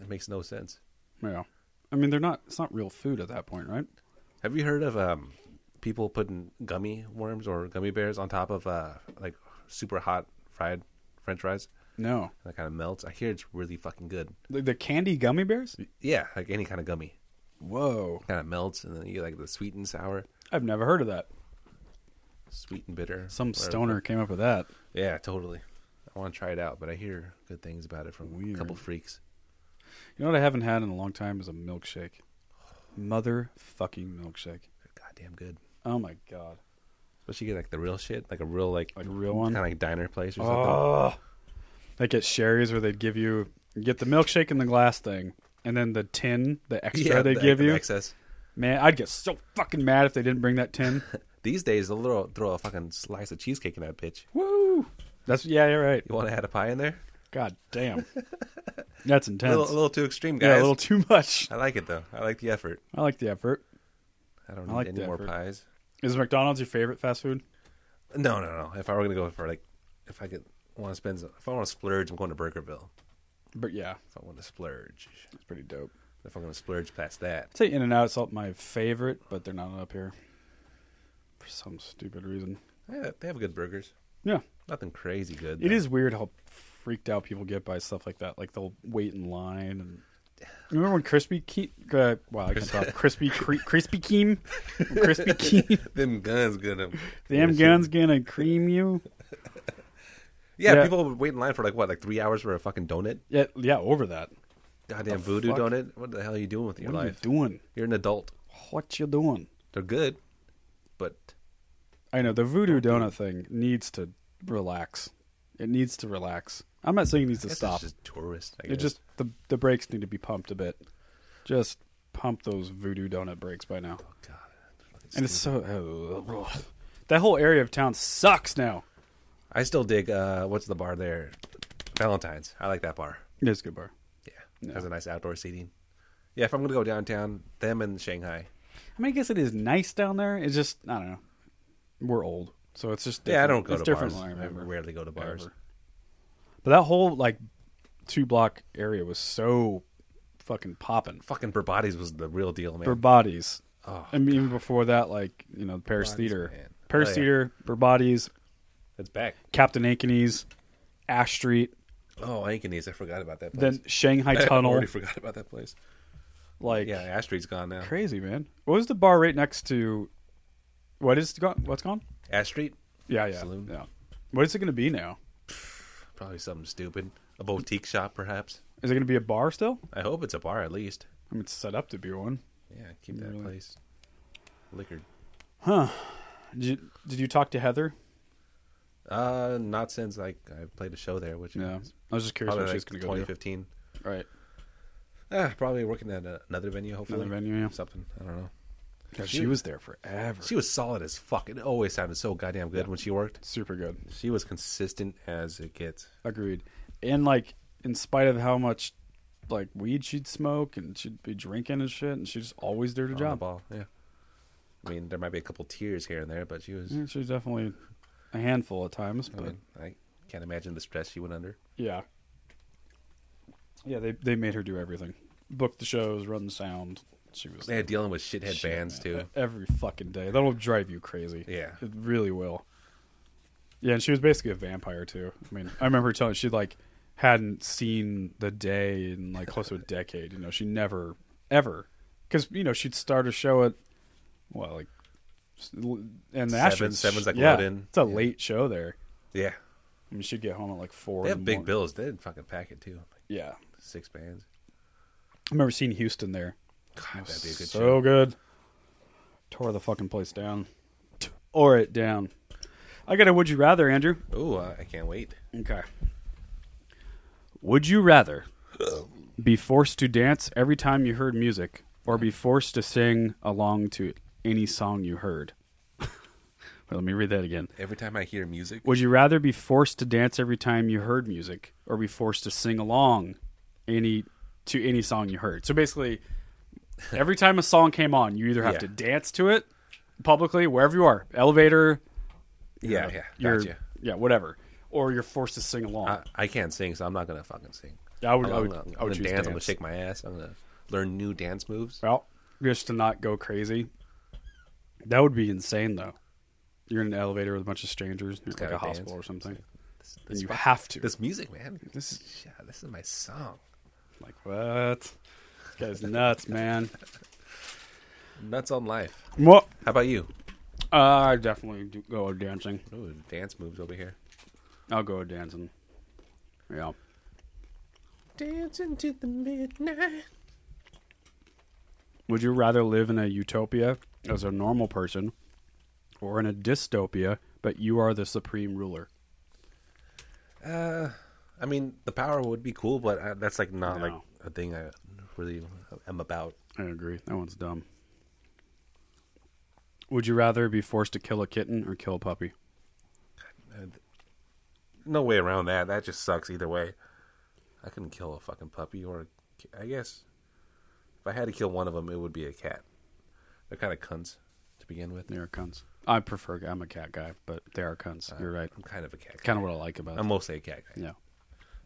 Speaker 2: It makes no sense.
Speaker 1: Yeah. I mean, they're not. It's not real food at that point, right?
Speaker 2: Have you heard of um people putting gummy worms or gummy bears on top of uh like super hot fried French fries?
Speaker 1: No.
Speaker 2: That kind of melts. I hear it's really fucking good.
Speaker 1: The, the candy gummy bears.
Speaker 2: Yeah, like any kind of gummy.
Speaker 1: Whoa.
Speaker 2: Kind of melts, and then you get, like the sweet and sour,
Speaker 1: I've never heard of that.
Speaker 2: sweet and bitter.
Speaker 1: Some
Speaker 2: whatever.
Speaker 1: stoner came up with that.
Speaker 2: Yeah, totally. I want to try it out, but I hear good things about it from a couple
Speaker 1: Weird.
Speaker 2: freaks.
Speaker 1: You know what I haven't had in a long time is a milkshake. Motherfucking milkshake.
Speaker 2: Goddamn good.
Speaker 1: Oh my god.
Speaker 2: Especially get like the real shit, like a real like
Speaker 1: Like a real one.
Speaker 2: kind of like diner place
Speaker 1: (laughs)
Speaker 2: or something.
Speaker 1: Oh. Like at Sherry's where they'd give you you get the milkshake and the glass thing. And then the tin,
Speaker 2: (laughs)
Speaker 1: the extra they
Speaker 2: the-
Speaker 1: give
Speaker 2: the
Speaker 1: you.
Speaker 2: excess.
Speaker 1: Man, I'd get so fucking mad if they didn't bring that
Speaker 2: (laughs)
Speaker 1: tin.
Speaker 2: These days, they'll throw, throw a fucking slice of cheesecake in that bitch.
Speaker 1: Woo! That's yeah, you're right.
Speaker 2: You want to add a pie in there?
Speaker 1: God
Speaker 2: (laughs)
Speaker 1: damn. That's
Speaker 2: A
Speaker 1: intense.
Speaker 2: little, a little too extreme, guys.
Speaker 1: yeah, a little too much.
Speaker 2: I like it though. I like the effort.
Speaker 1: I like the effort.
Speaker 2: I don't
Speaker 1: I
Speaker 2: need
Speaker 1: like the
Speaker 2: any more
Speaker 1: effort.
Speaker 2: pies.
Speaker 1: Is McDonald's your favorite fast food?
Speaker 2: No, no, no. If I were gonna go for like, if I could want to spend, some- if I want to splurge, I'm going to Burgerville.
Speaker 1: But yeah,
Speaker 2: If I want to splurge,
Speaker 1: it's pretty dope.
Speaker 2: if I'm gonna splurge past that,
Speaker 1: I'd say In and Out's not my favorite, but they're not up here for some stupid reason.
Speaker 2: yeah, they have good burgers.
Speaker 1: Yeah,
Speaker 2: Nothing crazy good.
Speaker 1: it
Speaker 2: though.
Speaker 1: is weird how freaked out people get by stuff like that. Like they'll wait in line
Speaker 2: (sighs)
Speaker 1: and. Remember when Crispy Ke- uh, wow, I can't
Speaker 2: (laughs)
Speaker 1: talk. Crispy cre- Crispy Keem, Crispy Keem.
Speaker 2: (laughs) them guns gonna
Speaker 1: (laughs) Damn gun's gonna cream you.
Speaker 2: Yeah,
Speaker 1: Yeah.
Speaker 2: people would wait in line for like what, like three hours for a fucking donut?
Speaker 1: Yeah, yeah, over that.
Speaker 2: Goddamn
Speaker 1: The
Speaker 2: voodoo
Speaker 1: fuck?
Speaker 2: donut. What the hell are you doing with your
Speaker 1: what
Speaker 2: life?
Speaker 1: are you doing?
Speaker 2: You're an adult.
Speaker 1: What you doing?
Speaker 2: They're good, but
Speaker 1: I know the voodoo donut thing needs to relax. It needs to relax. I'm not saying it needs to
Speaker 2: I guess
Speaker 1: stop.
Speaker 2: It's just tourist. I
Speaker 1: It
Speaker 2: guess.
Speaker 1: just the the brakes need to be pumped a bit. Just pump those voodoo donut brakes by now.
Speaker 2: God, fucking
Speaker 1: And it's so ugh. (sighs) that whole area of town sucks now.
Speaker 2: I still dig. uh What's the bar there? Valentine's. I like that bar.
Speaker 1: It's a good bar.
Speaker 2: Yeah, has a nice outdoor seating. Yeah, if I'm gonna go downtown, them and Shanghai.
Speaker 1: I mean, I guess it is nice down there. It's just I don't know. We're old, so it's just
Speaker 2: Yeah, I
Speaker 1: different.
Speaker 2: don't go
Speaker 1: it's
Speaker 2: to
Speaker 1: different
Speaker 2: bars.
Speaker 1: than
Speaker 2: I
Speaker 1: remember.
Speaker 2: rarely go to bars.
Speaker 1: Ever. But that whole like two block area was so fucking popping.
Speaker 2: Fucking Burbotti's was the real deal, man.
Speaker 1: for bodies.
Speaker 2: Oh,
Speaker 1: I mean, even before that, like you know, Paris
Speaker 2: Bodies,
Speaker 1: Theater,
Speaker 2: man.
Speaker 1: Paris
Speaker 2: Oh, yeah.
Speaker 1: Theater, for bodies,
Speaker 2: it's back.
Speaker 1: Captain Ankeny's, Ash Street,
Speaker 2: Oh, Ankeny's. I forgot about that place.
Speaker 1: then
Speaker 2: (laughs)
Speaker 1: Shanghai
Speaker 2: I
Speaker 1: Tunnel.
Speaker 2: already forgot about that place.
Speaker 1: Like
Speaker 2: Yeah, Astrid's gone now.
Speaker 1: crazy, man. What was the bar right next to? What is gone? What's gone?
Speaker 2: Astrid,
Speaker 1: Yeah, yeah,
Speaker 2: Saloon?
Speaker 1: yeah. What is it going to be now?
Speaker 2: probably something stupid. A boutique shop, perhaps.
Speaker 1: Is it going to be a bar still?
Speaker 2: I hope it's a bar at least.
Speaker 1: I mean, it's set up to be one.
Speaker 2: Yeah, keep that
Speaker 1: Really?
Speaker 2: place liquored.
Speaker 1: Did you, did you talk to Heather?
Speaker 2: Uh, not since like I played a show there, which
Speaker 1: No,
Speaker 2: is
Speaker 1: I was just curious
Speaker 2: probably
Speaker 1: what
Speaker 2: like
Speaker 1: she's going to go do.
Speaker 2: 2015.
Speaker 1: Right.
Speaker 2: Ah, probably working at a- another venue, hopefully.
Speaker 1: Another venue, yeah.
Speaker 2: Something. I don't know.
Speaker 1: God, she was there forever.
Speaker 2: She was solid as fuck. It always sounded so goddamn good when she worked.
Speaker 1: super good.
Speaker 2: She was consistent as it gets.
Speaker 1: Agreed. And like, in spite of how much like weed she'd smoke and she'd be drinking and shit, and she just always did her
Speaker 2: on the
Speaker 1: job.
Speaker 2: ball. Yeah. I mean, there might be a couple tears here and there, but she was.
Speaker 1: Yeah, she's definitely a handful at times,
Speaker 2: I
Speaker 1: but
Speaker 2: mean, I can't imagine the stress she went under.
Speaker 1: yeah, yeah. They they made her do everything: book the shows, run the sound. She was
Speaker 2: Yeah, dealing with shithead
Speaker 1: Shit,
Speaker 2: bands
Speaker 1: man. E-,
Speaker 2: too.
Speaker 1: every fucking day. That'll drive you crazy.
Speaker 2: Yeah.
Speaker 1: it really will. Yeah, and she was basically a vampire too. I mean, I remember her telling she like hadn't seen the day in like close to a decade. You know, she never ever because you know she'd start a show at well like s- l- and the
Speaker 2: Seven-
Speaker 1: Astros
Speaker 2: seven's, like,
Speaker 1: yeah,
Speaker 2: load in.
Speaker 1: It's a
Speaker 2: Yeah.
Speaker 1: late show there.
Speaker 2: Yeah,
Speaker 1: I mean, she'd get home at like four.
Speaker 2: they
Speaker 1: in the
Speaker 2: have big
Speaker 1: morning.
Speaker 2: bills. They didn't fucking pack it too. Like
Speaker 1: Yeah, I
Speaker 2: six bands.
Speaker 1: remember seeing Houston there.
Speaker 2: God, that'd be a good
Speaker 1: so
Speaker 2: show.
Speaker 1: good. Tore the fucking place down. Tore it down. I got a would you rather, Andrew.
Speaker 2: Oh, uh, I can't wait.
Speaker 1: Okay. Would you rather be forced to dance every time you heard music or be forced to sing along to any song you heard? (laughs) Wait, let me read that again.
Speaker 2: Every time I hear music,
Speaker 1: Would you rather be forced to dance every time you heard music or be forced to sing along any to any song you heard? So
Speaker 2: (laughs)
Speaker 1: basically every time a song came on, you either have
Speaker 2: Yeah.
Speaker 1: to dance to it publicly wherever you are, elevator,
Speaker 2: yeah,
Speaker 1: uh,
Speaker 2: yeah,
Speaker 1: your-
Speaker 2: gotcha. Uh,
Speaker 1: yeah, whatever. Or you're forced to sing along.
Speaker 2: I, I can't sing, so I'm not gonna fucking sing.
Speaker 1: I would-
Speaker 2: I'm,
Speaker 1: I would-
Speaker 2: gonna, I'm
Speaker 1: I would
Speaker 2: gonna
Speaker 1: choose
Speaker 2: dance, I'm gonna
Speaker 1: dance.
Speaker 2: shake my ass. I'm gonna learn new dance moves.
Speaker 1: Well, just to not go crazy. That would be insane, though. You're in an elevator with a bunch of strangers, you're like
Speaker 2: gotta
Speaker 1: a hospital
Speaker 2: dance.
Speaker 1: or something,
Speaker 2: This,
Speaker 1: and
Speaker 2: this,
Speaker 1: you
Speaker 2: fuck-
Speaker 1: have to.
Speaker 2: this music, man.
Speaker 1: This is-
Speaker 2: yeah, this is my song.
Speaker 1: like what? This guy's
Speaker 2: (laughs)
Speaker 1: nuts, man.
Speaker 2: Nuts on life.
Speaker 1: Well,
Speaker 2: How about you?
Speaker 1: uh, I definitely do go with dancing.
Speaker 2: Ooh, dance moves over here.
Speaker 1: I'll go with dancing. Yeah,
Speaker 2: Dancing to the midnight.
Speaker 1: Would you rather live in a utopia as a normal person, or in a dystopia but you are the supreme ruler?
Speaker 2: Uh, I mean, the power would be cool, but uh that's like not
Speaker 1: No.
Speaker 2: like a thing I really am about.
Speaker 1: I agree. That one's dumb. Would you rather be forced to kill a kitten or kill a puppy?
Speaker 2: No way around that. That just sucks either way. I couldn't kill a fucking puppy or, a ki- I guess, if I had to kill one of them, it would be a cat. They're kind of cunts to begin with.
Speaker 1: They are cunts. I prefer. I'm a cat guy, but they are cunts. You're right.
Speaker 2: I'm kind of a cat.
Speaker 1: Kind of what I like about.
Speaker 2: I'm mostly a cat guy.
Speaker 1: yeah,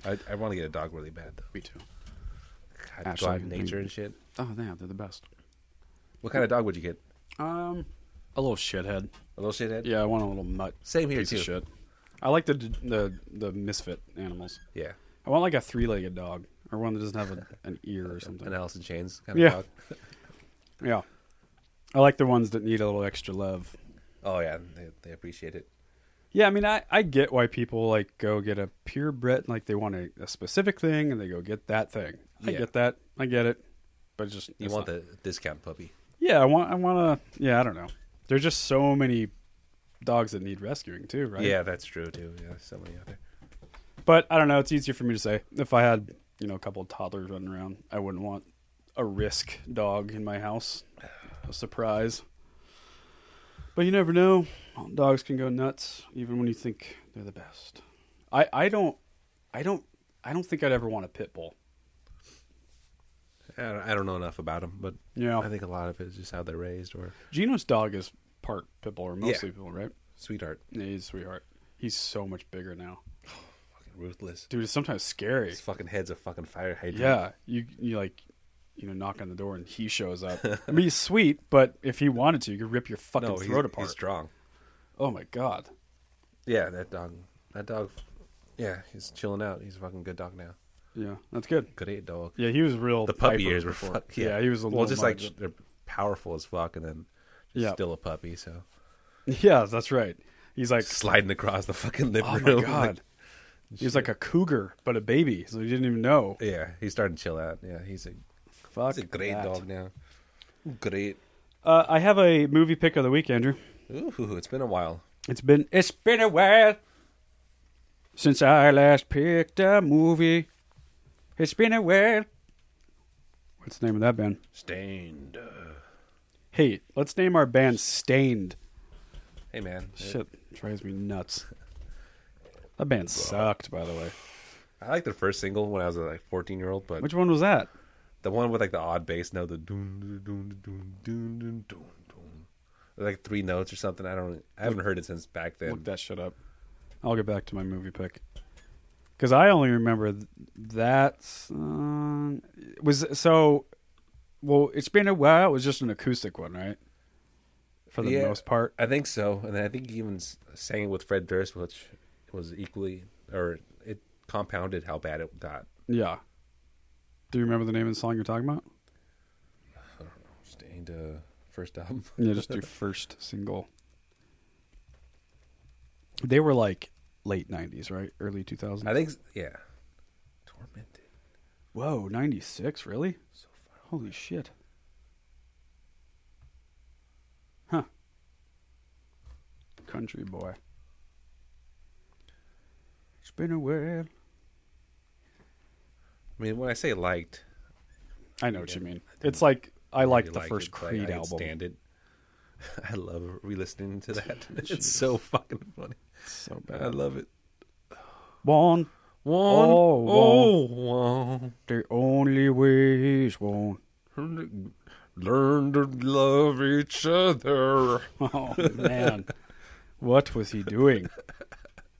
Speaker 2: I, I want to get a dog really bad though.
Speaker 1: me too.
Speaker 2: God, go
Speaker 1: Actually,
Speaker 2: out in nature
Speaker 1: we-
Speaker 2: and shit.
Speaker 1: Oh yeah, they're the best.
Speaker 2: What kind of dog would you get?
Speaker 1: Um, a little shithead.
Speaker 2: A little shithead.
Speaker 1: Yeah, I want a little mutt.
Speaker 2: Same here
Speaker 1: piece
Speaker 2: too.
Speaker 1: of shit. I like the the the misfit animals.
Speaker 2: Yeah.
Speaker 1: I want like a three legged dog or one that doesn't have a, an ear or something.
Speaker 2: An Alice in Chains kind of
Speaker 1: Yeah.
Speaker 2: dog. (laughs)
Speaker 1: Yeah, I like the ones that need a little extra love.
Speaker 2: Oh yeah, they, they appreciate it.
Speaker 1: Yeah, I mean, I, I get why people like go get a purebred, like they want a, a specific thing and they go get that thing. I
Speaker 2: Yeah.
Speaker 1: get that, I get it, but it's just
Speaker 2: You
Speaker 1: it's
Speaker 2: want
Speaker 1: not-
Speaker 2: the discount puppy?
Speaker 1: Yeah, I want, I want to. Yeah, I don't know. There's just so many dogs that need rescuing too, right?
Speaker 2: Yeah, that's true too. Yeah, there's so many out there.
Speaker 1: but I don't know. It's easier for me to say. If I had, you know, a couple of toddlers running around, I wouldn't want a risk dog in my house, a surprise. But you never know. Dogs can go nuts, even when you think they're the best. I, I don't, I don't, I don't think I'd ever want a pit bull.
Speaker 2: I don't, I don't know enough about them, but
Speaker 1: Yeah.
Speaker 2: I think a lot of it is just how they're raised or
Speaker 1: Gino's dog is part pit bull or mostly
Speaker 2: Yeah.
Speaker 1: pit bull, right?
Speaker 2: sweetheart,
Speaker 1: Yeah, he's a sweetheart. He's so much bigger now,
Speaker 2: fucking ruthless.
Speaker 1: dude. It's sometimes scary.
Speaker 2: His fucking head's a fucking fire hydrant.
Speaker 1: Yeah, you you like you know knock on the door and he shows up. I mean, he's sweet, but if he wanted to, you could rip your fucking
Speaker 2: no, he's,
Speaker 1: throat
Speaker 2: he's
Speaker 1: apart.
Speaker 2: strong.
Speaker 1: oh my god,
Speaker 2: Yeah, that dog. That dog. Yeah, he's chilling out. He's a fucking good dog now.
Speaker 1: Yeah, that's good.
Speaker 2: Great dog.
Speaker 1: Yeah, he was real.
Speaker 2: the puppy
Speaker 1: hyper
Speaker 2: ears were
Speaker 1: before.
Speaker 2: fuck.
Speaker 1: Yeah. he was a
Speaker 2: well,
Speaker 1: little
Speaker 2: just
Speaker 1: much.
Speaker 2: like they're powerful as fuck, and then just
Speaker 1: Yeah.
Speaker 2: still a puppy. So
Speaker 1: (laughs) yeah, that's right. He's like,
Speaker 2: sliding across the fucking living
Speaker 1: oh my
Speaker 2: room.
Speaker 1: god, he was like a cougar but a baby, so he didn't even know.
Speaker 2: Like, yeah, he's starting to chill out. Yeah, he's a
Speaker 1: Fuck,
Speaker 2: he's a great
Speaker 1: that.
Speaker 2: dog now. Great.
Speaker 1: Uh, I have a movie pick of the week, Andrew.
Speaker 2: Ooh, it's been a while.
Speaker 1: It's been it's been a while since I last picked a movie. It's been a while. What's the name of that band?
Speaker 2: Stained.
Speaker 1: Hey, let's name our band Stained.
Speaker 2: Hey man,
Speaker 1: Shit, drives me nuts. That band sucked, by the way.
Speaker 2: I like the first single when I was a, like 14 year old, but
Speaker 1: Which one was that?
Speaker 2: the one with like the odd bass note, the doon doon doon doon doon doon doon, like three notes or something. I don't. I haven't heard it since back then.
Speaker 1: Look that shit up. I'll get back to my movie pick. Because I only remember th- that song. It Was so. Well, it's been a while. It was just an acoustic one, right? For the
Speaker 2: Yeah.
Speaker 1: most part.
Speaker 2: I think so, and then I think he even s- sang it with Fred Durst, which was equally or it compounded how bad it got.
Speaker 1: Yeah. Do you remember the name of the song you're talking about?
Speaker 2: Stained uh, first album.
Speaker 1: Yeah,
Speaker 2: (laughs)
Speaker 1: just your first single. They were like late 90s, right? Early 2000s.
Speaker 2: I think s- yeah. Tormented.
Speaker 1: Whoa, 96, really? Holy shit. Huh. Country boy. It's been a while.
Speaker 2: I mean, when I say liked,
Speaker 1: I know what you mean. It's like I
Speaker 2: really
Speaker 1: like the
Speaker 2: like
Speaker 1: first
Speaker 2: it, but I
Speaker 1: Creed
Speaker 2: could
Speaker 1: album.
Speaker 2: Stand it. (laughs) I love re-listening to that.
Speaker 1: (laughs)
Speaker 2: it's so fucking funny.
Speaker 1: So
Speaker 2: I
Speaker 1: bad.
Speaker 2: love it.
Speaker 1: One,
Speaker 2: One,
Speaker 1: Oh,
Speaker 2: oh,
Speaker 1: the only way is one.
Speaker 2: one. Learn to love each other.
Speaker 1: (laughs) Oh man, what was he doing?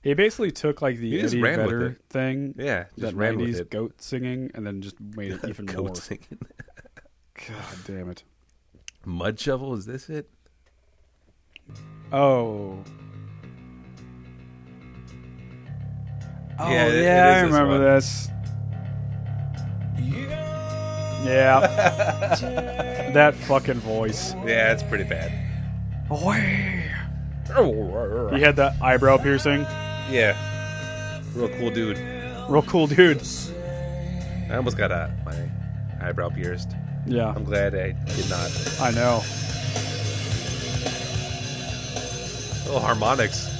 Speaker 1: He basically took like the
Speaker 2: He just
Speaker 1: Eddie
Speaker 2: ran with
Speaker 1: Vedder
Speaker 2: it.
Speaker 1: thing,
Speaker 2: Yeah,
Speaker 1: that
Speaker 2: just ran with
Speaker 1: '90s (laughs)
Speaker 2: it.
Speaker 1: goat singing, and then just made
Speaker 2: (laughs)
Speaker 1: it even
Speaker 2: Goat
Speaker 1: more.
Speaker 2: singing.
Speaker 1: God damn it!
Speaker 2: Mud shovel. Is this it?
Speaker 1: Oh. Oh yeah,
Speaker 2: Yeah, it- it
Speaker 1: I
Speaker 2: is this
Speaker 1: remember
Speaker 2: one.
Speaker 1: this. Yeah.
Speaker 2: (laughs)
Speaker 1: that fucking voice.
Speaker 2: Yeah, it's pretty bad.
Speaker 1: He had that eyebrow piercing.
Speaker 2: Yeah, real cool dude.
Speaker 1: Real cool dude.
Speaker 2: I almost got uh, my eyebrow pierced.
Speaker 1: Yeah.
Speaker 2: I'm glad I did not.
Speaker 1: I know.
Speaker 2: Oh, harmonics.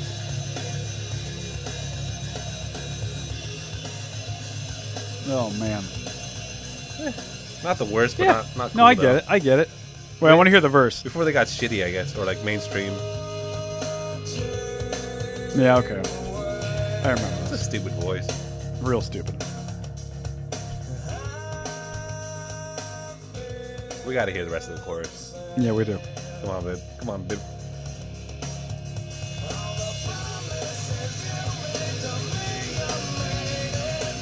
Speaker 1: Oh man.
Speaker 2: Not the worst, but
Speaker 1: yeah.
Speaker 2: not, not cool,
Speaker 1: no, I
Speaker 2: though.
Speaker 1: get it. I get it. Wait, I want to hear the verse.
Speaker 2: Before they got shitty, I guess, or like mainstream.
Speaker 1: Yeah, okay. I remember.
Speaker 2: It's a stupid voice.
Speaker 1: Real stupid.
Speaker 2: We got to hear the rest of the chorus.
Speaker 1: Yeah, we do. (laughs)
Speaker 2: Come on, babe. Come on, babe.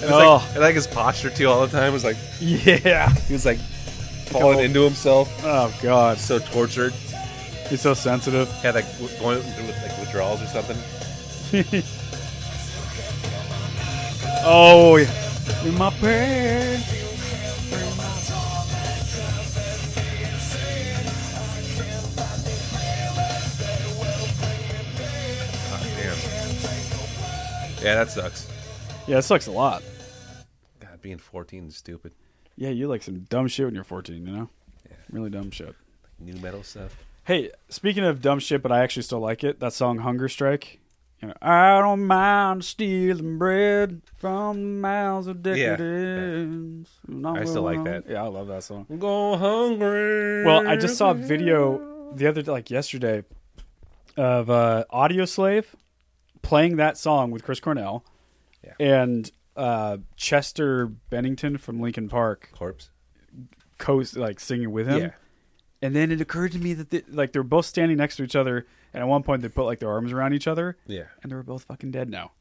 Speaker 2: And it's
Speaker 1: Oh.
Speaker 2: like, and like his posture too all the time was like
Speaker 1: Yeah.
Speaker 2: he was like falling into himself,
Speaker 1: Oh god.
Speaker 2: so tortured.
Speaker 1: He's so sensitive.
Speaker 2: Had like w- going through with like withdrawals or something.
Speaker 1: (laughs) Oh, yeah. in my pain.
Speaker 2: Ah, damn. Yeah, that sucks.
Speaker 1: Yeah, it sucks a lot.
Speaker 2: God, being 14 is stupid.
Speaker 1: Yeah, you like some dumb shit when you're 14, you know? Really dumb shit.
Speaker 2: New metal stuff.
Speaker 1: Hey, speaking of dumb shit, but I actually still like it, that song Hunger Strike. You know, I don't mind stealing bread from mouths of
Speaker 2: yeah.
Speaker 1: decadence. Not
Speaker 2: I still like
Speaker 1: willing-
Speaker 2: that.
Speaker 1: Yeah, I love that song.
Speaker 2: Go hungry.
Speaker 1: Well, I just saw a video the other like yesterday of uh, Audio Slave playing that song with Chris Cornell
Speaker 2: Yeah.
Speaker 1: and uh, Chester Bennington from Linkin Park
Speaker 2: corpse.
Speaker 1: co like singing with him.
Speaker 2: Yeah.
Speaker 1: And then it occurred to me that they, like they're both standing next to each other, and at one point they put like their arms around each other,
Speaker 2: Yeah.
Speaker 1: and they were both fucking dead now.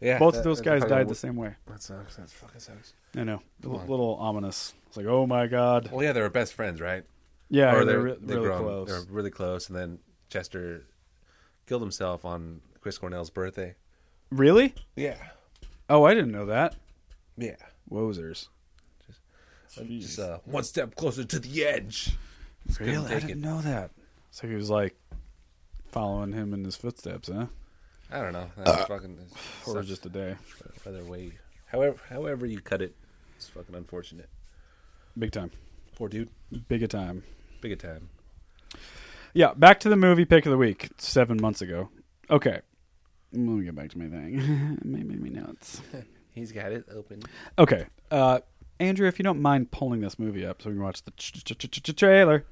Speaker 2: Yeah.
Speaker 1: both
Speaker 2: that-
Speaker 1: of those
Speaker 2: that's
Speaker 1: guys
Speaker 2: fucking
Speaker 1: died
Speaker 2: wo-
Speaker 1: the same way.
Speaker 2: That sucks. That fucking sucks.
Speaker 1: I know, a li- little ominous. It's like, oh my god,
Speaker 2: Well, yeah, they were best friends, right?
Speaker 1: yeah, they're,
Speaker 2: Or they're-
Speaker 1: re-
Speaker 2: they've
Speaker 1: really
Speaker 2: grown-
Speaker 1: close.
Speaker 2: They're really close, and then Chester killed himself on Chris Cornell's birthday.
Speaker 1: Really?
Speaker 4: Yeah.
Speaker 1: Oh, I didn't know that.
Speaker 4: Yeah.
Speaker 1: Wozers.
Speaker 2: Just uh, one step closer to the edge. Just couldn't
Speaker 1: I
Speaker 2: take
Speaker 1: didn't
Speaker 2: it.
Speaker 1: know that. So he was like following him in his footsteps, huh?
Speaker 2: I don't know. That's fucking
Speaker 1: Or
Speaker 2: sucks
Speaker 1: just a day.
Speaker 2: either way. However, however you cut it, it's fucking unfortunate.
Speaker 1: Big time.
Speaker 2: Poor dude.
Speaker 1: Big a time.
Speaker 2: Big a time.
Speaker 1: Yeah, back to the movie pick of the week seven months ago. Okay. Let me get back to my thing. (laughs) Maybe my notes.
Speaker 2: (laughs) He's got it open.
Speaker 1: Okay. Uh, Andrew, if you don't mind pulling this movie up so we can watch the ch- ch- ch- ch- trailer.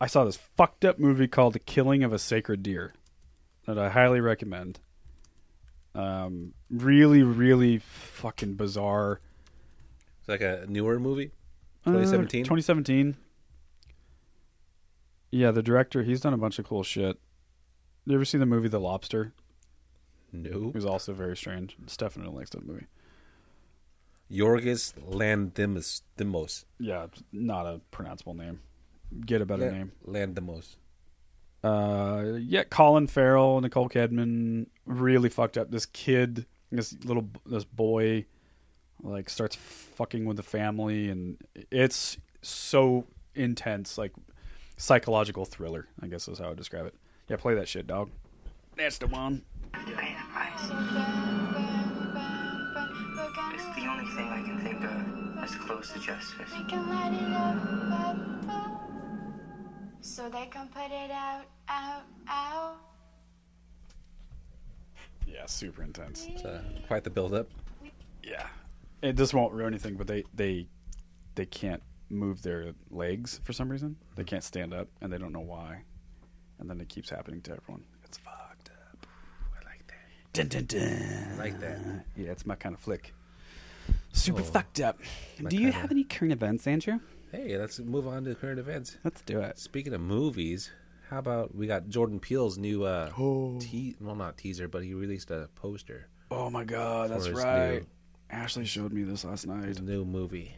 Speaker 1: I saw this fucked up movie called The Killing of a Sacred Deer that I highly recommend. Um, really, really fucking bizarre.
Speaker 2: It's like a newer movie.
Speaker 1: Uh,
Speaker 2: 2017?
Speaker 1: 2017. Yeah, the director, he's done a bunch of cool shit. You ever seen the movie The Lobster?
Speaker 2: No.
Speaker 1: It was also very strange. Stefano likes that movie.
Speaker 2: Yorgos Lanthimos. Thimos.
Speaker 1: Yeah, it's not a pronounceable name. Get a better
Speaker 2: La-
Speaker 1: name.
Speaker 2: Lanthimos.
Speaker 1: uh yeah colin farrell nicole kidman really fucked up this kid this little this boy like starts fucking with the family and it's so intense like psychological thriller i guess is how i would describe it yeah play that shit dog
Speaker 5: That's the one.
Speaker 6: It's
Speaker 7: It's the only thing I can think of as close to justice.
Speaker 6: So they can put it out, out, out.
Speaker 1: yeah super intense
Speaker 2: It's, uh, quite the build up.
Speaker 1: yeah it this won't ruin anything but they they they can't move their legs for some reason they
Speaker 5: Mm-hmm.
Speaker 1: can't stand up and they don't know why and then it keeps happening to everyone it's fucked up
Speaker 5: Dun, dun, dun.
Speaker 2: Like that.
Speaker 1: Yeah, it's my kind of flick. Oh.
Speaker 5: Super fucked up.
Speaker 1: Do you have any current events, Andrew?
Speaker 2: Hey, let's move on to current events.
Speaker 1: Let's do it.
Speaker 2: Speaking of movies, how about we got Jordan Peele's new uh te- well not teaser, but he released a poster
Speaker 1: Oh my god, that's
Speaker 2: For his
Speaker 1: right.
Speaker 2: new-
Speaker 1: Ashley showed me this last
Speaker 2: his
Speaker 1: night.
Speaker 2: new movie.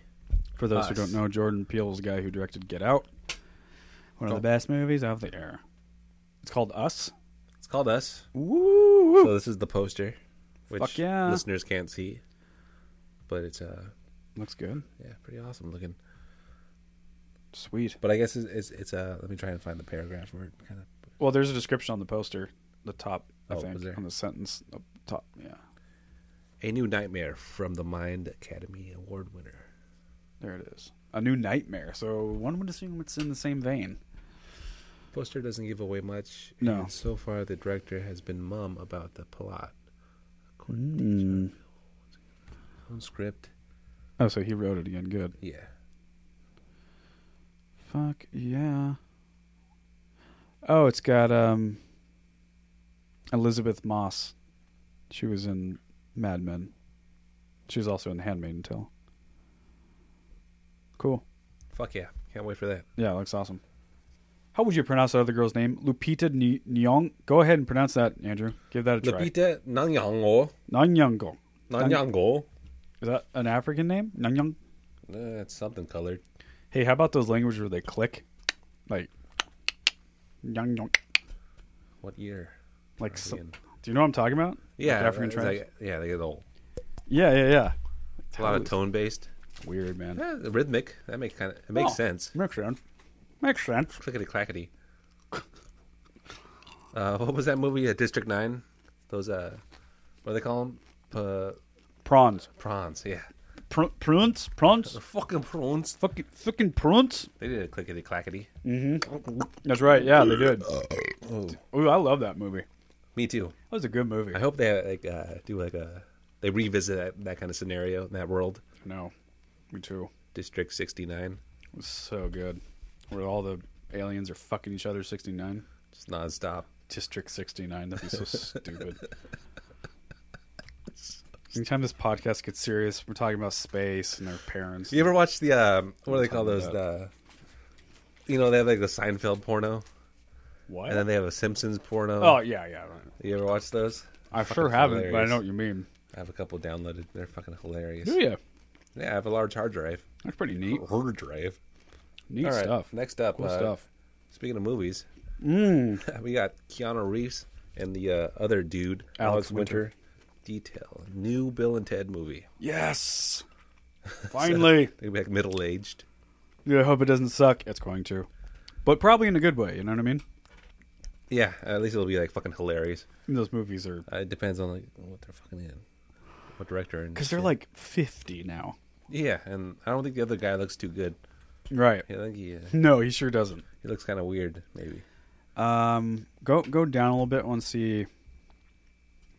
Speaker 1: For those who
Speaker 2: Us.
Speaker 1: don't know, Jordan Peele's the guy who directed Get Out, one of the best movies of the era. It's called Us.
Speaker 2: It's called Us.
Speaker 1: Woo!
Speaker 2: So this is the poster, which
Speaker 1: Fuck yeah.
Speaker 2: listeners can't see, but it's uh
Speaker 1: Looks good.
Speaker 2: yeah pretty awesome looking.
Speaker 1: Sweet.
Speaker 2: But I guess it's it's, it's uh let me try and find the paragraph where it kind of
Speaker 1: Well, there's a description on the poster, the top, I
Speaker 2: Oh,
Speaker 1: think,
Speaker 2: was there?
Speaker 1: on the sentence up top. Yeah,
Speaker 2: a new nightmare from the Mind Academy Award winner.
Speaker 1: there it is. A new nightmare. So one would assume it's in the same vein.
Speaker 2: Poster doesn't give away much.
Speaker 1: No.
Speaker 2: and so far the director has been mum about the plot. According
Speaker 1: Hmm.
Speaker 2: to his own script.
Speaker 1: Oh, so he wrote it again. Good.
Speaker 2: Yeah.
Speaker 1: Fuck yeah. Oh, it's got um Elizabeth Moss. She was in Mad Men. She was also in The Handmaiden Tale. Cool.
Speaker 2: Fuck yeah. Can't wait for that.
Speaker 1: Yeah, looks awesome. How would you pronounce that other girl's name? Lupita Ny- Nyong. Go ahead and pronounce that, Andrew. Give that a try.
Speaker 2: Lupita Nyong'o.
Speaker 1: Nyong'o.
Speaker 2: Nyong'o.
Speaker 1: Is that an African name? Nyong.
Speaker 2: Uh, it's something colored.
Speaker 1: Hey, how about those languages where they click? Like Nyong.
Speaker 2: What year?
Speaker 1: Like so,
Speaker 2: Again.
Speaker 1: Do you know what I'm talking about?
Speaker 2: Yeah.
Speaker 1: Like African
Speaker 2: it's
Speaker 1: tribes.
Speaker 2: like- yeah, they get all
Speaker 1: Yeah, yeah, yeah.
Speaker 2: a lot of tone based.
Speaker 1: Weird, man.
Speaker 2: Yeah, rhythmic. That make kind of it makes
Speaker 1: Oh,
Speaker 2: sense.
Speaker 1: Makes sense. Makes sense.
Speaker 2: Clickety clackety. Uh, what was that movie? Uh, District Nine. Those uh, what do they call them?
Speaker 1: Prawns.
Speaker 2: prawns. Yeah.
Speaker 1: Pr- prunes? Prawns?
Speaker 2: The fucking prawns.
Speaker 1: Fucking, fucking prunes?
Speaker 2: They did a clickety clackety.
Speaker 1: That's right. Yeah, they did. Ooh, I love that movie. That
Speaker 2: Me too.
Speaker 1: was a good movie.
Speaker 2: Oh. I hope they like uh, do like a they revisit that, that kind of scenario in that world.
Speaker 1: No, me too.
Speaker 2: District sixty nine,
Speaker 1: It was so good. Where all the aliens are fucking each other 69.
Speaker 2: just nonstop.
Speaker 1: District 69. That'd be so
Speaker 2: (laughs)
Speaker 1: stupid. Anytime this podcast gets serious, we're talking about space and their parents.
Speaker 2: You ever watch the um, what do they call
Speaker 1: Tell me
Speaker 2: those? The
Speaker 1: that.
Speaker 2: you know they have like the Seinfeld porno,
Speaker 1: What?
Speaker 2: and then they have a Simpsons porno.
Speaker 1: oh, yeah, yeah. right.
Speaker 2: you ever watch those?
Speaker 1: I
Speaker 2: Fucking
Speaker 1: sure haven't, but I
Speaker 2: hilarious.
Speaker 1: know what you mean.
Speaker 2: I have a couple downloaded. They're fucking hilarious.
Speaker 1: Do you?
Speaker 2: Yeah, I have a large hard drive.
Speaker 1: That's pretty neat.
Speaker 2: Hard drive.
Speaker 1: Neat
Speaker 2: All right.
Speaker 1: stuff.
Speaker 2: Next up,
Speaker 1: cool
Speaker 2: uh,
Speaker 1: stuff.
Speaker 2: Speaking of movies, (laughs) we got Keanu Reeves and the uh, other dude,
Speaker 1: Mm. Alex
Speaker 2: Alex, Winter. Detail new Bill and Ted movie.
Speaker 1: Yes. (laughs) Finally.
Speaker 2: They'd be like middle aged.
Speaker 1: yeah, I hope it doesn't suck. It's going to. But probably in a good way, you know what I mean?
Speaker 2: Yeah, at least it'll be like fucking hilarious.
Speaker 1: Those movies are
Speaker 2: Uh, it depends on like what they're fucking in, what director, and
Speaker 1: because they're
Speaker 2: shit.
Speaker 1: like 50 now.
Speaker 2: yeah. And I don't think the other guy looks too good.
Speaker 1: Right.
Speaker 2: I think he uh,
Speaker 1: No, he sure doesn't.
Speaker 2: he looks kind of weird. Maybe
Speaker 1: Um, go go down a little bit and see if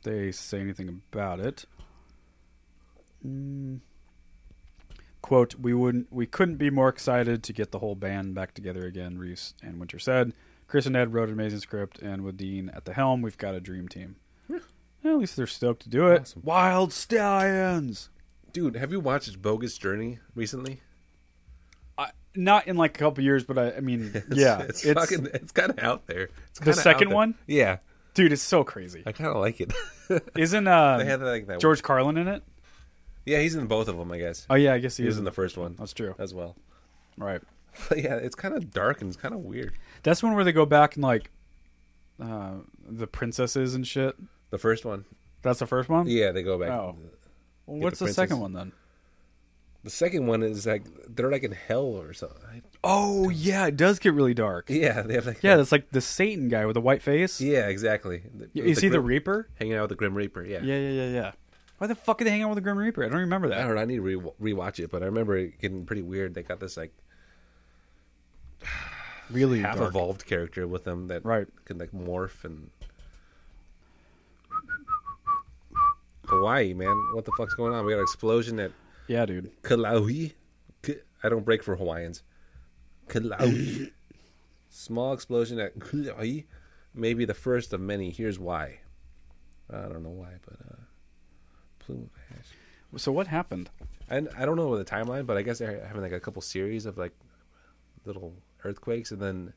Speaker 1: they say anything about it. Mm. Quote: We wouldn't, we couldn't be more excited to get the whole band back together again. Reese and Winter said. Chris and Ed wrote an amazing script, and with Dean at the helm, we've got a dream team. Well, at least they're stoked to do it.
Speaker 2: Awesome.
Speaker 1: Wild Stallions.
Speaker 2: Dude, have you watched Bogus Journey recently?
Speaker 1: I, not in like a couple years, but I, I mean, yeah,
Speaker 2: (laughs) it's, fucking it's kind of out there. It's
Speaker 1: The
Speaker 2: kinda out
Speaker 1: second
Speaker 2: there.
Speaker 1: one?
Speaker 2: Yeah,
Speaker 1: dude, it's so
Speaker 2: (laughs)
Speaker 1: crazy.
Speaker 2: I kind of like it.
Speaker 1: Isn't uh,
Speaker 2: They had, like, that-
Speaker 1: George Carlin in it?
Speaker 2: yeah, he's in both of them, I guess.
Speaker 1: Oh yeah, Oh, I guess he,
Speaker 2: he
Speaker 1: is
Speaker 2: was in the first one.
Speaker 1: That's true.
Speaker 2: as well.
Speaker 1: right.
Speaker 2: But yeah, it's kind of dark and it's kind of weird.
Speaker 1: That's one where they go back and like uh, the princesses and shit.
Speaker 2: The first one,
Speaker 1: That's the first one.
Speaker 2: yeah, they go back.
Speaker 1: Oh. Well,
Speaker 2: Get
Speaker 1: what's
Speaker 2: the
Speaker 1: the, second
Speaker 2: princess.
Speaker 1: one then?
Speaker 2: The second one is like they're like in hell or something. I-
Speaker 1: Oh yeah, it does get really dark.
Speaker 2: Yeah, they have like
Speaker 1: Yeah, that's like the Satan guy with the white face.
Speaker 2: yeah, exactly.
Speaker 1: Yeah, Is
Speaker 2: With
Speaker 1: he the
Speaker 2: Grim-
Speaker 1: Reaper?
Speaker 2: hanging out with the Grim Reaper? Yeah,
Speaker 1: Yeah, yeah, yeah, yeah. Why the fuck are they hanging out with the Grim Reaper? I don't remember
Speaker 2: I
Speaker 1: that.
Speaker 2: don't know. I need to re- rewatch it, but I remember it getting pretty weird. They got this like
Speaker 1: Really
Speaker 2: half
Speaker 1: dark.
Speaker 2: evolved character with them that
Speaker 1: Right.
Speaker 2: can like morph and Hawaii, man. What the fuck's going on? We got an explosion at
Speaker 1: Yeah, dude.
Speaker 2: Kalaui. K- I don't break for Hawaiians.
Speaker 1: (laughs)
Speaker 2: Kalaui. Small explosion at Kalaui. Maybe the first of many. Here's why. I don't know why, but uh, plume ash.
Speaker 1: So what happened?
Speaker 2: And I don't know the timeline, but I guess they're having like a couple series of like little earthquakes, and then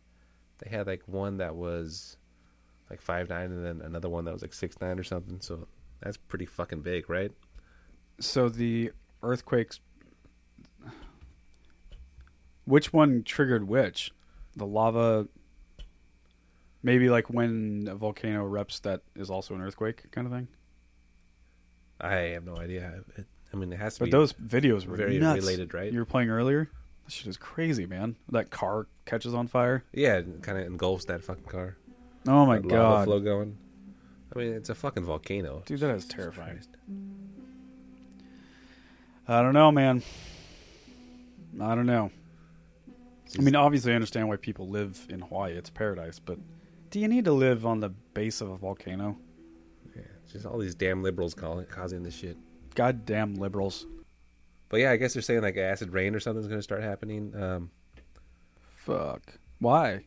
Speaker 2: they had like one that was like five nine, and then another one that was like six nine or something. So that's pretty fucking big, right?
Speaker 1: So the earthquakes. Which one triggered which? The lava. Maybe like when a volcano erupts, that is also an earthquake kind of thing.
Speaker 2: I have no idea. It, I mean, it has to
Speaker 1: But
Speaker 2: be.
Speaker 1: those videos were
Speaker 2: very
Speaker 1: nuts.
Speaker 2: related, right?
Speaker 1: You were playing earlier. That shit is crazy, man. That car catches on fire.
Speaker 2: yeah, kind of engulfs that fucking car.
Speaker 1: Oh my
Speaker 2: That lava
Speaker 1: god,
Speaker 2: flow going. I mean, it's a fucking volcano.
Speaker 1: dude, that is terrifying. I don't know, man. I don't know. I mean, obviously, I understand why people live in Hawaii. It's paradise, but do you need to live on the base of a volcano?
Speaker 2: It's just all these damn liberals calling, causing this shit.
Speaker 1: Goddamn liberals.
Speaker 2: But yeah, I guess they're saying like acid rain or something's going to start happening. Um,
Speaker 1: Fuck. Why?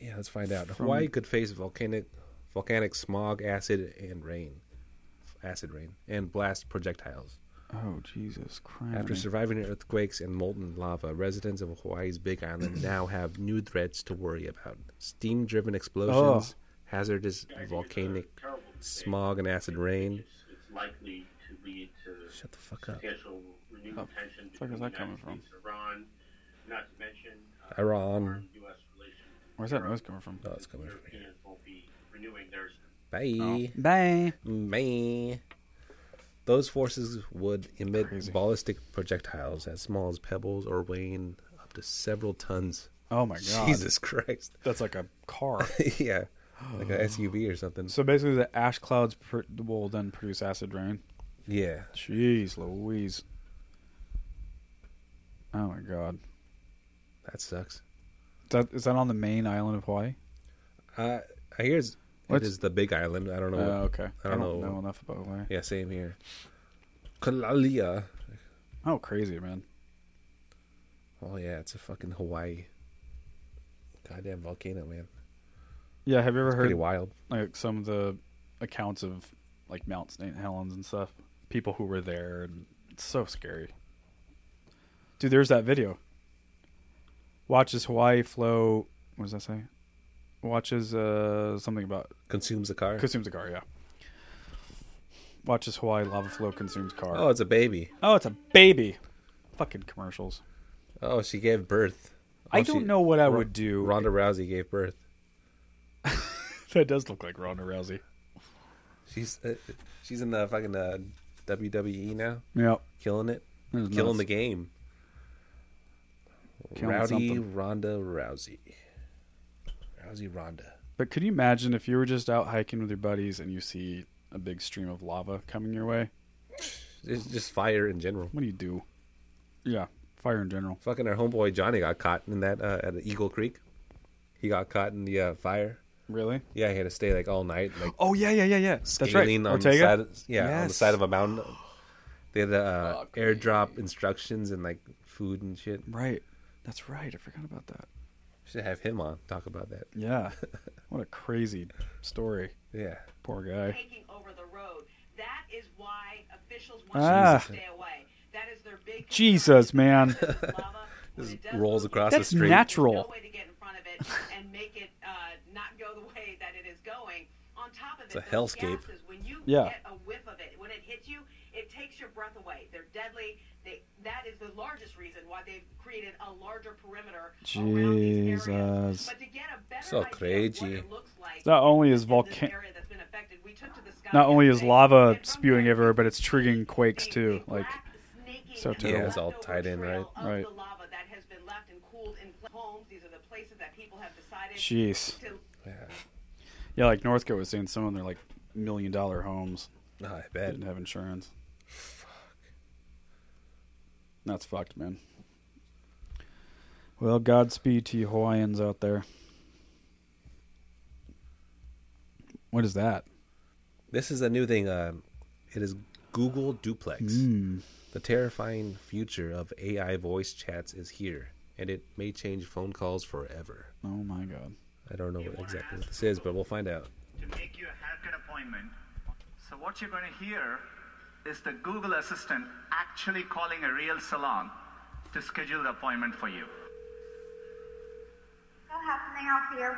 Speaker 2: Yeah, let's find out.
Speaker 1: From-
Speaker 2: Hawaii could face volcanic volcanic smog, acid, and rain. Acid rain and blast projectiles.
Speaker 1: Oh Jesus Christ!
Speaker 2: After surviving earthquakes and molten lava, residents of Hawaii's Big (clears throat) Island now have new threats to worry about: steam-driven explosions, hazardous volcanic smog, and acid rain.
Speaker 8: It's likely to lead to
Speaker 2: Shut the fuck up.
Speaker 8: potential renewed tension
Speaker 1: Oh, fuck
Speaker 8: between
Speaker 1: is
Speaker 8: the
Speaker 1: that coming
Speaker 8: United
Speaker 1: from?
Speaker 8: States and Iran, not to mention uh,
Speaker 2: Iran.
Speaker 8: U.S. relations.
Speaker 1: Where's that noise coming from?
Speaker 2: Oh, it's coming. from here.
Speaker 8: Europeans will be renewing theirs.
Speaker 2: Bye.
Speaker 1: Bye.
Speaker 2: Oh. Man. Those forces would emit ballistic projectiles as small as pebbles or weighing up to several tons.
Speaker 1: Oh my god.
Speaker 2: Jesus Christ. (laughs)
Speaker 1: That's like a car.
Speaker 2: yeah. Like an SUV or (gasps) something.
Speaker 1: So basically, the ash clouds pr- will then produce acid rain.
Speaker 2: Yeah.
Speaker 1: Jeez, Louise. Oh my God,
Speaker 2: That sucks.
Speaker 1: is that is that on the main island of Hawaii?
Speaker 2: Uh, I hear it's, it
Speaker 1: What's-
Speaker 2: is the big island. I don't know.
Speaker 1: Oh,
Speaker 2: what-
Speaker 1: okay.
Speaker 2: I don't, know.
Speaker 1: enough about Hawaii.
Speaker 2: Yeah, same here. Kalalia.
Speaker 1: Oh, crazy man.
Speaker 2: Oh, yeah. It's a fucking Hawaii. Goddamn volcano, man.
Speaker 1: Yeah, have you ever
Speaker 2: Pretty
Speaker 1: heard
Speaker 2: wild.
Speaker 1: like some of the accounts of like Mount St. Helens and stuff? People who were there, and it's so scary. Dude, there's that video. Watches Hawaii flow. What does that say? Watches uh something about
Speaker 2: Consumes the car.
Speaker 1: Consumes a car, yeah. Watches Hawaii lava flow consumes car.
Speaker 2: Oh,
Speaker 1: Oh,
Speaker 2: it's a baby.
Speaker 1: it's a baby. Fucking commercials.
Speaker 2: Oh, she gave birth.
Speaker 1: I
Speaker 2: Oh,
Speaker 1: don't
Speaker 2: she-
Speaker 1: know what I
Speaker 2: Ro-
Speaker 1: would do.
Speaker 2: Ronda Rousey gave birth.
Speaker 1: (laughs) That does look like Ronda Rousey.
Speaker 2: She's uh, she's in the fucking uh, WWE now,
Speaker 1: Yeah.
Speaker 2: killing it. killing the game.
Speaker 1: Killing
Speaker 2: Rowdy
Speaker 1: something.
Speaker 2: Ronda Rousey. Rousey Ronda.
Speaker 1: But could you imagine if you were just out hiking with your buddies and you see a big stream of lava coming your way?
Speaker 2: It's just fire in general.
Speaker 1: What do you do? Yeah, fire in general.
Speaker 2: Fucking our homeboy Johnny got caught in that uh, at Eagle Creek. He got caught in the uh, fire.
Speaker 1: Really?
Speaker 2: Yeah, he had to stay like all night, like
Speaker 1: Oh yeah, yeah, yeah, yeah. (gasps) That's right.
Speaker 2: scaling on
Speaker 1: Ortega.
Speaker 2: the side. Yeah, on the
Speaker 1: Yes.
Speaker 2: side of a mountain. They had to uh, airdrop instructions and like food and shit.
Speaker 1: Right. That's right. I forgot about that.
Speaker 2: Should have him on talk about that. (laughs)
Speaker 1: Yeah. what a crazy story.
Speaker 2: Yeah,
Speaker 1: Poor guy.
Speaker 9: taking over the road. That is why officials want
Speaker 1: Ah.
Speaker 9: you to stay away. That is their big concern.
Speaker 1: Jesus, man.
Speaker 9: Lava, when
Speaker 2: (laughs)
Speaker 9: it
Speaker 2: just
Speaker 9: does
Speaker 2: rolls
Speaker 9: move,
Speaker 2: across
Speaker 1: That's
Speaker 2: the street.
Speaker 1: natu-
Speaker 9: there's
Speaker 1: Natural.
Speaker 9: No way to get in front of it and make it uh, not go the way that it is going. On top of
Speaker 2: It's
Speaker 9: it,
Speaker 2: a
Speaker 9: those
Speaker 2: hellscape.
Speaker 9: gases, when you
Speaker 1: Yeah.
Speaker 9: get a whiff of it, when it hits you, it takes your breath away. They're deadly. They, that is the largest reason why they've created a larger perimeter around these
Speaker 1: Jesus.
Speaker 9: areas. But to get a better
Speaker 2: So
Speaker 9: idea of
Speaker 2: crazy.
Speaker 9: what it looks like
Speaker 1: Not only is
Speaker 9: in this
Speaker 1: volcan-
Speaker 9: area that's been affected, we took to the sky
Speaker 1: Not only is
Speaker 9: yesterday,
Speaker 1: lava
Speaker 9: and from
Speaker 1: spewing
Speaker 9: there,
Speaker 1: everywhere, but
Speaker 9: we
Speaker 1: it's triggering quakes
Speaker 9: see
Speaker 1: too.
Speaker 9: the
Speaker 1: Like
Speaker 9: black snaking
Speaker 1: so
Speaker 9: and the
Speaker 1: terrible.
Speaker 2: Yeah, it's all
Speaker 9: leftover
Speaker 2: tied in,
Speaker 9: trail
Speaker 2: right?
Speaker 9: of
Speaker 1: Right.
Speaker 9: the lava that has been left and cooled in pla- homes. These are the places that people have decided
Speaker 1: jeez.
Speaker 9: to
Speaker 1: Yeah, like Northcote was saying some of their like million dollar homes
Speaker 2: Oh, I
Speaker 1: They
Speaker 2: bet.
Speaker 1: didn't have insurance. That's fucked, man. Well, Godspeed to you Hawaiians out there. What is that?
Speaker 2: This is a new thing. Um, it is Google Duplex.
Speaker 1: Hmm.
Speaker 2: The terrifying future of AI voice chats is here, and it may change phone calls forever.
Speaker 1: Oh my god.
Speaker 2: I don't know what exactly what this is, but we'll find out.
Speaker 10: to make you a haircut appointment. So what you're going to hear is the Google Assistant actually calling a real salon to schedule the appointment for you.
Speaker 6: What's happening out here?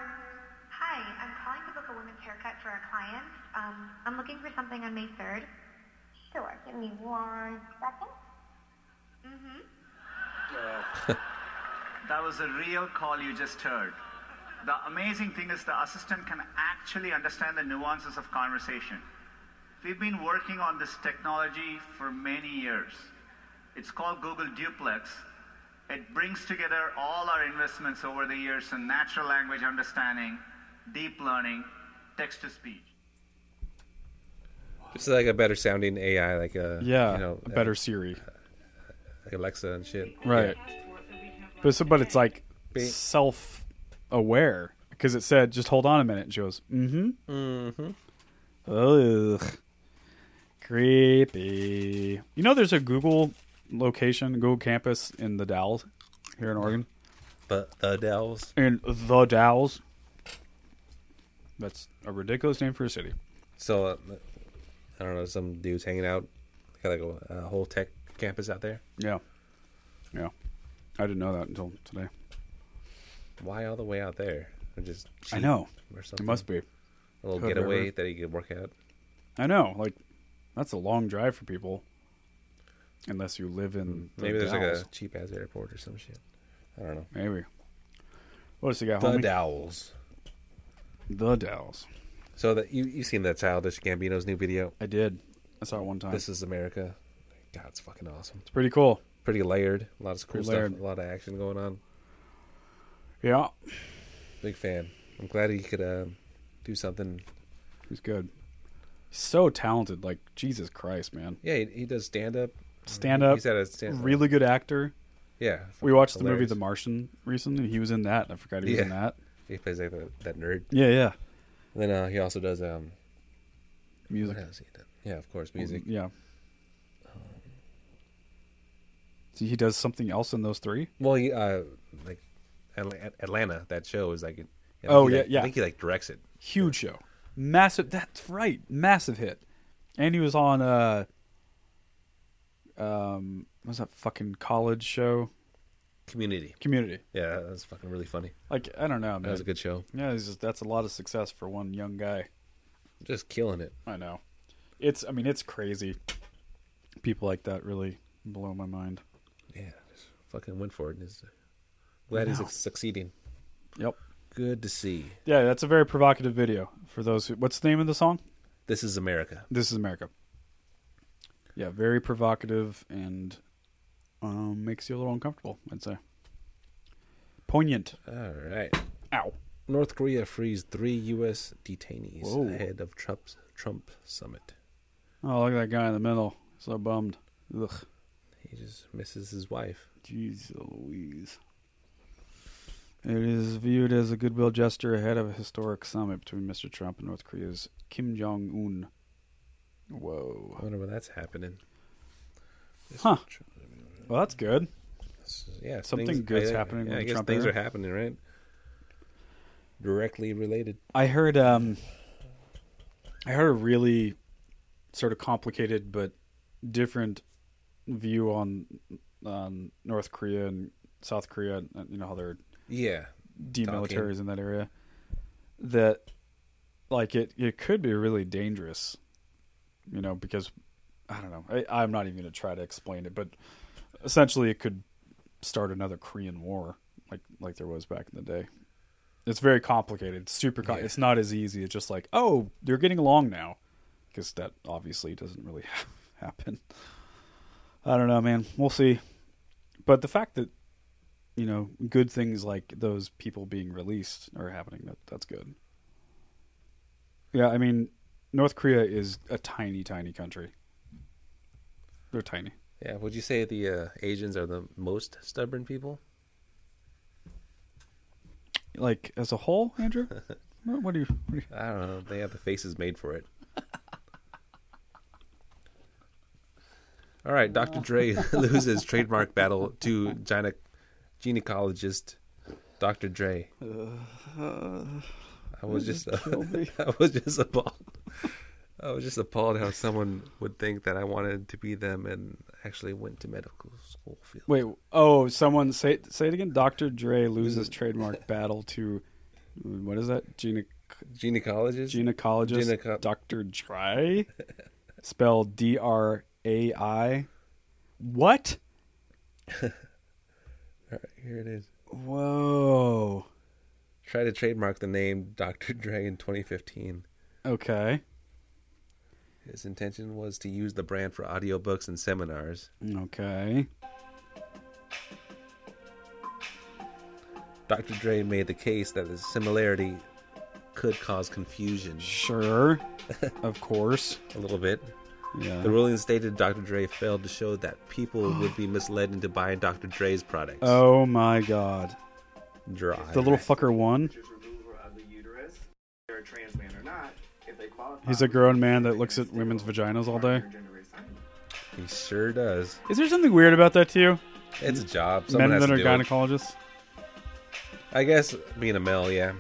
Speaker 6: Hi, I'm calling to book a women's haircut for a client. Um, I'm looking for something on May 3rd. Sure, give me one second.
Speaker 10: That was a real call you just heard. The amazing thing is the assistant can actually understand the nuances of conversation. We've been working on this technology for many years. It's called Google Duplex. It brings together all our investments over the years in natural language understanding, deep learning, text to speech.
Speaker 2: Just like a better sounding AI, like a
Speaker 1: Yeah,
Speaker 2: you know, uh,
Speaker 1: a better Siri.
Speaker 2: like Alexa and shit.
Speaker 1: Right. But so, but it's like self aware because it said, "Just hold on a minute." And she goes, "Mm-hmm, mm-hmm." Ugh, creepy. You know, there's a Google location, Google campus in the Dalles here in Oregon,
Speaker 2: But the Dells.
Speaker 1: in the Dalles. That's a ridiculous name for a city.
Speaker 2: So uh, I don't know, some dudes hanging out. Got like a, a whole tech campus out there.
Speaker 1: Yeah, yeah. I didn't know that until today.
Speaker 2: Why all the way out there? Or just
Speaker 1: I know
Speaker 2: or
Speaker 1: it
Speaker 2: something.
Speaker 1: must be.
Speaker 2: a little
Speaker 1: Hood
Speaker 2: getaway
Speaker 1: River.
Speaker 2: that he could work out.
Speaker 1: I know, like that's a long drive for people, unless you live in the
Speaker 2: Mm, Maybe there's
Speaker 1: Dalles.
Speaker 2: like a cheap ass airport or some shit. I don't know.
Speaker 1: maybe. What does he got?
Speaker 2: The
Speaker 1: homie?
Speaker 2: Dowls.
Speaker 1: the Dalles.
Speaker 2: So that you you seen that childish Gambino's new video?
Speaker 1: I did. I saw it one time.
Speaker 2: This is America. God, it's fucking awesome.
Speaker 1: it's pretty cool.
Speaker 2: Pretty layered. A lot of cool
Speaker 1: Pretty
Speaker 2: stuff.
Speaker 1: layered.
Speaker 2: A lot of action going on.
Speaker 1: Yeah,
Speaker 2: Big fan. I'm glad he could uh, do something.
Speaker 1: he's good. So talented, like Jesus Christ, man.
Speaker 2: Yeah, he, he does stand up.
Speaker 1: Stand up,
Speaker 2: Mm, He's at a stand.
Speaker 1: really good actor.
Speaker 2: Yeah.
Speaker 1: We watched the
Speaker 2: hilarious.
Speaker 1: movie The Martian recently, and he was in that. and I forgot he was in
Speaker 2: Yeah.
Speaker 1: that.
Speaker 2: He plays like the, that nerd.
Speaker 1: Yeah, yeah.
Speaker 2: And then uh, he also does um.
Speaker 1: Music,
Speaker 2: What else he done? Yeah, of course, music.
Speaker 1: yeah. See, he does something else in those three.
Speaker 2: Well, he uh like Atla- Atlanta. That show is like. I think
Speaker 1: Oh,
Speaker 2: he,
Speaker 1: yeah,
Speaker 2: like-
Speaker 1: yeah.
Speaker 2: I think he like directs it.
Speaker 1: huge show massive that's right massive hit and he was on uh um what's that fucking college show
Speaker 2: Community.
Speaker 1: community
Speaker 2: Yeah, that's fucking really funny.
Speaker 1: like i don't know
Speaker 2: That
Speaker 1: man
Speaker 2: was a good show.
Speaker 1: yeah it's just, that's a lot of success for one young guy
Speaker 2: Just killing it.
Speaker 1: i know it's i mean it's crazy people like that really blow my mind
Speaker 2: Yeah, just fucking went for it. And is glad he's
Speaker 1: know.
Speaker 2: succeeding.
Speaker 1: yep
Speaker 2: Good to see.
Speaker 1: yeah that's a very provocative video for those who what's the name of the song
Speaker 2: This is America.
Speaker 1: This is America. Yeah, very provocative and um, makes you a little uncomfortable. I'd say poignant.
Speaker 2: All right.
Speaker 1: Ow.
Speaker 2: North Korea frees three U.S. detainees
Speaker 1: Whoa.
Speaker 2: ahead of Trump's Trump summit.
Speaker 1: Oh, look at that guy in the middle. So bummed. Ugh.
Speaker 2: He just misses his wife.
Speaker 1: Jeez Louise. It is viewed as a goodwill gesture ahead of a historic summit between Mr. Trump and North Korea's Kim Jong Un. Whoa.
Speaker 2: I wonder when that's happening.
Speaker 1: Huh. Well, that's good.
Speaker 2: Yeah,
Speaker 1: Something
Speaker 2: things-
Speaker 1: good's
Speaker 2: I-
Speaker 1: happening
Speaker 2: Yeah,
Speaker 1: with
Speaker 2: I
Speaker 1: the
Speaker 2: guess
Speaker 1: Trump
Speaker 2: things
Speaker 1: era.
Speaker 2: are happening, right? Directly related.
Speaker 1: I heard um I heard a really sort of complicated but different view on on North Korea and South Korea and you know how they're
Speaker 2: Yeah,
Speaker 1: demilitaries in that area that like it it could be really dangerous you know because I don't know I, I'm not even gonna try to explain it but essentially it could start another Korean war like like there was back in the day it's very complicated. It's super. Com- It's not as easy. It's just like, oh, they're getting along now, because that obviously doesn't really (laughs) happen. I don't know, man. We'll see. But the fact that you know good things like those people being released are happening that that's good. Yeah, I mean, North Korea is a tiny, tiny country. They're tiny.
Speaker 2: Yeah, would you say the uh, Asians are the most stubborn people?
Speaker 1: Like as a whole, Andrew. what, what do you? What do you
Speaker 2: I don't know. They have the faces made for it. All right, Dr. Dre (laughs) loses trademark battle to gyne- gynecologist Dr. Dre. I was just (laughs) I was just appalled. I was just appalled how someone would think that I wanted to be them and actually went to medical school field.
Speaker 1: Wait, oh, someone say say it again. Dr. Dre loses trademark battle to what is that? Gyne-
Speaker 2: Gynecologist?
Speaker 1: gynecologist
Speaker 2: Gyneco-
Speaker 1: Dr. Dre spelled D R A I. What?
Speaker 2: All right, here it is.
Speaker 1: Whoa.
Speaker 2: Try to trademark the name Dr. Dre in 2015.
Speaker 1: Okay.
Speaker 2: His intention was to use the brand for audiobooks and seminars.
Speaker 1: Okay.
Speaker 2: Dr. Dre made the case that the similarity could cause
Speaker 11: (laughs)
Speaker 2: confusion
Speaker 1: Sure. of course.
Speaker 2: a little bit.
Speaker 1: Yeah.
Speaker 2: The ruling stated Dr. Dre failed to show that
Speaker 1: (gasps)
Speaker 2: people would be misled into buying Dr. Dre's products.
Speaker 1: Oh my god.
Speaker 2: Dry.
Speaker 1: The little fucker won.
Speaker 11: They're a trans man or not, if they qualify.
Speaker 1: He's a grown man that looks at women's vaginas all day.
Speaker 2: He sure does.
Speaker 1: Is there something weird about that to you?
Speaker 2: It's a job. Someone
Speaker 1: Men
Speaker 2: has
Speaker 1: that
Speaker 2: to
Speaker 1: are
Speaker 2: do it.
Speaker 1: gynecologists?
Speaker 2: I guess being a male, yeah.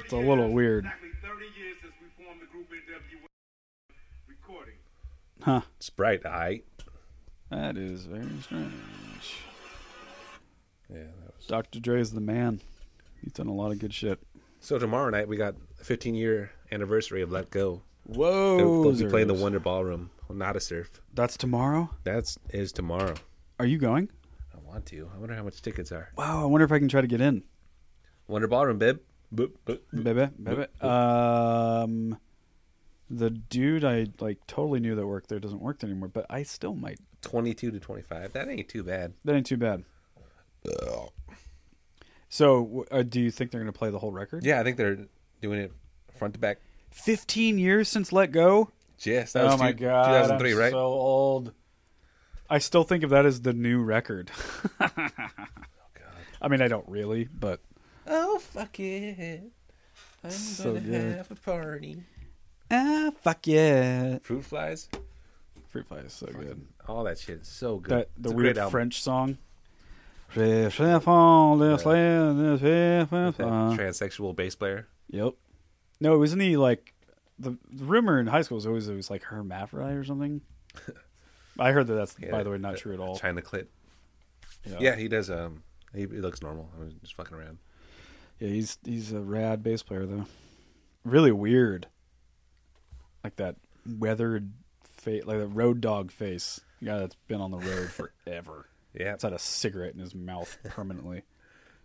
Speaker 1: It's a little weird. Huh.
Speaker 2: Sprite, I.
Speaker 1: That is very strange.
Speaker 2: Yeah. That was...
Speaker 1: Dr. Dre is the man. He's done a lot of good shit.
Speaker 2: So tomorrow night we got a 15 year anniversary of Let Go.
Speaker 1: Whoa.
Speaker 2: They'll, they'll be playing the Wonder Ballroom on Not a Surf.
Speaker 1: That's tomorrow?
Speaker 2: That's is tomorrow.
Speaker 1: Are you going?
Speaker 2: I want to. I wonder how much tickets are.
Speaker 1: Wow, I wonder if I can try to get in.
Speaker 2: Wonder Ballroom, babe. Boop, boop.
Speaker 1: Baby, baby. Um the dude I like totally knew that worked there doesn't work anymore, but I still might.
Speaker 2: 22 to 25. That ain't too bad.
Speaker 1: That ain't too bad. So, w- uh, do you think they're going to play the whole record?
Speaker 2: Yeah, I think they're doing it front to back.
Speaker 1: 15 years since Let Go?
Speaker 2: Yes, that was
Speaker 1: oh my
Speaker 2: two-
Speaker 1: god,
Speaker 2: 2003,
Speaker 1: I'm
Speaker 2: right?
Speaker 1: So old. I still think of that as the new record. (laughs) I mean, I don't really, but
Speaker 2: Oh, fuck it. I'm
Speaker 1: So gonna good. have
Speaker 2: a party.
Speaker 1: ah, fuck yeah,
Speaker 2: Fruit Flies?
Speaker 1: Fruit Fly is so good.
Speaker 2: All that shit is so good.
Speaker 1: That the
Speaker 2: It's a
Speaker 1: weird
Speaker 2: great album.
Speaker 1: French song. Je chef en le chef, le chef en
Speaker 2: That
Speaker 1: France.
Speaker 2: transsexual bass player.
Speaker 1: Yep. No, wasn't he like the, the rumor in high school was always it was like hermaphrodite or
Speaker 2: (laughs)
Speaker 1: something. I heard that that's by the way not true at all.
Speaker 2: China Clit.
Speaker 1: Yeah.
Speaker 2: Yeah, he does. Um, he, he looks normal. I was just fucking around.
Speaker 1: Yeah, he's he's a rad bass player though. Really weird. Like that weathered face, like that road dog face. Guy that's been on the
Speaker 2: (laughs)
Speaker 1: road forever.
Speaker 2: Yeah.
Speaker 1: it's had a cigarette in his mouth permanently.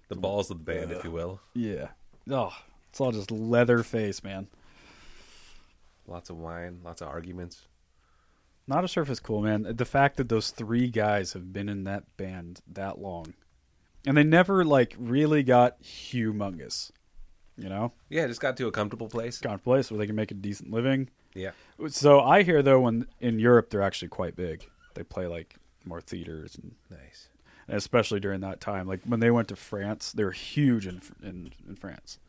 Speaker 2: The balls of the band, if you will.
Speaker 1: yeah. Oh, it's all just leather face, man.
Speaker 2: Lots of wine, lots of arguments.
Speaker 1: Not a Surface cool, man. The fact that those three guys have been in that band that long, and they never like really got humongous, you know?
Speaker 2: Yeah, just got to a comfortable place.
Speaker 1: Comfortable place where they can make a decent living.
Speaker 2: Yeah.
Speaker 1: So I hear though, when in Europe they're actually quite big. They play like more theaters and
Speaker 2: nice,
Speaker 1: and especially during that time. Like when they went to France, they were huge in in, in France,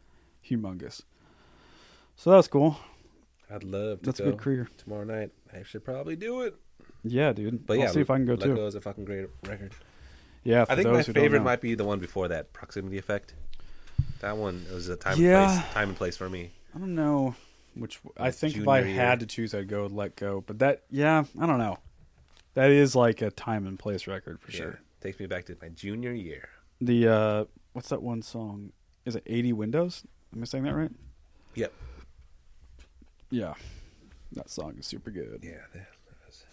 Speaker 1: humongous. So that's cool.
Speaker 2: I'd love to
Speaker 1: That's a
Speaker 2: go
Speaker 1: good career.
Speaker 2: tomorrow night. I should probably do it.
Speaker 1: Yeah, dude.
Speaker 2: But
Speaker 1: I'll
Speaker 2: yeah,
Speaker 1: see if I can go
Speaker 2: Let
Speaker 1: too.
Speaker 2: Go is a fucking great record.
Speaker 1: Yeah, for
Speaker 2: I think
Speaker 1: those
Speaker 2: my
Speaker 1: who don't
Speaker 2: favorite
Speaker 1: know.
Speaker 2: might be the one before that, Proximity Effect. That one was a time
Speaker 1: Yeah.
Speaker 2: and place, time and place for me.
Speaker 1: I don't know which. I think if I
Speaker 2: Junior year.
Speaker 1: had to choose, I'd go with Let Go. But that, yeah, I don't know. That is like a time and place record for sure.
Speaker 2: Takes me back to my junior year.
Speaker 1: The uh what's that one song? Is it Eighty Windows? Am I saying that right?
Speaker 2: Yep.
Speaker 1: Yeah, that song is super good.
Speaker 2: Yeah, that was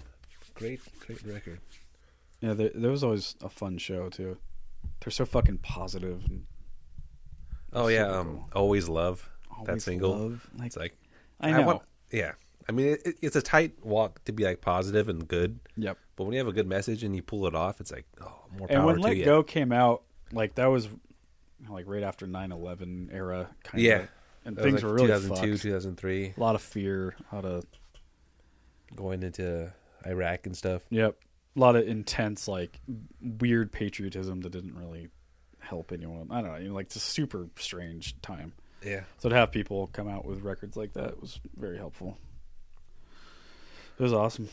Speaker 2: a great, great record.
Speaker 1: Yeah, there, there was always a fun show too. They're so fucking positive and
Speaker 2: Oh yeah, um, always love that
Speaker 1: Always
Speaker 2: single.
Speaker 1: Love, like-
Speaker 2: it's like
Speaker 1: I know.
Speaker 2: yeah, I mean it, it's a tight walk to be like positive and good.
Speaker 1: Yep.
Speaker 2: But when you have a good message and you pull it off, it's like oh more power
Speaker 1: and when
Speaker 2: to
Speaker 1: Let
Speaker 2: you.
Speaker 1: Go came out, like that was like right after 9-11 era kind
Speaker 2: Yeah.
Speaker 1: of. And
Speaker 2: That was,
Speaker 1: things
Speaker 2: like,
Speaker 1: were really
Speaker 2: 2002,
Speaker 1: 2002,
Speaker 2: 2003.
Speaker 1: A lot of fear, a lot of
Speaker 2: going into Iraq and stuff.
Speaker 1: Yep. A lot of intense, like weird patriotism that didn't really help anyone. I don't know. you know, Like it's a super strange time.
Speaker 2: Yeah.
Speaker 1: So to have people come out with records like that was very helpful. It was awesome.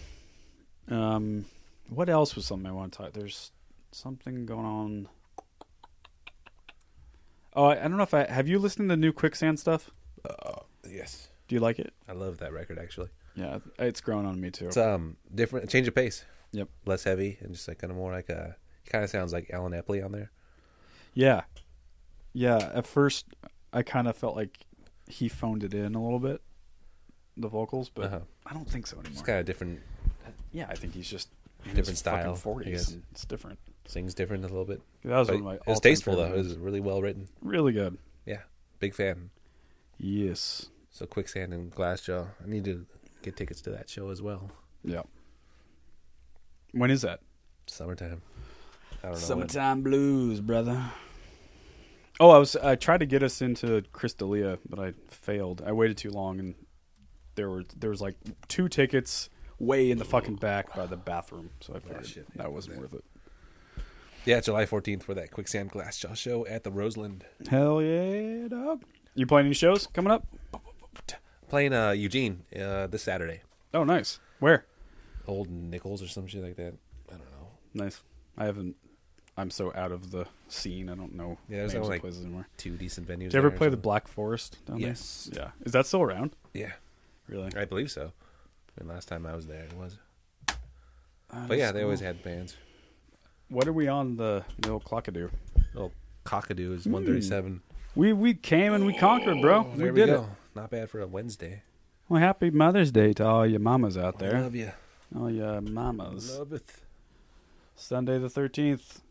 Speaker 1: Um, what else was something I want to talk? There's something going on. Oh, I, I don't know if I have you listened to the new Quicksand stuff.
Speaker 2: yes.
Speaker 1: Do you like it?
Speaker 2: I love that record actually.
Speaker 1: Yeah, it's grown on me too.
Speaker 2: It's um different change of pace.
Speaker 1: Yep.
Speaker 2: Less heavy and just like kind of more like a kind of sounds like Alan Epley on there.
Speaker 1: Yeah. Yeah. At first, I kind of felt like he phoned it in a little bit, the vocals, but
Speaker 2: Uh-huh.
Speaker 1: I don't think so
Speaker 2: It's
Speaker 1: anymore.
Speaker 2: kind of different
Speaker 1: yeah, I think he's just in
Speaker 2: different
Speaker 1: his fucking
Speaker 2: style.
Speaker 1: 40s.
Speaker 2: I guess.
Speaker 1: and It's different.
Speaker 2: Sings different a little bit.
Speaker 1: That was
Speaker 2: But
Speaker 1: one of my
Speaker 2: It's
Speaker 1: all-time
Speaker 2: tasteful though.
Speaker 1: favorite
Speaker 2: It was really well written.
Speaker 1: Really good.
Speaker 2: Yeah. Big fan.
Speaker 1: Yes.
Speaker 2: So quicksand and glassjaw. I need to get tickets to that show as well.
Speaker 1: Yeah. When is that?
Speaker 2: Summertime. I don't know. when.
Speaker 1: Summertime blues, brother. Oh, I was I tried to get us into Crystalia, but I failed. I waited too long and there were there was like two tickets way in the fucking back by the bathroom, so I figured
Speaker 2: Oh, shit.
Speaker 1: that wasn't worth it.
Speaker 2: Yeah, July 14th for that quicksand glassjaw show at the Roseland.
Speaker 1: Hell yeah, dog. You playing any shows coming up?
Speaker 2: Playing uh Eugene uh this Saturday.
Speaker 1: Oh, nice. Where?
Speaker 2: Old Nichols or some shit like that. I don't know.
Speaker 1: Nice. I haven't. I'm so out of the scene. I don't know.
Speaker 2: Yeah, there's
Speaker 1: names
Speaker 2: only
Speaker 1: of
Speaker 2: like
Speaker 1: places anymore.
Speaker 2: two decent venues.
Speaker 1: Did you ever
Speaker 2: there or
Speaker 1: play the
Speaker 2: something.
Speaker 1: Black Forest down there?
Speaker 2: Yes.
Speaker 1: Yeah. Is that still around?
Speaker 2: Yeah,
Speaker 1: Really?
Speaker 2: I believe so. And last time I was there, it was.
Speaker 1: Ah,
Speaker 2: but yeah,
Speaker 1: that's
Speaker 2: they always
Speaker 1: cool.
Speaker 2: had bands.
Speaker 1: What are we on the the old cockadoo?
Speaker 2: Oh, Cockadoo is 137.
Speaker 1: We we came and we conquered, bro.
Speaker 2: Oh,
Speaker 1: Hmm. we
Speaker 2: there
Speaker 1: did
Speaker 2: we,
Speaker 1: it.
Speaker 2: go. Not bad for a Wednesday.
Speaker 1: Well, happy Mother's Day to all your mamas out there.
Speaker 2: Love you.
Speaker 1: All your mamas.
Speaker 2: Love it.
Speaker 1: Sunday the thirteenth.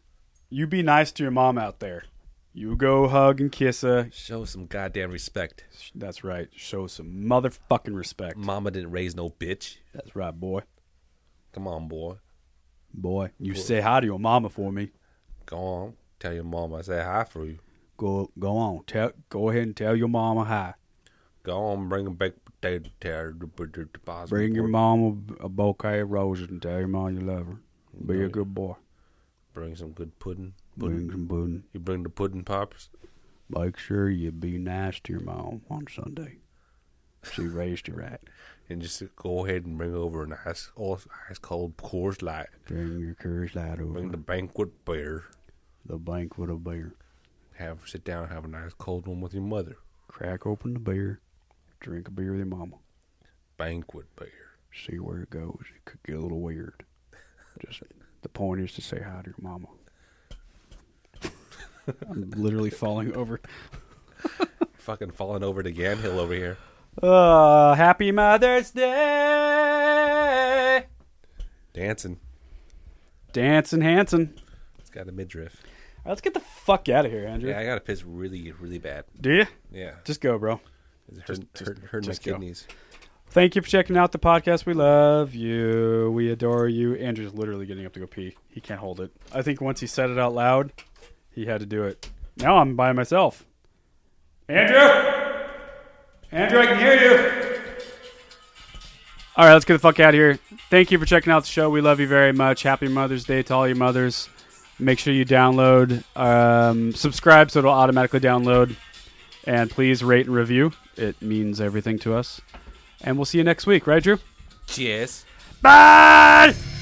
Speaker 1: You be nice to your mom out there. You go hug and kiss her.
Speaker 2: Show some goddamn respect.
Speaker 1: That's right. Show some motherfucking respect.
Speaker 2: Mama didn't raise no bitch.
Speaker 1: That's right, boy.
Speaker 2: Come on, boy.
Speaker 1: Boy, you say hi to your mama for me.
Speaker 2: Go on. Tell your mama I say hi for you.
Speaker 1: Go go on. Tell go ahead and tell your mama hi.
Speaker 2: Go on, bring a baked potato to the- to the deposit.
Speaker 1: Bring your
Speaker 2: board.
Speaker 1: mama a bouquet of roses and tell your mom you love her. Be a good boy.
Speaker 2: Bring some good pudding.
Speaker 1: Bring some pudding.
Speaker 2: You bring the pudding poppers.
Speaker 1: Make sure you be nice to your mom on Sunday. She raised you right.
Speaker 2: And just go ahead and bring over an ice, ice cold Coors Light.
Speaker 1: Bring your courage light over
Speaker 2: Bring the banquet beer.
Speaker 1: the banquet of beer.
Speaker 2: Have sit down, have a nice cold one with your mother.
Speaker 1: Crack open the beer. Drink a beer with your mama.
Speaker 2: Banquet beer.
Speaker 1: See where it goes. It could get a little weird. Just the point is to say hi to your mama. I'm literally falling over.
Speaker 2: Fucking falling over to Gam Hill over here.
Speaker 1: Uh, happy Mother's Day!
Speaker 2: Dancing.
Speaker 1: Dancing Hanson.
Speaker 2: It's got a midriff.
Speaker 1: Let's get the fuck out of here, Andrew.
Speaker 2: Yeah, I gotta piss really, really bad.
Speaker 1: Do you?
Speaker 2: Yeah.
Speaker 1: Just go, bro.
Speaker 2: It's hurting,
Speaker 1: Just- just-
Speaker 2: hurting, hurting
Speaker 1: just
Speaker 2: my
Speaker 1: go.
Speaker 2: kidneys.
Speaker 1: Thank you for checking out the podcast. We love you. We adore you. Andrew's literally getting up to go pee. He can't hold it. I think once he said it out loud, he had to do it. Now I'm by myself. Andrew! Andrew, I can hear you! All right, let's get the fuck out of here. Thank you for checking out the show. We love you very much. Happy Mother's Day to all your mothers. Make sure you download, um, subscribe so it'll automatically download. And please rate and review. It means everything to us. And we'll see you next week, right, Drew?
Speaker 2: Cheers.
Speaker 1: Bye!